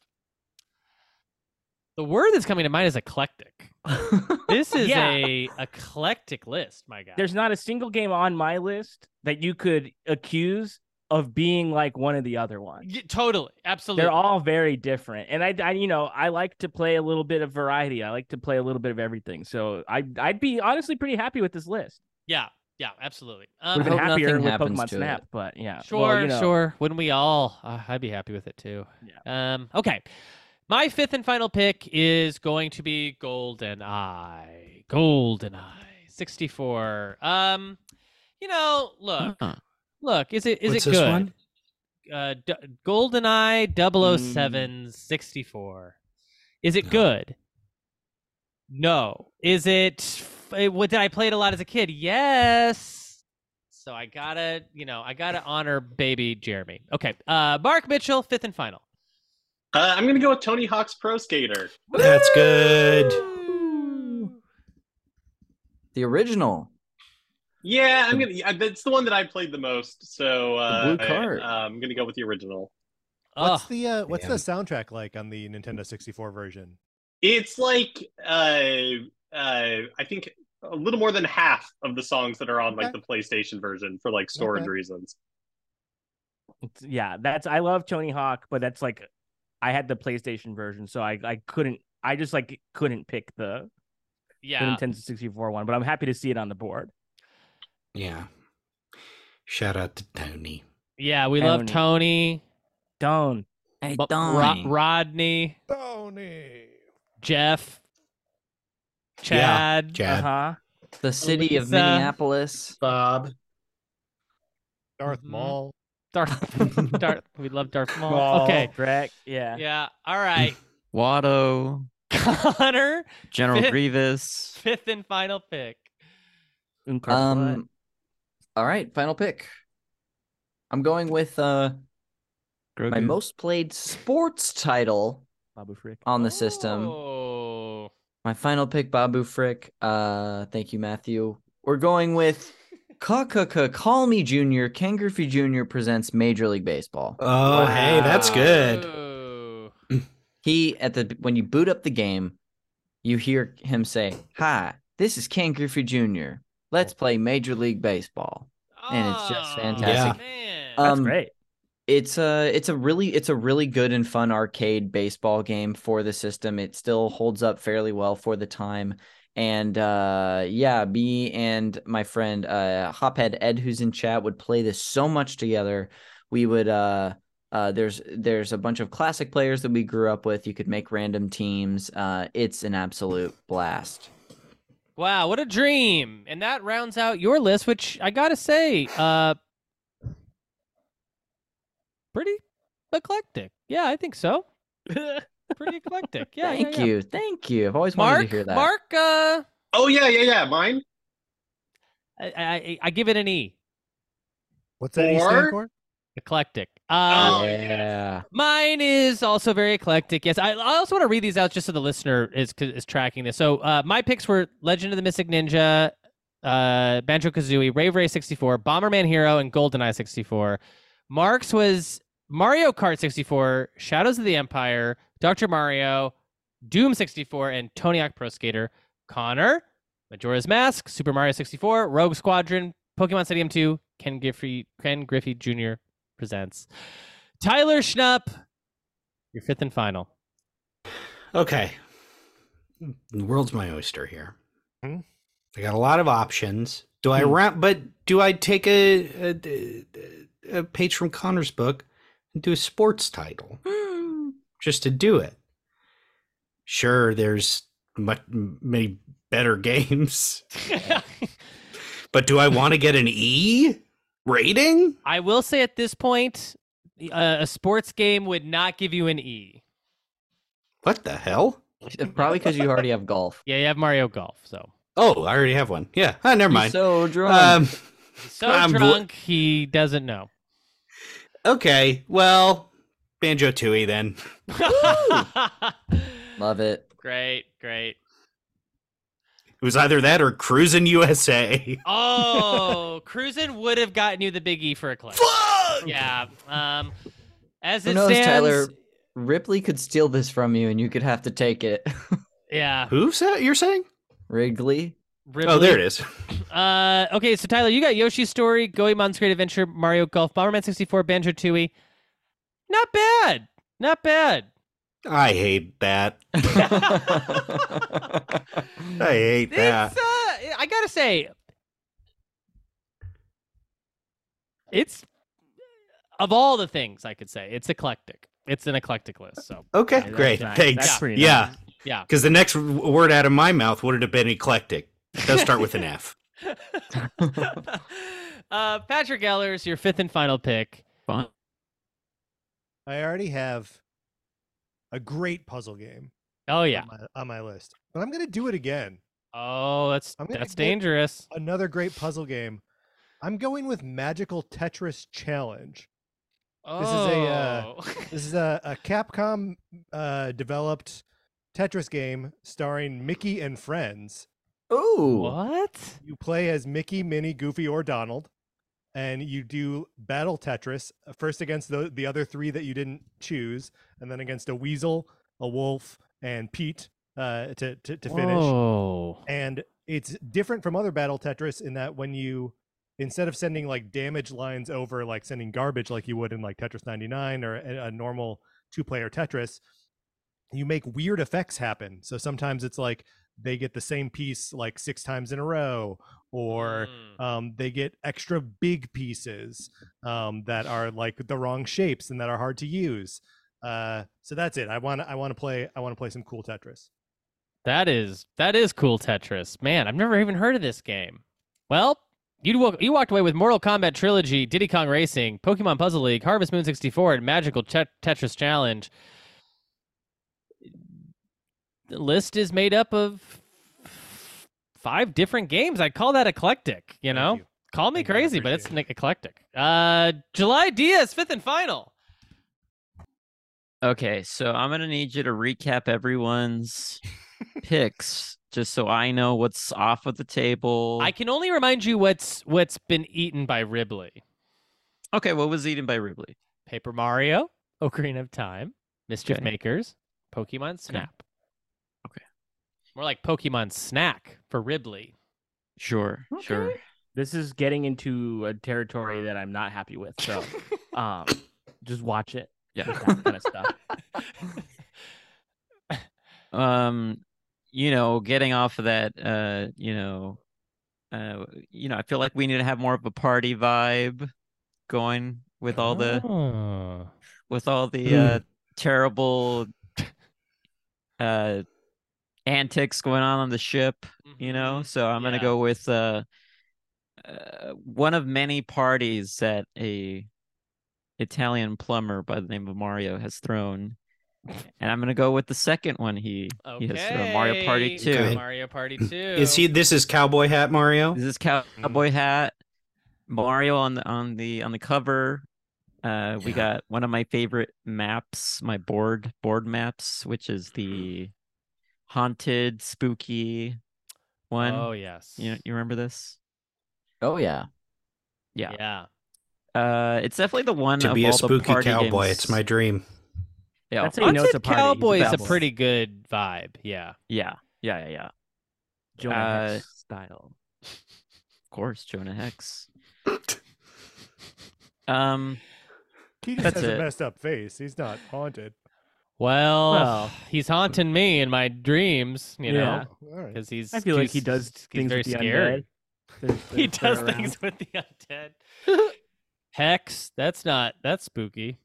the word that's coming to mind is eclectic. *laughs* this is Yeah. a eclectic list, my guy. There's not a single game on my list that you could accuse of being like one of the other ones. Y- totally, absolutely. They're all very different, and I, I, you know, I like to play a little bit of variety. I like to play a little bit of everything. So I, I'd be honestly pretty happy with this list. yeah, yeah, absolutely. Would Um, have hope been happier nothing with happens Pokemon to Snap, it. but yeah. Sure, Well, you know, sure. Wouldn't we all? Uh, I'd be happy with it too. Um, okay. My fifth and final pick is going to be Golden Eye. Golden Eye 64. Um, you know, look. Huh. Look, is it is What's it this good? one? Uh, D- Golden Eye 007 64. Is it good? No. Is it f- eh, what did I play it a lot as a kid? Yes. So I gotta, you know, I gotta honor baby Jeremy. Okay. Uh Mark Mitchell, fifth and final. Uh, I'm gonna go with Tony Hawk's Pro Skater. That's good. The original. Yeah, I'm gonna. I- That's the one that I played the most. So uh, The blue card. uh, I'm gonna go with the original. What's Ugh. the uh, what's the Yeah. soundtrack like on the Nintendo 64 version? It's like uh, uh, I think a little more than half of the songs that are on like the PlayStation version for like storage Okay. reasons. it's- yeah, that's I love Tony Hawk, but that's like I had the PlayStation version, so I I couldn't I just like couldn't pick the, the Yeah. Nintendo 64 one, but I'm happy to see it on the board. Yeah. Shout out to Tony. Yeah, we love Tony. Don't. Hey, Bo- Ro- Donnie. Rodney, Tony. Jeff, Chad, Chad. Uh-huh. the city of Lisa. Minneapolis. Bob. Darth Maul. Mm-hmm. Darth, Darth, we love Darth Maul. Maul. Okay, Drek, yeah. yeah. All right, *laughs* Watto, Connor, General fifth, Grievous. fifth and final pick. Um, all right, final pick. I'm going with uh my Grogu. most played sports title Babu Frick. on the system. Oh, My final pick, Babu Frick. Uh, thank you, Matthew. We're going with Kaka Call Me Junior. Ken Griffey Jr. presents Major League Baseball. Oh, hey, that's good. *clears throat* He at the when you boot up the game, you hear him say, "Hi, this is Ken Griffey Jr. Oh. Let's play Major League Baseball," and it's just fantastic. That's great. Um, It's a it's a really it's a really good and fun arcade baseball game for the system. It still holds up fairly well for the time. And uh yeah, me and my friend uh Hophead Ed who's in chat would play this so much together. We would uh uh, there's there's a bunch of classic players that we grew up with. You could make random teams. Uh, it's an absolute blast. Wow, what a dream! And that rounds out your list, which I gotta say, uh, pretty eclectic. Yeah, I think *laughs* so. pretty eclectic. Yeah. yeah, Thank yeah. you, thank you. I've always wanted Mark. to hear that. Mark. Uh, Oh yeah, yeah, yeah. Mine. I, I I give it an E. What's that E stand Or- for? Eclectic. Oh, Uh, yeah. Mine is also very eclectic. Yes, I, I also want to read these out just so the listener is is tracking this. So uh, my picks were Legend of the Mystic Ninja, uh, Banjo Kazooie, Rave Ray 64, Bomberman Hero, and GoldenEye 64. Mark's was Mario Kart 64, Shadows of the Empire, Dr. Mario, Doom 64, and Tony Hawk Pro Skater. Connor, Majora's Mask, Super Mario 64, Rogue Squadron, Pokemon Stadium 2, Ken Griffey, Ken Griffey Jr. presents. Tyler Schnupp, your fifth and final. Okay. The world's my oyster here. Hmm? I got a lot of options. Do I Hmm. round? But do I take a, a a page from Connor's book and do a sports title Hmm. just to do it? Sure, there's much many better *laughs* games, but do I want to get an E rating? I will say at this point, uh, a sports game would not give you an E. What the hell? Probably because you already have golf. *laughs* Yeah, you have Mario Golf, so Oh, I already have one. Yeah, ah, never He's mind. so drunk. Um, he's so I'm bl- drunk he doesn't know. *laughs* okay, well, Banjo Tooie then. Love it. great, great. It was either that or Cruisin' USA. Oh, Cruisin would have gotten you the big E for a clip. Yeah. Um, as Who it knows, stands, Tyler? Ripley could steal this from you, and you could have to take it. *laughs* yeah. Who's that you're saying? Wrigley. Oh, there it Ripley. is. Uh, okay, so Tyler, you got Yoshi's Story, Goemon's Great Adventure, Mario Golf, Bomberman 64, Banjo Tooie. Not bad. Not *laughs* bad. *laughs* I hate *laughs* that. I hate that. It's, uh, I gotta say, it's of all the things I could say, it's eclectic. It's an eclectic list. So Okay, that's great. nice. That's Thanks. pretty Yeah, yeah. because the next w- word out of my mouth would have been eclectic. It does start with an *laughs* F. uh, Patrick Ellers, your fifth and final pick. Fun. I already have a great puzzle game Oh yeah. on, my, on my list, but I'm gonna do it again. Oh, that's I'm gonna that's go- dangerous. Another great puzzle game. I'm going with Magical Tetris Challenge. Oh. is a, uh, *laughs* This is a, a Capcom uh, developed Tetris game starring Mickey and friends. Ooh. what? You play as Mickey, Minnie, Goofy, or Donald, and you do battle Tetris uh, first against the, the other three that you didn't choose, and then against a weasel, a wolf, and Pete uh, to, to, to finish Oh. and it's different from other battle tetris in that when you instead of sending like damage lines over like sending garbage like you would in like tetris 99 or a, a normal two player tetris you make weird effects happen so sometimes it's like they get the same piece like six times in a row or um, they get extra big pieces um, that are like the wrong shapes and that are hard to use uh, so that's it i want i want to play i want to play some cool tetris That is that is cool Tetris. Man, I've never even heard of this game. Well, You wa- you walked away with Mortal Kombat Trilogy, Diddy Kong Racing, Pokemon Puzzle League, Harvest Moon 64, and Magical Tet- Tetris Challenge. The list is made up of five different games. I call that eclectic, you know? Call me crazy, but it's eclectic. Uh, July Diaz, fifth and final. Okay, so I'm gonna need you to recap everyone's picks just so I know what's off of the table. I can only remind you what's what's been eaten by Ribley. Okay, what was eaten by Ribley? Paper Mario, Ocarina of Time, Mischief Okay. Makers, Pokemon Snap. Okay. More like Pokemon Snack for Ribley. Sure, sure. This is getting into a territory that I'm not happy with. *laughs* So, um, just watch it. Yeah. That kind of stuff. *laughs* um you know getting off of that uh you know uh you know i feel like we need to have more of a party vibe going with all the with all the uh terrible uh antics going on on the ship Mm-hmm, you know so i'm gonna go with uh, uh one of many parties that a italian plumber by the name of mario has thrown and I'm gonna go with the second one he he has thrown, Mario Party Two. Okay. Mario Party Two. Is he? This is cowboy hat Mario. This is Mm-hmm. cowboy hat. Mario on the on the on the cover. Uh, we got one of my favorite maps, my board board maps, which is the haunted, spooky one. Oh, yes. you you remember this? Oh yeah, yeah, yeah. Uh, it's definitely the one to of be a all the spooky party cowboy. games- It's my dream. Yeah, That's how you know it's a party. Cowboy is a Cowboy. pretty good vibe. Yeah. Yeah, yeah, yeah, yeah. Jonah Hex style. Of course, *laughs* Jonah Hex. um, He just that's has a it. messed up face. He's not haunted. Well, Well. he's haunting me in my dreams, you know, Yeah. All right. because he's. I feel like too he s- does he's things very with the scary. *laughs* undead. There's- he there's they're does things around. with the undead. Hex, that's not that's spooky.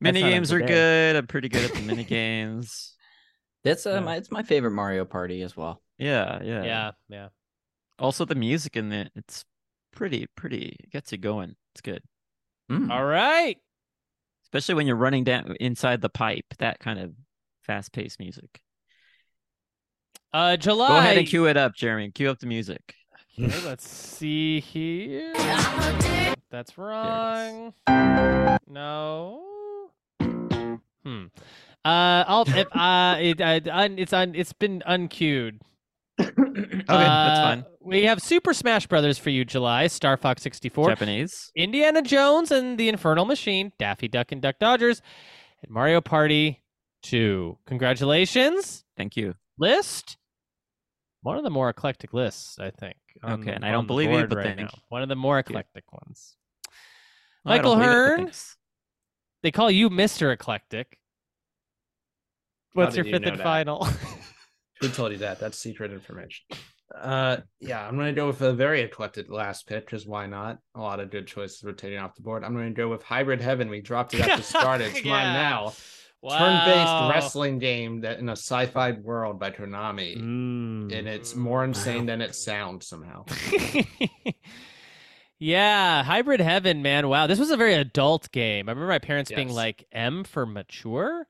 mini games are good. I'm pretty good at *laughs* the mini games. That's uh, my it's my favorite Mario Party as well. Yeah, yeah, Yeah, yeah. Also, the music in it, it's pretty, pretty. It gets you going. It's good, Hmm. All right. especially when you're running down inside the pipe. That kind of fast-paced music. Uh, July. Go ahead and cue it up, Jeremy. Cue up the music. Okay, let's see here. That's wrong. No. Hmm. Uh, I'll if uh it I, un, it's un, it's been *coughs* uncued. okay, that's fine. We have Super Smash Brothers for you, July. Star Fox sixty four. Japanese. Indiana Jones and the Infernal Machine. Daffy Duck and Duck Dodgers. And Mario Party two. Congratulations. Thank you. List. One of the more eclectic lists, I think. on- Okay, and I on don't the believe you, board but right thank now. One of the more you. eclectic ones. I Michael don't believe it, but Hearn. thanks. They call you Mr. Eclectic. What's How your did you fifth know and that? final? *laughs* *laughs* Who told you that? That's secret information. Uh, yeah, I'm gonna go with a very eclectic last pick because why not? A lot of good choices rotating off the board. I'm gonna go with Hybrid Heaven. We dropped it at the start. *laughs* It's mine Yeah. now. Wow. Turn-based wrestling game that in a sci-fi world by Konami, and Mm. it's more insane than it sounds somehow. yeah, Hybrid Heaven, man. Wow, this was a very adult game. I remember my parents being Yes. like, M for mature?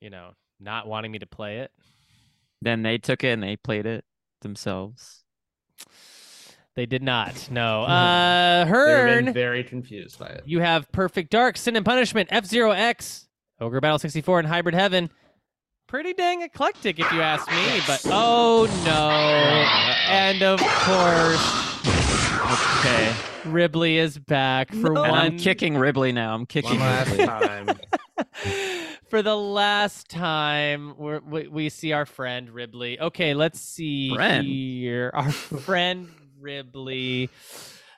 You know, not wanting me to play it. Then they took it and they played it themselves. They did not. No. *laughs* Uh, Hearn. Been very confused by it. You have Perfect Dark, Sin and Punishment, F Zero X, Ogre Battle 64, and Hybrid Heaven. Pretty dang eclectic, if you ask me, but oh no. And of course. Okay. Ribley is back for and I'm one kicking Ribley now. I'm kicking Ribley. for the last time. We're, we we see our friend Ribley. Okay, let's see Friend? here. Our friend Ribley.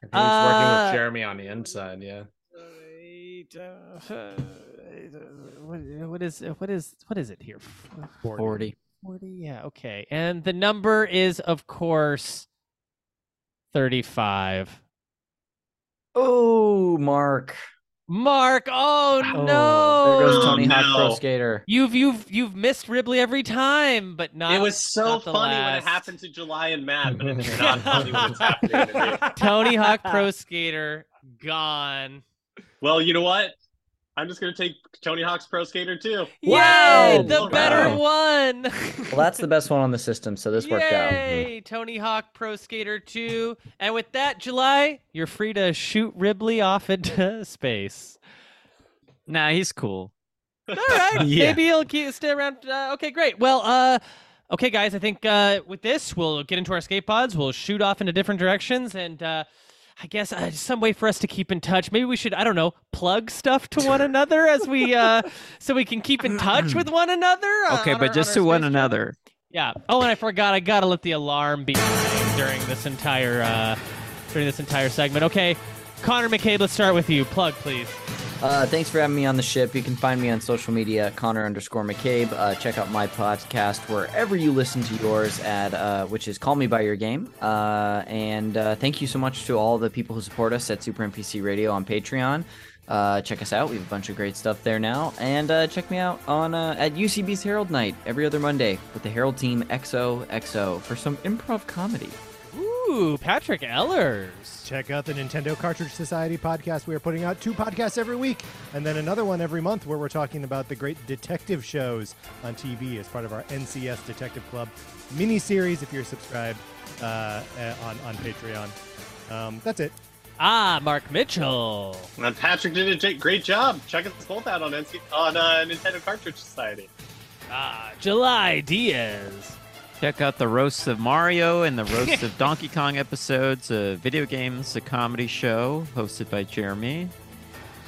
He's working Uh, with Jeremy on the inside. Yeah. *laughs* what what is what is what is it here? Forty. 40. Forty. Yeah. Okay. And the number is, of course, thirty-five. Oh, Mark. Mark, oh Oh, no! there goes Tony Hawk Oh, Pro Skater. You've you've you've missed Ribley every time, but not. It was so not the funny when last. it happened to July and Matt, but *laughs* it's not funny when it's happening to me. *laughs* Tony Hawk Pro Skater gone. Well, you know what? I'm just gonna take Tony Hawk's Pro Skater too. Yay, Wow. the better Wow. one. Well, that's the best one on the system, so this worked out. Yay, Tony Hawk Pro Skater 2. And with that, July, you're free to shoot Ribley off into *laughs* space. Nah, he's cool. All right, Yeah. maybe he'll keep, stay around. Uh, okay, great. Well, uh, okay, guys, I think uh, with this, we'll get into our skate pods. We'll shoot off into different directions and. Uh, I guess uh, some way for us to keep in touch. Maybe we should, I don't know, plug stuff to one another as we, uh, so we can keep in touch with one another. uh, Okay, on but our- just to one another. Yeah. Oh, and I forgot. I gotta let the alarm be during this entire uh, during this entire segment. Okay, Connor McCabe, let's start with you. Plug, please. Uh, thanks for having me on the ship. You can find me on social media, Connor underscore McCabe. Uh, check out my podcast wherever you listen to yours at, uh, which is Call Me by Your Game. Uh, and uh, thank you so much to all the people who support us at Super NPC Radio on Patreon. Uh, check us out. We have a bunch of great stuff there now. And uh, check me out on uh, at UCB's Herald Night every other Monday with the Herald team XOXO for some improv comedy. Ooh, Patrick Ellers. Check out the Nintendo Cartridge Society podcast. We are putting out two podcasts every week and then another one every month where we're talking about the great detective shows on TV as part of our NCS Detective Club miniseries if you're subscribed uh, uh, on, on Patreon. Um, that's it. Ah, Mark Mitchell. And Patrick did a j- great job. Check us both out on NC- on uh, Nintendo Cartridge Society. Ah, July Diaz. Check out the roasts of Mario and the roasts of Donkey Kong episodes, uh, video games, a comedy show hosted by Jeremy.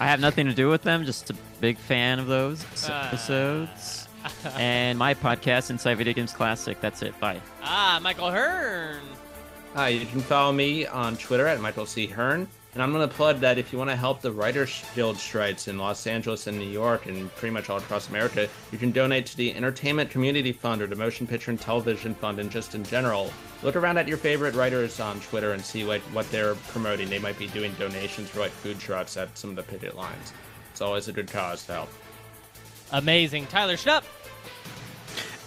I have nothing to do with them, just a big fan of those episodes. and my podcast, Inside Video Games Classic. That's it. Bye. Ah, Michael Hearn. Hi, you can follow me on Twitter at Michael C. Hearn. And I'm going to plug that if you want to help the Writers Guild strikes in Los Angeles and New York and pretty much all across America, you can donate to the Entertainment Community Fund or the Motion Picture and Television Fund and just in general. Look around at your favorite writers on Twitter and see like what they're promoting. They might be doing donations for like food trucks at some of the picket lines. It's always a good cause to help. Amazing, Tyler Schnupp.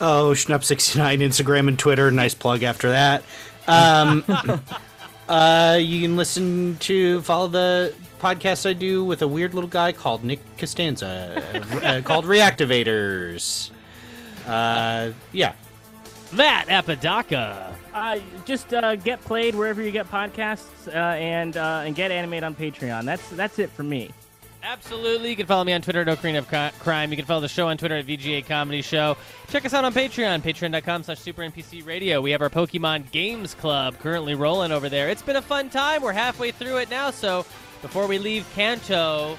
Oh, Schnup69, Instagram and Twitter. Nice plug after that. Um, uh, you can listen to follow the podcast I do with a weird little guy called Nick Costanza uh, *laughs* uh, called Reactivators. Uh, yeah. Matt Apodaca. Uh, just uh, get played wherever you get podcasts, uh, and uh, and get animate on Patreon. That's that's it for me. Absolutely. You can follow me on Twitter at Ocarina of Co- Crime. You can follow the show on Twitter at VGA Comedy Show. Check us out on Patreon, patreon.com slash super NPC radio. We have our Pokemon Games Club currently rolling over there. It's been a fun time. We're halfway through it now, so before we leave Kanto,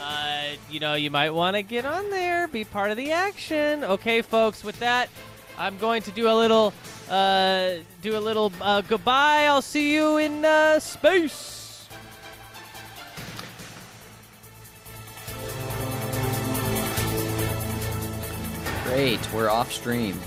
uh, you know, you might want to get on there, be part of the action. Okay, folks, with that, I'm going to do a little, uh, do a little uh, goodbye. I'll see you in uh, space. Great. We're off stream.